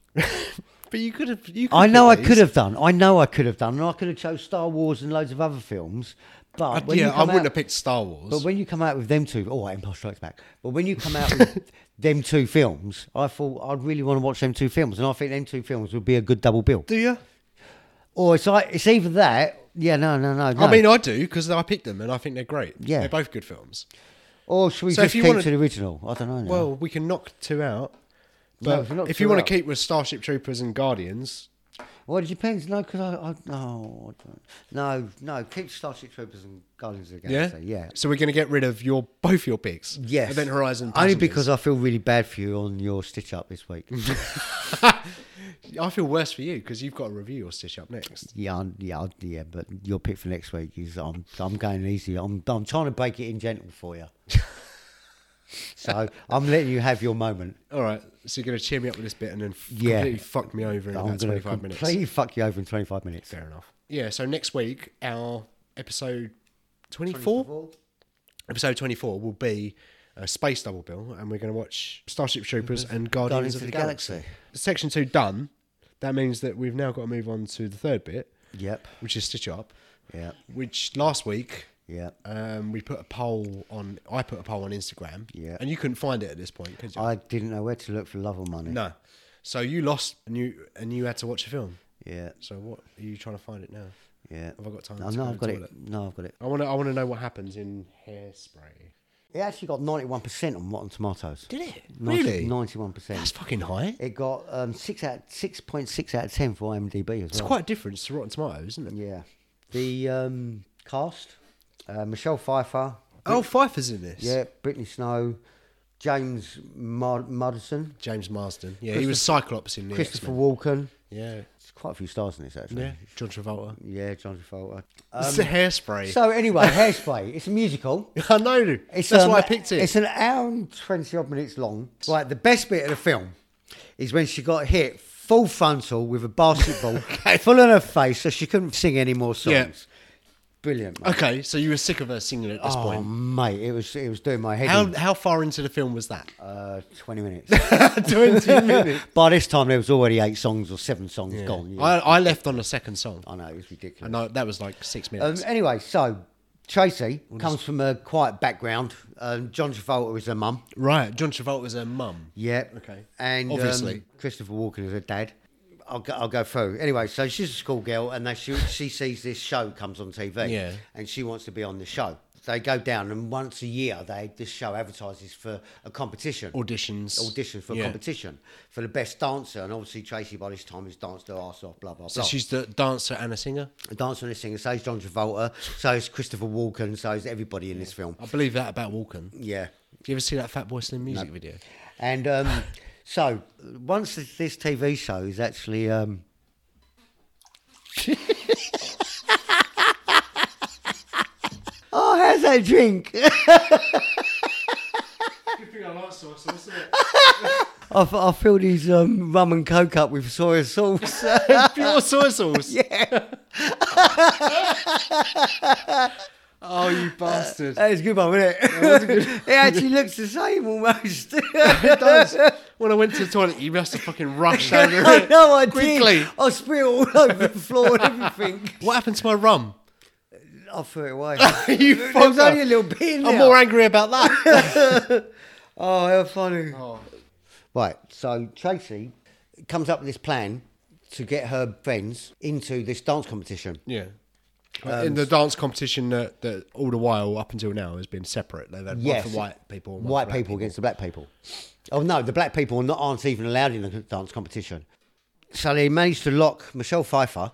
[SPEAKER 2] But you could have. You could
[SPEAKER 3] I know I
[SPEAKER 2] picked
[SPEAKER 3] could
[SPEAKER 2] these.
[SPEAKER 3] have done. I know I could have done, and I could have chose Star Wars and loads of other films. But when you
[SPEAKER 2] yeah, I
[SPEAKER 3] come
[SPEAKER 2] wouldn't
[SPEAKER 3] out-
[SPEAKER 2] have picked Star Wars.
[SPEAKER 3] But when you come out with them two, oh, Empire Strikes Back. But when you come out with them two films, I thought I'd really want to watch them two films, and I think them two films would be a good double bill.
[SPEAKER 2] do you?
[SPEAKER 3] Or it's like it's either that, yeah, no, no, no, no.
[SPEAKER 2] I mean, I do because I picked them and I think they're great.
[SPEAKER 3] Yeah.
[SPEAKER 2] they're both good films.
[SPEAKER 3] or should we
[SPEAKER 2] so if
[SPEAKER 3] just
[SPEAKER 2] you
[SPEAKER 3] keep
[SPEAKER 2] wanna-
[SPEAKER 3] to the original? I don't know. now.
[SPEAKER 2] Well, we can knock two out.
[SPEAKER 3] No,
[SPEAKER 2] But
[SPEAKER 3] if we knock
[SPEAKER 2] if you
[SPEAKER 3] two
[SPEAKER 2] want
[SPEAKER 3] out.
[SPEAKER 2] to keep with Starship Troopers and Guardians,
[SPEAKER 3] well, it depends. No, because I, I, no, I don't- no, no. Keep Starship Troopers and Guardians of the
[SPEAKER 2] yeah,
[SPEAKER 3] Galaxy. Yeah,
[SPEAKER 2] So we're going to get rid of your both your picks.
[SPEAKER 3] Yes.
[SPEAKER 2] Event Horizon.
[SPEAKER 3] Only because I feel really bad for you on your stitch up this week.
[SPEAKER 2] I feel worse for you because you've got to review your stitch up next.
[SPEAKER 3] Yeah, I'm- yeah, I'll- yeah. But your pick for next week is I'm I'm going easy. I'm I'm trying to break it in gentle for you. so I'm letting you have your moment.
[SPEAKER 2] All right. So you're going to cheer me up with this bit and then f-
[SPEAKER 3] Yeah.
[SPEAKER 2] completely fuck me over in about
[SPEAKER 3] I'm going to
[SPEAKER 2] 25
[SPEAKER 3] completely
[SPEAKER 2] minutes.
[SPEAKER 3] fuck you over in 25 minutes.
[SPEAKER 2] Fair enough. Yeah. So next week, our episode 24? episode 24 will be a space double bill and we're going to watch starship troopers and guardians, of the, galaxy. section 2 done that means that we've now got to move on to the third bit
[SPEAKER 3] Yep.
[SPEAKER 2] which is stitch up
[SPEAKER 3] Yep.
[SPEAKER 2] which last week
[SPEAKER 3] Yep.
[SPEAKER 2] um, we put a poll on i put a poll on instagram
[SPEAKER 3] Yeah.
[SPEAKER 2] and you couldn't find it at this point could you
[SPEAKER 3] I didn't know where to look for love or money.
[SPEAKER 2] no so you lost and you and you had to watch a film
[SPEAKER 3] Yeah.
[SPEAKER 2] so what are you trying to find it now
[SPEAKER 3] Yeah.
[SPEAKER 2] Have I got time
[SPEAKER 3] No,
[SPEAKER 2] to
[SPEAKER 3] no
[SPEAKER 2] go
[SPEAKER 3] I've
[SPEAKER 2] to
[SPEAKER 3] got
[SPEAKER 2] the
[SPEAKER 3] it. No, I've got it.
[SPEAKER 2] i want to i want to know what happens in hairspray
[SPEAKER 3] It actually got 91% on Rotten Tomatoes.
[SPEAKER 2] did it
[SPEAKER 3] 90
[SPEAKER 2] really
[SPEAKER 3] 91%.
[SPEAKER 2] that's fucking high
[SPEAKER 3] It got um, six out six point six out of ten for IMDb as
[SPEAKER 2] It's
[SPEAKER 3] well.
[SPEAKER 2] quite a difference to Rotten Tomatoes, isn't it?
[SPEAKER 3] yeah, the um, cast: uh, Michelle Pfeiffer,
[SPEAKER 2] Oh, Pfeiffer's in this.
[SPEAKER 3] yeah, Brittany Snow, James Mud- Muddison,
[SPEAKER 2] James Marsden. Yeah, he was Cyclops in the
[SPEAKER 3] Christopher
[SPEAKER 2] Christopher.
[SPEAKER 3] Walken.
[SPEAKER 2] Yeah.
[SPEAKER 3] There's quite a few stars in this actually.
[SPEAKER 2] Yeah. John Travolta.
[SPEAKER 3] yeah John Travolta.
[SPEAKER 2] it's a hairspray.
[SPEAKER 3] Um, So anyway, Hairspray. It's a musical.
[SPEAKER 2] I know.
[SPEAKER 3] It's,
[SPEAKER 2] That's
[SPEAKER 3] um,
[SPEAKER 2] why I picked it.
[SPEAKER 3] It's an hour and twenty odd minutes long. Right, the best bit of the film is when she got hit full frontal with a basketball full on her face, so she couldn't sing any more songs.
[SPEAKER 2] Yeah.
[SPEAKER 3] Brilliant. mate.
[SPEAKER 2] okay, so you were sick of her singing at this
[SPEAKER 3] oh
[SPEAKER 2] point.
[SPEAKER 3] mate, it was it was doing my head.
[SPEAKER 2] How
[SPEAKER 3] in.
[SPEAKER 2] how far into the film was that?
[SPEAKER 3] Uh, twenty minutes.
[SPEAKER 2] Twenty minutes.
[SPEAKER 3] By this time, there was already eight songs or seven songs gone. yeah.
[SPEAKER 2] I, I left on the second song.
[SPEAKER 3] I know it was
[SPEAKER 2] I
[SPEAKER 3] ridiculous.
[SPEAKER 2] know that was like six
[SPEAKER 3] Um,
[SPEAKER 2] minutes.
[SPEAKER 3] anyway, so Tracy comes from a quiet background. Um, John Travolta is her mum.
[SPEAKER 2] right, John Travolta's her mum.
[SPEAKER 3] Yeah.
[SPEAKER 2] Okay.
[SPEAKER 3] And
[SPEAKER 2] Obviously.
[SPEAKER 3] um, Christopher Walken is her dad. I'll go, I'll go through. Anyway, so she's a schoolgirl and they, she, she sees this show comes on TV.
[SPEAKER 2] Yeah.
[SPEAKER 3] And she wants to be on the show. They go down and once a year, they this show advertises for a competition.
[SPEAKER 2] Auditions.
[SPEAKER 3] Audition for a
[SPEAKER 2] Yeah.
[SPEAKER 3] competition for the best dancer. And obviously, Tracy by this time has danced her ass off, blah, blah,
[SPEAKER 2] So
[SPEAKER 3] blah.
[SPEAKER 2] she's the dancer and a singer.
[SPEAKER 3] a dancer and a singer. So is John Travolta. So is Christopher Walken. So is everybody in this film.
[SPEAKER 2] I believe that about Walken. Do
[SPEAKER 3] Yeah.
[SPEAKER 2] you ever see that Fat Boy Slim music video?
[SPEAKER 3] And um, so once this this TV show is actually. Um, oh, how's that drink?
[SPEAKER 1] Good thing I
[SPEAKER 2] on like soy sauce, isn't it?
[SPEAKER 3] I, f- I filled his um, rum and coke up with soy sauce.
[SPEAKER 2] Pure soy sauce.
[SPEAKER 3] yeah,
[SPEAKER 2] Oh, you bastard.
[SPEAKER 3] that was a good one, wasn't it?
[SPEAKER 2] was a good
[SPEAKER 3] it actually looks the same almost.
[SPEAKER 2] it does. When I went to the toilet, you must have fucking rushed over
[SPEAKER 3] I
[SPEAKER 2] it.
[SPEAKER 3] know I
[SPEAKER 2] Quickly.
[SPEAKER 3] did. I spit it all over the floor and everything.
[SPEAKER 2] What happened to my rum?
[SPEAKER 3] I threw it away.
[SPEAKER 2] you
[SPEAKER 3] There was
[SPEAKER 2] fucker.
[SPEAKER 3] only a little bit in
[SPEAKER 2] I'm
[SPEAKER 3] there.
[SPEAKER 2] more angry about that.
[SPEAKER 3] Oh, how funny. Right, so Tracy comes up with this plan to get her friends into this dance competition.
[SPEAKER 2] yeah. In the dance competition that, that all the while up until now has been separate. They've had
[SPEAKER 3] Yes.
[SPEAKER 2] one for white people. and one
[SPEAKER 3] White
[SPEAKER 2] for black
[SPEAKER 3] people against the black people. Oh, no, the black people are not, aren't even allowed in the dance competition. So they managed to lock Michelle Pfeiffer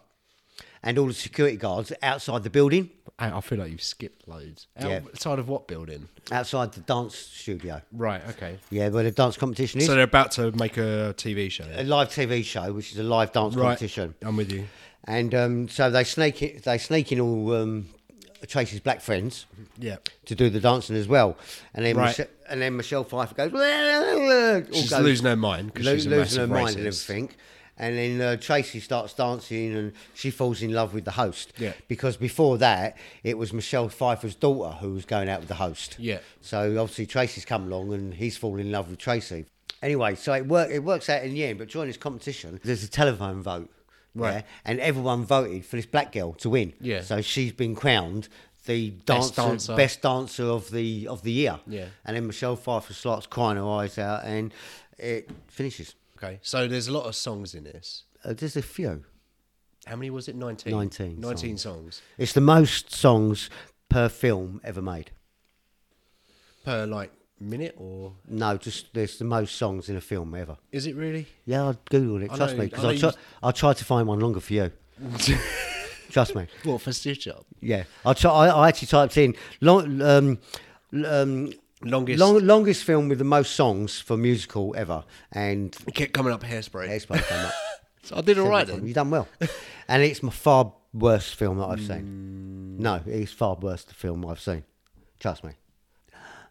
[SPEAKER 3] and all the security guards outside the building,
[SPEAKER 2] I, I feel like you've skipped loads.
[SPEAKER 3] Yeah.
[SPEAKER 2] Outside of what building?
[SPEAKER 3] outside the dance studio.
[SPEAKER 2] Right, okay.
[SPEAKER 3] Yeah, where the dance competition is.
[SPEAKER 2] So they're about to make a TV show.
[SPEAKER 3] a live TV show, which is a live dance competition.
[SPEAKER 2] I'm with you.
[SPEAKER 3] And um, so they sneak it, they sneak in all um, Tracy's black friends
[SPEAKER 2] Yeah.
[SPEAKER 3] to do the dancing as well. And then
[SPEAKER 2] Right.
[SPEAKER 3] Mich- and then Michelle Pfeiffer goes, all
[SPEAKER 2] She's
[SPEAKER 3] goes-
[SPEAKER 2] losing her mind because
[SPEAKER 3] lo-
[SPEAKER 2] she's a
[SPEAKER 3] losing her
[SPEAKER 2] massive
[SPEAKER 3] mind and
[SPEAKER 2] racist.
[SPEAKER 3] everything. And then uh, Tracy starts dancing and she falls in love with the host.
[SPEAKER 2] Yeah.
[SPEAKER 3] Because before that, it was Michelle Pfeiffer's daughter who was going out with the host.
[SPEAKER 2] Yeah.
[SPEAKER 3] So obviously Tracy's come along and he's fallen in love with Tracy. Anyway, so it, work, it works out in the end, but during this competition, there's a telephone vote.
[SPEAKER 2] Right.
[SPEAKER 3] yeah, and everyone voted for this black girl to win.
[SPEAKER 2] Yeah.
[SPEAKER 3] So she's been crowned the dancer,
[SPEAKER 2] dancer.
[SPEAKER 3] best dancer of the of the year.
[SPEAKER 2] Yeah.
[SPEAKER 3] And then Michelle Pfeiffer starts crying her eyes out, and it finishes.
[SPEAKER 2] Okay, so there's a lot of songs in this.
[SPEAKER 3] Uh, there's a few.
[SPEAKER 2] How many was it? 19?
[SPEAKER 3] 19
[SPEAKER 2] 19 songs.
[SPEAKER 3] It's the most songs per film ever made.
[SPEAKER 2] per like minute or
[SPEAKER 3] No, just there's the most songs in a film ever.
[SPEAKER 2] is it really?
[SPEAKER 3] Yeah, I googled it.
[SPEAKER 2] I
[SPEAKER 3] Trust
[SPEAKER 2] know-
[SPEAKER 3] me,
[SPEAKER 2] I
[SPEAKER 3] 'cause
[SPEAKER 2] know
[SPEAKER 3] me,
[SPEAKER 2] you
[SPEAKER 3] because I,
[SPEAKER 2] s-
[SPEAKER 3] tr- I tried to find one longer for you. Trust me.
[SPEAKER 2] What for Stitch Up?
[SPEAKER 3] Yeah, I try. I, I actually typed in long, um, l- um,
[SPEAKER 2] Longest.
[SPEAKER 3] long, longest film with the most songs for musical ever, and
[SPEAKER 2] It kept coming up hairspray.
[SPEAKER 3] Expo came up.
[SPEAKER 2] So I did all right then.
[SPEAKER 3] Seven times. You done well. and it's my far worst film that I've
[SPEAKER 2] Mm.
[SPEAKER 3] seen. No, it's far worse the film I've seen. Trust me.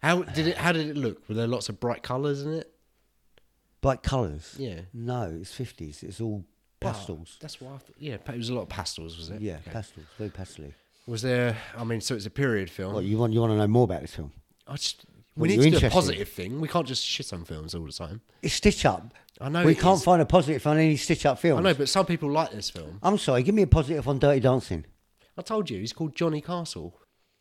[SPEAKER 2] How did it? How did it look? Were there lots of bright colours in it?
[SPEAKER 3] Bright colours.
[SPEAKER 2] Yeah. Ah.
[SPEAKER 3] No, it's fifties. It's all pastels.
[SPEAKER 2] That's what. I thought. Yeah, pa- it was a lot of pastels, was it?
[SPEAKER 3] Yeah,
[SPEAKER 2] Okay.
[SPEAKER 3] pastels. Very pastely.
[SPEAKER 2] Was there? I mean, so it's a period film.
[SPEAKER 3] What you want? You want to know more about this film?
[SPEAKER 2] I just.
[SPEAKER 3] What,
[SPEAKER 2] We need
[SPEAKER 3] you're
[SPEAKER 2] to do a
[SPEAKER 3] interested?
[SPEAKER 2] positive thing. We can't just shit on films all the time.
[SPEAKER 3] It's Stitch Up.
[SPEAKER 2] I know
[SPEAKER 3] We
[SPEAKER 2] it
[SPEAKER 3] can't
[SPEAKER 2] is.
[SPEAKER 3] find a positive on any Stitch Up film.
[SPEAKER 2] I know, but some people like this film.
[SPEAKER 3] I'm sorry. Give me a positive on Dirty Dancing.
[SPEAKER 2] I told you, he's called Johnny Castle.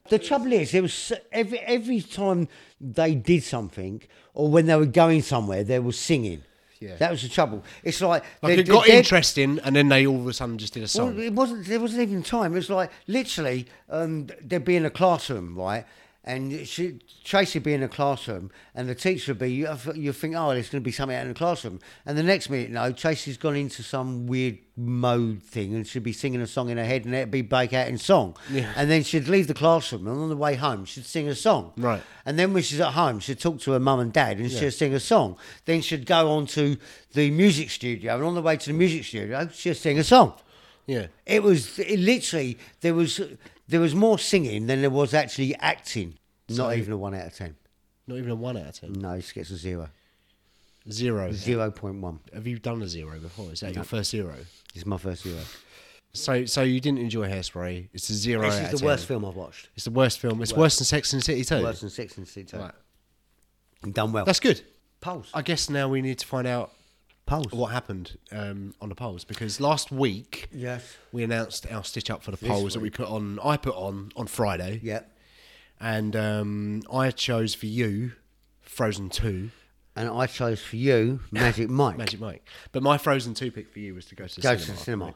[SPEAKER 3] The trouble is, it was so- every every time they did something or when they were going somewhere, they were singing.
[SPEAKER 2] Yeah.
[SPEAKER 3] that was the trouble. It's like,
[SPEAKER 2] Like
[SPEAKER 3] they-
[SPEAKER 2] it got
[SPEAKER 3] they-
[SPEAKER 2] interesting, and then they all of a sudden just did a
[SPEAKER 3] Well,
[SPEAKER 2] song.
[SPEAKER 3] it wasn't. There wasn't even time. It was like literally, um, they'd be in a classroom, right? And she, Tracy would be in a classroom, and the teacher would be. You, you think, oh, there's going to be something out in the classroom, and the next minute, no, Tracy's gone into some weird mode thing, and she'd be singing a song in her head, and it'd be break out in song,
[SPEAKER 2] Yeah.
[SPEAKER 3] and then she'd leave the classroom, and on the way home, she'd sing a song,
[SPEAKER 2] Right.
[SPEAKER 3] and then when she's at home, she'd talk to her mum and dad and she'd sing a song. Then she'd go on to the music studio. And on the way to the music studio, she'd sing a song.
[SPEAKER 2] yeah.
[SPEAKER 3] It was it literally, there was, there was more singing than there was actually acting. Not even a one out of 10.
[SPEAKER 2] Not even a one out of ten.
[SPEAKER 3] No, it gets a zero.
[SPEAKER 2] Zero.
[SPEAKER 3] 0.1
[SPEAKER 2] Have you done a zero before? Is that your first zero?
[SPEAKER 3] is my first zero.
[SPEAKER 2] So, so you didn't enjoy Hairspray. It's a zero.
[SPEAKER 3] This
[SPEAKER 2] out
[SPEAKER 3] is
[SPEAKER 2] of
[SPEAKER 3] the
[SPEAKER 2] 10.
[SPEAKER 3] worst film I've watched.
[SPEAKER 2] It's the worst film. It's worse, than Sex and the City too.
[SPEAKER 3] Worse than Six and Six.
[SPEAKER 2] Right.
[SPEAKER 3] Done well.
[SPEAKER 2] That's good.
[SPEAKER 3] Pulse.
[SPEAKER 2] I guess now we need to find out
[SPEAKER 3] Pulse.
[SPEAKER 2] what happened um, on the polls because last week
[SPEAKER 3] Yes.
[SPEAKER 2] we announced our stitch up for the polls that we put on. I put on on Friday.
[SPEAKER 3] Yeah.
[SPEAKER 2] And um, I chose for you Frozen Two,
[SPEAKER 3] And I chose for you Magic Mike.
[SPEAKER 2] Magic Mike. But my Frozen Two pick for you was to go to the
[SPEAKER 3] Go to
[SPEAKER 2] cinema.
[SPEAKER 3] the cinema.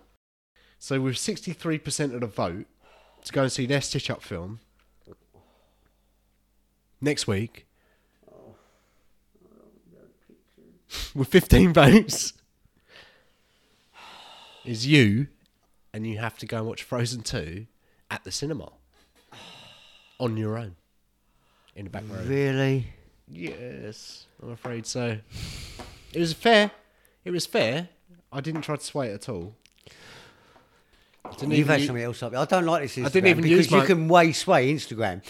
[SPEAKER 2] So with sixty three percent of the vote to go and see their stitch up film next week. With fifteen votes is you and you have to go and watch Frozen Two at the cinema. On your own. In the back row.
[SPEAKER 3] Really?
[SPEAKER 2] Yes. I'm afraid so. It was fair. It was fair. I didn't try to sway it at all. I didn't
[SPEAKER 3] You've
[SPEAKER 2] even
[SPEAKER 3] had
[SPEAKER 2] u-
[SPEAKER 3] something else up. I don't like this Instagram
[SPEAKER 2] didn't even
[SPEAKER 3] because
[SPEAKER 2] use
[SPEAKER 3] you
[SPEAKER 2] my-
[SPEAKER 3] can way sway Instagram.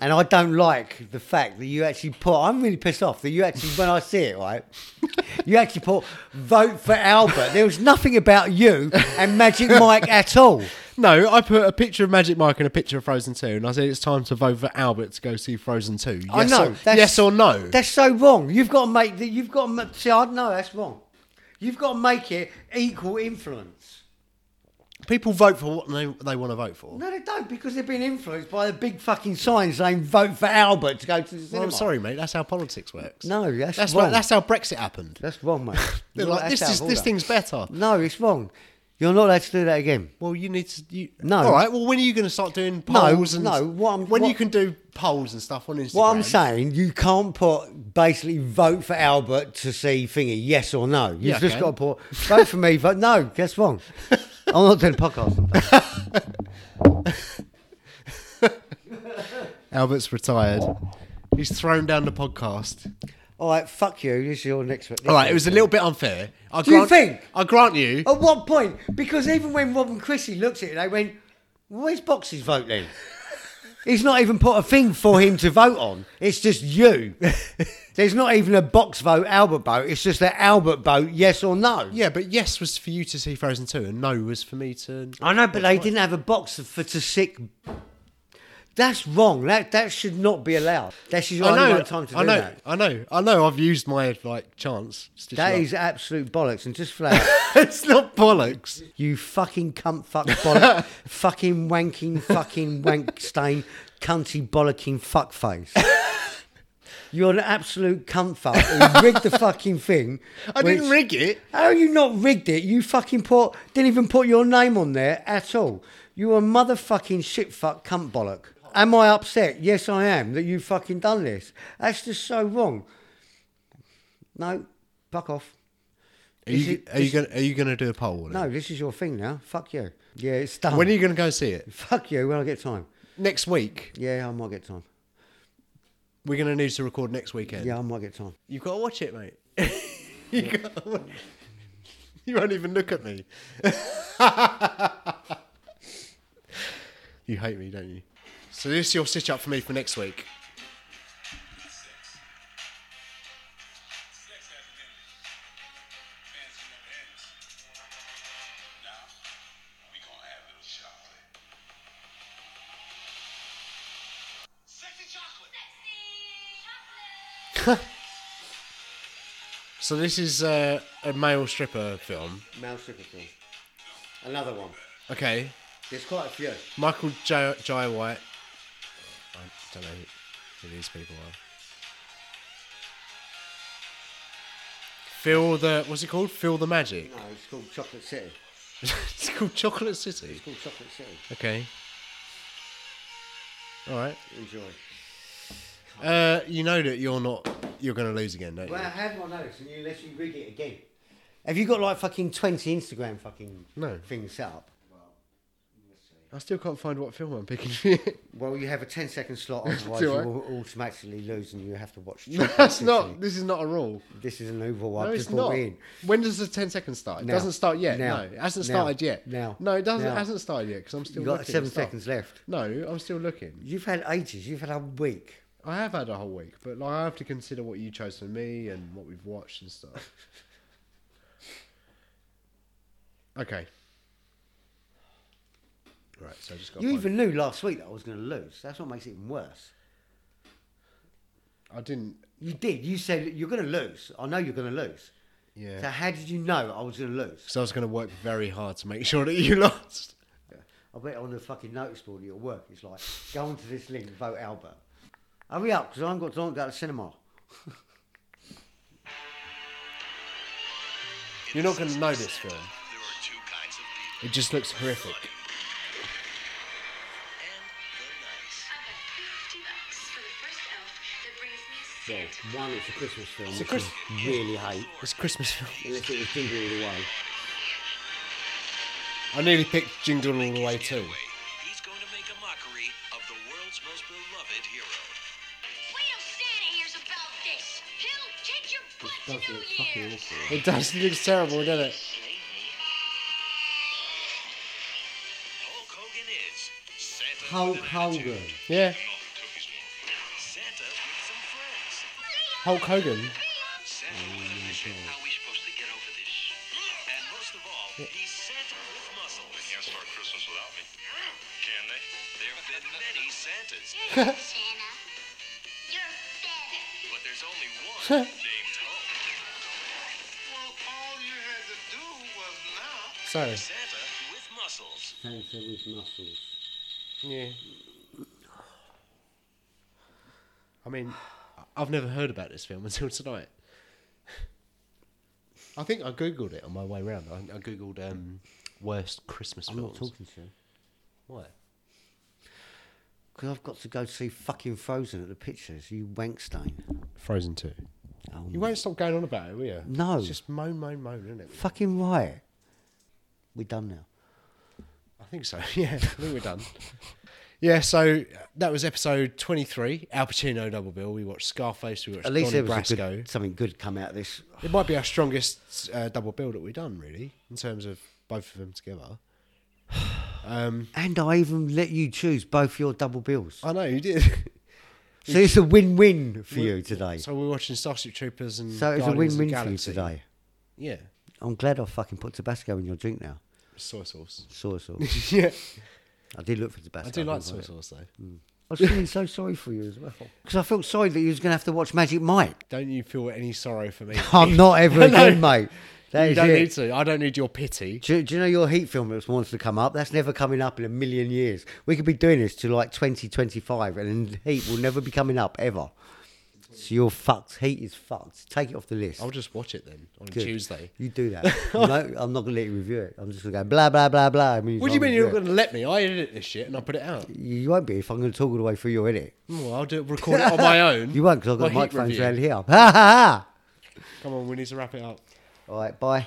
[SPEAKER 3] And I don't like the fact that you actually put. I'm really pissed off that you actually, when I see it, right, you actually put vote for Albert. There was nothing about you and Magic Mike at all.
[SPEAKER 2] No, I put a picture of Magic Mike and a picture of Frozen 2, and I said it's time to vote for Albert to go see Frozen 2. Yes
[SPEAKER 3] I know.
[SPEAKER 2] Or,
[SPEAKER 3] that's-
[SPEAKER 2] yes or no?
[SPEAKER 3] That's so wrong. You've got to make the. You've got to ma- see. I know that's wrong. You've got to make it equal influence.
[SPEAKER 2] People vote for what they, they want to vote for.
[SPEAKER 3] No, they don't because they've been influenced by the big fucking sign saying "Vote for Albert" to go to the
[SPEAKER 2] Well,
[SPEAKER 3] cinema.
[SPEAKER 2] I'm sorry, mate. That's how politics works.
[SPEAKER 3] No, that's
[SPEAKER 2] that's
[SPEAKER 3] wrong.
[SPEAKER 2] why- that's how Brexit happened.
[SPEAKER 3] That's wrong, mate.
[SPEAKER 2] They're
[SPEAKER 3] You're
[SPEAKER 2] like,
[SPEAKER 3] that's
[SPEAKER 2] this
[SPEAKER 3] out
[SPEAKER 2] is
[SPEAKER 3] of
[SPEAKER 2] this
[SPEAKER 3] order.
[SPEAKER 2] thing's better.
[SPEAKER 3] No, it's wrong. You're not allowed to do that again.
[SPEAKER 2] Well, you need to. You,
[SPEAKER 3] No.
[SPEAKER 2] All right. Well, when are you going to start doing
[SPEAKER 3] No,
[SPEAKER 2] polls and
[SPEAKER 3] no, what I'm-
[SPEAKER 2] when
[SPEAKER 3] what-
[SPEAKER 2] you can do polls and stuff on Instagram?
[SPEAKER 3] What I'm saying, you can't put basically vote for Albert to see thingy, yes or no. You've
[SPEAKER 2] Yeah, I
[SPEAKER 3] just
[SPEAKER 2] can.
[SPEAKER 3] got to put vote for me, vote no. That's wrong. I'm not doing a podcast. on that.
[SPEAKER 2] Albert's retired. He's thrown down the podcast.
[SPEAKER 3] All right, fuck you. This is your next. This
[SPEAKER 2] All right. It was a little bit unfair. I
[SPEAKER 3] Do you
[SPEAKER 2] grant,
[SPEAKER 3] think? Oh.
[SPEAKER 2] I grant you.
[SPEAKER 3] At what point? Because even when Rob and Chrissy looked at it, they went, "Where's Box's vote then?" He's not even put a thing for him to vote on. It's just you. There's not even a box vote, Albert vote. It's just an Albert vote, yes or no.
[SPEAKER 2] Yeah, but yes was for you to see Frozen 2 and no was for me to.
[SPEAKER 3] I know, but they didn't have a box for to sick. That's wrong. That that should not be allowed. That's your
[SPEAKER 2] I
[SPEAKER 3] only
[SPEAKER 2] know.
[SPEAKER 3] one time to
[SPEAKER 2] I
[SPEAKER 3] do
[SPEAKER 2] know.
[SPEAKER 3] that.
[SPEAKER 2] I know. I know. I've used my like chance. Stitch
[SPEAKER 3] That
[SPEAKER 2] it
[SPEAKER 3] is absolute bollocks and just flat.
[SPEAKER 2] up. it's not bollocks.
[SPEAKER 3] you fucking cunt, fuck bollock, fucking wanking, fucking wank stain, cunty bollocking fuck face. You're an absolute cunt fuck who rigged the fucking thing.
[SPEAKER 2] I didn't
[SPEAKER 3] which-
[SPEAKER 2] rig it.
[SPEAKER 3] How you not rigged it? You fucking put didn't even put your name on there at all. You are motherfucking shit fuck cunt bollock. Am I upset? Yes, I am that you fucking done this. That's just so wrong. No, fuck off.
[SPEAKER 2] Are
[SPEAKER 3] Is
[SPEAKER 2] you,
[SPEAKER 3] it-
[SPEAKER 2] are you gonna Are you gonna do a poll on it?
[SPEAKER 3] No, this is your thing now. Fuck you. Yeah, it's done.
[SPEAKER 2] When are you gonna go see it?
[SPEAKER 3] Fuck you when I get time.
[SPEAKER 2] Next week.
[SPEAKER 3] Yeah, I might get time.
[SPEAKER 2] We're gonna need to record next weekend.
[SPEAKER 3] Yeah, I might get time.
[SPEAKER 2] You've got to watch it, mate. you got. To watch. You won't even look at me. you hate me, don't you? So this is your stitch up for me for next week. So this is uh, a male stripper film.
[SPEAKER 3] Male stripper film. Another one.
[SPEAKER 2] Okay,
[SPEAKER 3] There's quite a few.
[SPEAKER 2] Michael J. Jai White. I don't know who these people are. Feel the what's it called? Feel the magic.
[SPEAKER 3] No, it's called Chocolate City.
[SPEAKER 2] it's called Chocolate City.
[SPEAKER 3] It's called Chocolate City.
[SPEAKER 2] Okay. All right.
[SPEAKER 3] Enjoy.
[SPEAKER 2] Uh, you know that you're not. You're going to lose again, don't you?
[SPEAKER 3] Well, how do I know this unless you rig it again? Have you got like fucking 20 Instagram fucking
[SPEAKER 2] No.
[SPEAKER 3] things set up?
[SPEAKER 2] I still can't find what film I'm picking.
[SPEAKER 3] Well, you have a 10 second slot, otherwise
[SPEAKER 2] Do
[SPEAKER 3] you
[SPEAKER 2] I?
[SPEAKER 3] will automatically lose and you have to watch.
[SPEAKER 2] No,
[SPEAKER 3] Chocolate
[SPEAKER 2] That's
[SPEAKER 3] City.
[SPEAKER 2] not. This is not a rule.
[SPEAKER 3] This is an over one.
[SPEAKER 2] No,
[SPEAKER 3] just
[SPEAKER 2] it's
[SPEAKER 3] brought
[SPEAKER 2] not.
[SPEAKER 3] me in.
[SPEAKER 2] When does the 10 seconds start? It
[SPEAKER 3] Now.
[SPEAKER 2] doesn't start yet.
[SPEAKER 3] Now.
[SPEAKER 2] No, it hasn't
[SPEAKER 3] Now.
[SPEAKER 2] started yet.
[SPEAKER 3] Now.
[SPEAKER 2] No, it doesn't.
[SPEAKER 3] Now.
[SPEAKER 2] It hasn't started yet because I'm still.
[SPEAKER 3] You've got
[SPEAKER 2] looking at
[SPEAKER 3] seven
[SPEAKER 2] stuff.
[SPEAKER 3] seconds left.
[SPEAKER 2] No, I'm still looking.
[SPEAKER 3] You've had ages. You've had a week.
[SPEAKER 2] I have had a whole week, but like, I have to consider what you chose for me and what we've watched and stuff. okay. Right, so I just got.
[SPEAKER 3] You even knew last week that I was going to lose. That's what makes it even worse.
[SPEAKER 2] I didn't.
[SPEAKER 3] You did. You said you're going to lose. I know you're going to lose.
[SPEAKER 2] Yeah.
[SPEAKER 3] So how did you know I was going to lose?
[SPEAKER 2] So I was going to work very hard to make sure that you lost.
[SPEAKER 3] I bet on the fucking notice board at your work, it's like, go onto this link, vote Albert. Hurry up, because I haven't got time to go to the cinema.
[SPEAKER 2] You're not going to know this film.
[SPEAKER 4] There are two kinds of people.
[SPEAKER 2] It just looks horrific.
[SPEAKER 4] And the nice.
[SPEAKER 5] I've got 50 bucks for the first elf that brings me a
[SPEAKER 3] Well,
[SPEAKER 5] Santa.
[SPEAKER 3] one, it's a Christmas film,
[SPEAKER 2] a
[SPEAKER 3] which
[SPEAKER 2] Chris-
[SPEAKER 3] I really hate,
[SPEAKER 2] It's a Christmas film.
[SPEAKER 3] unless it was Jingle All The Way.
[SPEAKER 2] I nearly picked Jingle All the Way too.
[SPEAKER 4] Anyway, he's going to make a mockery of the world's most beloved hero.
[SPEAKER 5] Wait till Santa hears about this. He'll take your butt to New Year's.
[SPEAKER 2] It does. It looks terrible, doesn't it?
[SPEAKER 4] Hulk Hogan is Santa.
[SPEAKER 3] Hulk
[SPEAKER 4] with an
[SPEAKER 3] Hogan.
[SPEAKER 4] attitude.
[SPEAKER 2] Yeah.
[SPEAKER 4] Cookies more.
[SPEAKER 2] Hulk Hogan.
[SPEAKER 4] Seth
[SPEAKER 2] Oh,
[SPEAKER 4] was efficient. How we supposed to get over this? And most of all, he's Santa with muscles. They can't start Christmas without me, can they? There have been many Santas,
[SPEAKER 5] You're not Santa. You're better.
[SPEAKER 4] but there's only one named Hulk.
[SPEAKER 6] Well, all you had to do was now.
[SPEAKER 2] So,
[SPEAKER 4] Santa with muscles.
[SPEAKER 7] Santa with muscles.
[SPEAKER 2] yeah. I mean, I've never heard about this film until tonight. I think I googled it on my way round. I, I googled um, worst Christmas
[SPEAKER 7] I'm not
[SPEAKER 2] films.
[SPEAKER 7] talking to you.
[SPEAKER 2] Why?
[SPEAKER 3] Because I've got to go see fucking Frozen at the pictures, you wankstein.
[SPEAKER 2] Frozen Two.
[SPEAKER 3] Oh,
[SPEAKER 2] You won't stop going on about it, will you?
[SPEAKER 3] No.
[SPEAKER 2] It's just moan, moan, moan, isn't it?
[SPEAKER 3] Fucking right. We're done now.
[SPEAKER 2] I think so. Yeah, I think we're done. yeah, so uh, that was episode twenty-three. Al Pacino double bill. We watched Scarface. We watched
[SPEAKER 3] At least
[SPEAKER 2] Donnie
[SPEAKER 3] there was a
[SPEAKER 2] Brasco.
[SPEAKER 3] good, something good come out of this.
[SPEAKER 2] It might be our strongest uh, double bill that we've done, really, in terms of both of them together.
[SPEAKER 3] And I even let you choose both your double bills.
[SPEAKER 2] I know you did.
[SPEAKER 3] So it's a win-win for you today.
[SPEAKER 2] so we're watching Starship Troopers and
[SPEAKER 3] So it's a
[SPEAKER 2] Mm, Guardians of the
[SPEAKER 3] win-win for you
[SPEAKER 2] Galaxy.
[SPEAKER 3] today.
[SPEAKER 2] Yeah,
[SPEAKER 3] I'm glad I fucking put Tabasco in your drink now.
[SPEAKER 2] soy sauce.
[SPEAKER 3] Soy sauce.
[SPEAKER 2] yeah,
[SPEAKER 3] I did look for Tabasco.
[SPEAKER 2] I do like
[SPEAKER 3] didn't
[SPEAKER 2] soy
[SPEAKER 3] I?
[SPEAKER 2] sauce though.
[SPEAKER 3] I was feeling so sorry for you as well. Because I felt sorry that you was going to have to watch Magic Mike.
[SPEAKER 2] Don't you feel any sorrow for me?
[SPEAKER 3] I'm not ever
[SPEAKER 2] No.
[SPEAKER 3] again, mate. That
[SPEAKER 2] you
[SPEAKER 3] is
[SPEAKER 2] don't
[SPEAKER 3] it.
[SPEAKER 2] need to. I don't need your pity.
[SPEAKER 3] Do, do you know your heat film that wants to come up? That's never coming up in a million years. We could be doing this to like 2025 and heat will never be coming up ever. So you're fucked. Heat is fucked. Take it off the list.
[SPEAKER 2] I'll just watch it then on
[SPEAKER 3] Good.
[SPEAKER 2] Tuesday.
[SPEAKER 3] You do that. no, I'm not going to let you review it. I'm just going to go blah, blah, blah, blah. I
[SPEAKER 2] What do you mean you're not
[SPEAKER 3] going
[SPEAKER 2] going to let me? I edit this shit and I put it out.
[SPEAKER 3] to? You won't be if I'm going to talk all the way through your edit.
[SPEAKER 2] Mm, Well, I'll do it, record it on my own.
[SPEAKER 3] You won't because I've
[SPEAKER 2] My
[SPEAKER 3] got
[SPEAKER 2] heat
[SPEAKER 3] microphones
[SPEAKER 2] review.
[SPEAKER 3] around here. Ha ha ha.
[SPEAKER 2] Come on, we need to wrap it up.
[SPEAKER 3] All right, bye.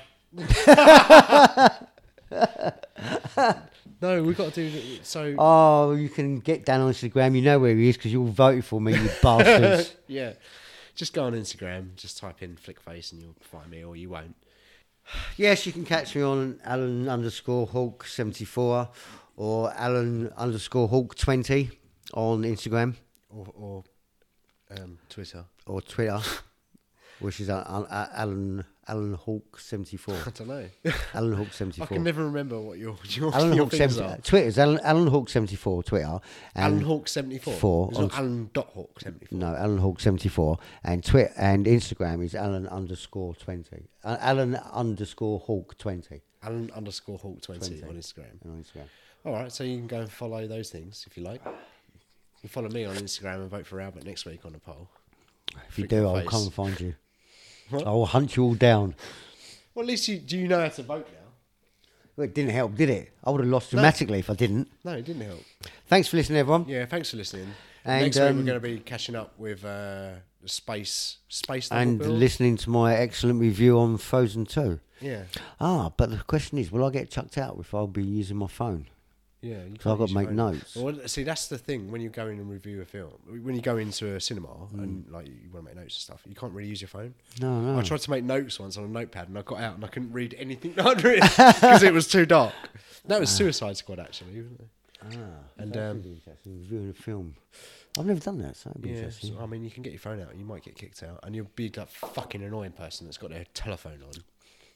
[SPEAKER 2] No, we've got to do so.
[SPEAKER 3] Oh, you can get Dan on Instagram. You know where he is because you all voted for me, you bastards.
[SPEAKER 2] yeah, just go on Instagram. Just type in Flickface and you'll find me, or you won't.
[SPEAKER 3] Yes, you can catch me on Alan underscore Hawk seventy four or Alan underscore Hawk twenty on Instagram
[SPEAKER 2] Or, or um, Twitter.
[SPEAKER 3] or Twitter, which is uh, uh, Alan Alan Hawk seventy four.
[SPEAKER 2] I don't know.
[SPEAKER 3] Alan Hawk seventy
[SPEAKER 2] I can
[SPEAKER 3] four.
[SPEAKER 2] never remember what your your,
[SPEAKER 3] Alan
[SPEAKER 2] your
[SPEAKER 3] Hawk
[SPEAKER 2] things
[SPEAKER 3] seventy
[SPEAKER 2] are.
[SPEAKER 3] Twitter's Alan Alan Hawk seventy four Twitter. And
[SPEAKER 2] Alan Hawk seventy four.
[SPEAKER 3] Four
[SPEAKER 2] It's
[SPEAKER 3] on
[SPEAKER 2] not
[SPEAKER 3] s-
[SPEAKER 2] Alan dot Hawk seventy four.
[SPEAKER 3] No, Alan Hawk seventy four and Twitter and Instagram is Alan underscore twenty. Uh, Alan underscore Hawk twenty.
[SPEAKER 2] Alan underscore Hawk 20, on Instagram.
[SPEAKER 3] And on Instagram.
[SPEAKER 2] All right, so you can go and follow those things if you like. You can follow me on Instagram and vote for Albert next week on the poll.
[SPEAKER 3] If you
[SPEAKER 2] Flick
[SPEAKER 3] do,
[SPEAKER 2] your
[SPEAKER 3] I'll
[SPEAKER 2] face.
[SPEAKER 3] come and find you. I'll hunt you all down.
[SPEAKER 2] Well, at least you do you know how to vote now.
[SPEAKER 3] Well, it didn't help, did it? I would have lost dramatically if I didn't.
[SPEAKER 2] No, it didn't help.
[SPEAKER 3] Thanks for listening, everyone.
[SPEAKER 2] Yeah, thanks for listening.
[SPEAKER 3] And,
[SPEAKER 2] Next week
[SPEAKER 3] um,
[SPEAKER 2] we're going to be catching up with uh, the space space double
[SPEAKER 3] and
[SPEAKER 2] bill.
[SPEAKER 3] listening to my excellent review on Frozen 2.
[SPEAKER 2] Yeah,
[SPEAKER 3] Ah, but the question is, will I get chucked out if I'll be using my phone?
[SPEAKER 2] yeah. you
[SPEAKER 3] 'Cause
[SPEAKER 2] can't
[SPEAKER 3] I've got to
[SPEAKER 2] use your
[SPEAKER 3] make
[SPEAKER 2] phone.
[SPEAKER 3] notes.
[SPEAKER 2] Well, see, that's the thing when you go in and review a film. When you go into a cinema and like you want to make notes and stuff, you can't really use your phone.
[SPEAKER 3] Mm. No, no.
[SPEAKER 2] I tried to make notes once on a notepad and I got out and I couldn't read anything that I'd written because it was too dark. That
[SPEAKER 3] Ah.
[SPEAKER 2] was Suicide Squad actually, wasn't it? And,
[SPEAKER 3] That
[SPEAKER 2] um,
[SPEAKER 3] would be interesting, reviewing a film. I've never done that, so that'd be
[SPEAKER 2] Yeah,
[SPEAKER 3] interesting.
[SPEAKER 2] so, I mean, you can get your phone out and you might get kicked out, and you'll be that fucking annoying person that's got their telephone on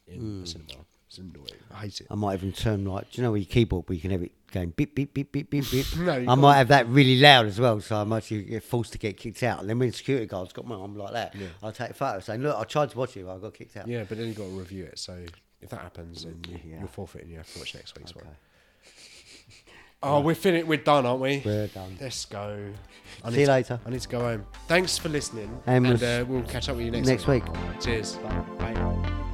[SPEAKER 2] in the cinema. It's annoying. I hate it.
[SPEAKER 3] Hmm. I might even turn like, do you know where your keyboard, where you can have it going beep, beep, beep, beep, beep, beep.
[SPEAKER 2] No, you
[SPEAKER 3] I might have that really loud as well, so I might actually get forced to get kicked out. And then when security guards got my arm like that, I'll take photos saying, look, I tried to watch it, but I got kicked out.
[SPEAKER 2] Yeah, but then you've got to review it. So if that happens, then you,
[SPEAKER 3] Yeah.
[SPEAKER 2] you'll forfeit and you have to watch next week's one. Oh, we're finished. We're done, aren't we?
[SPEAKER 3] We're done.
[SPEAKER 2] Let's go. I
[SPEAKER 3] See
[SPEAKER 2] need
[SPEAKER 3] you
[SPEAKER 2] to-
[SPEAKER 3] later.
[SPEAKER 2] I need to go home. Thanks for listening,
[SPEAKER 3] And
[SPEAKER 2] and,
[SPEAKER 3] we'll-
[SPEAKER 2] uh, we'll catch up with you next
[SPEAKER 3] Next week.
[SPEAKER 2] Cheers. Bye.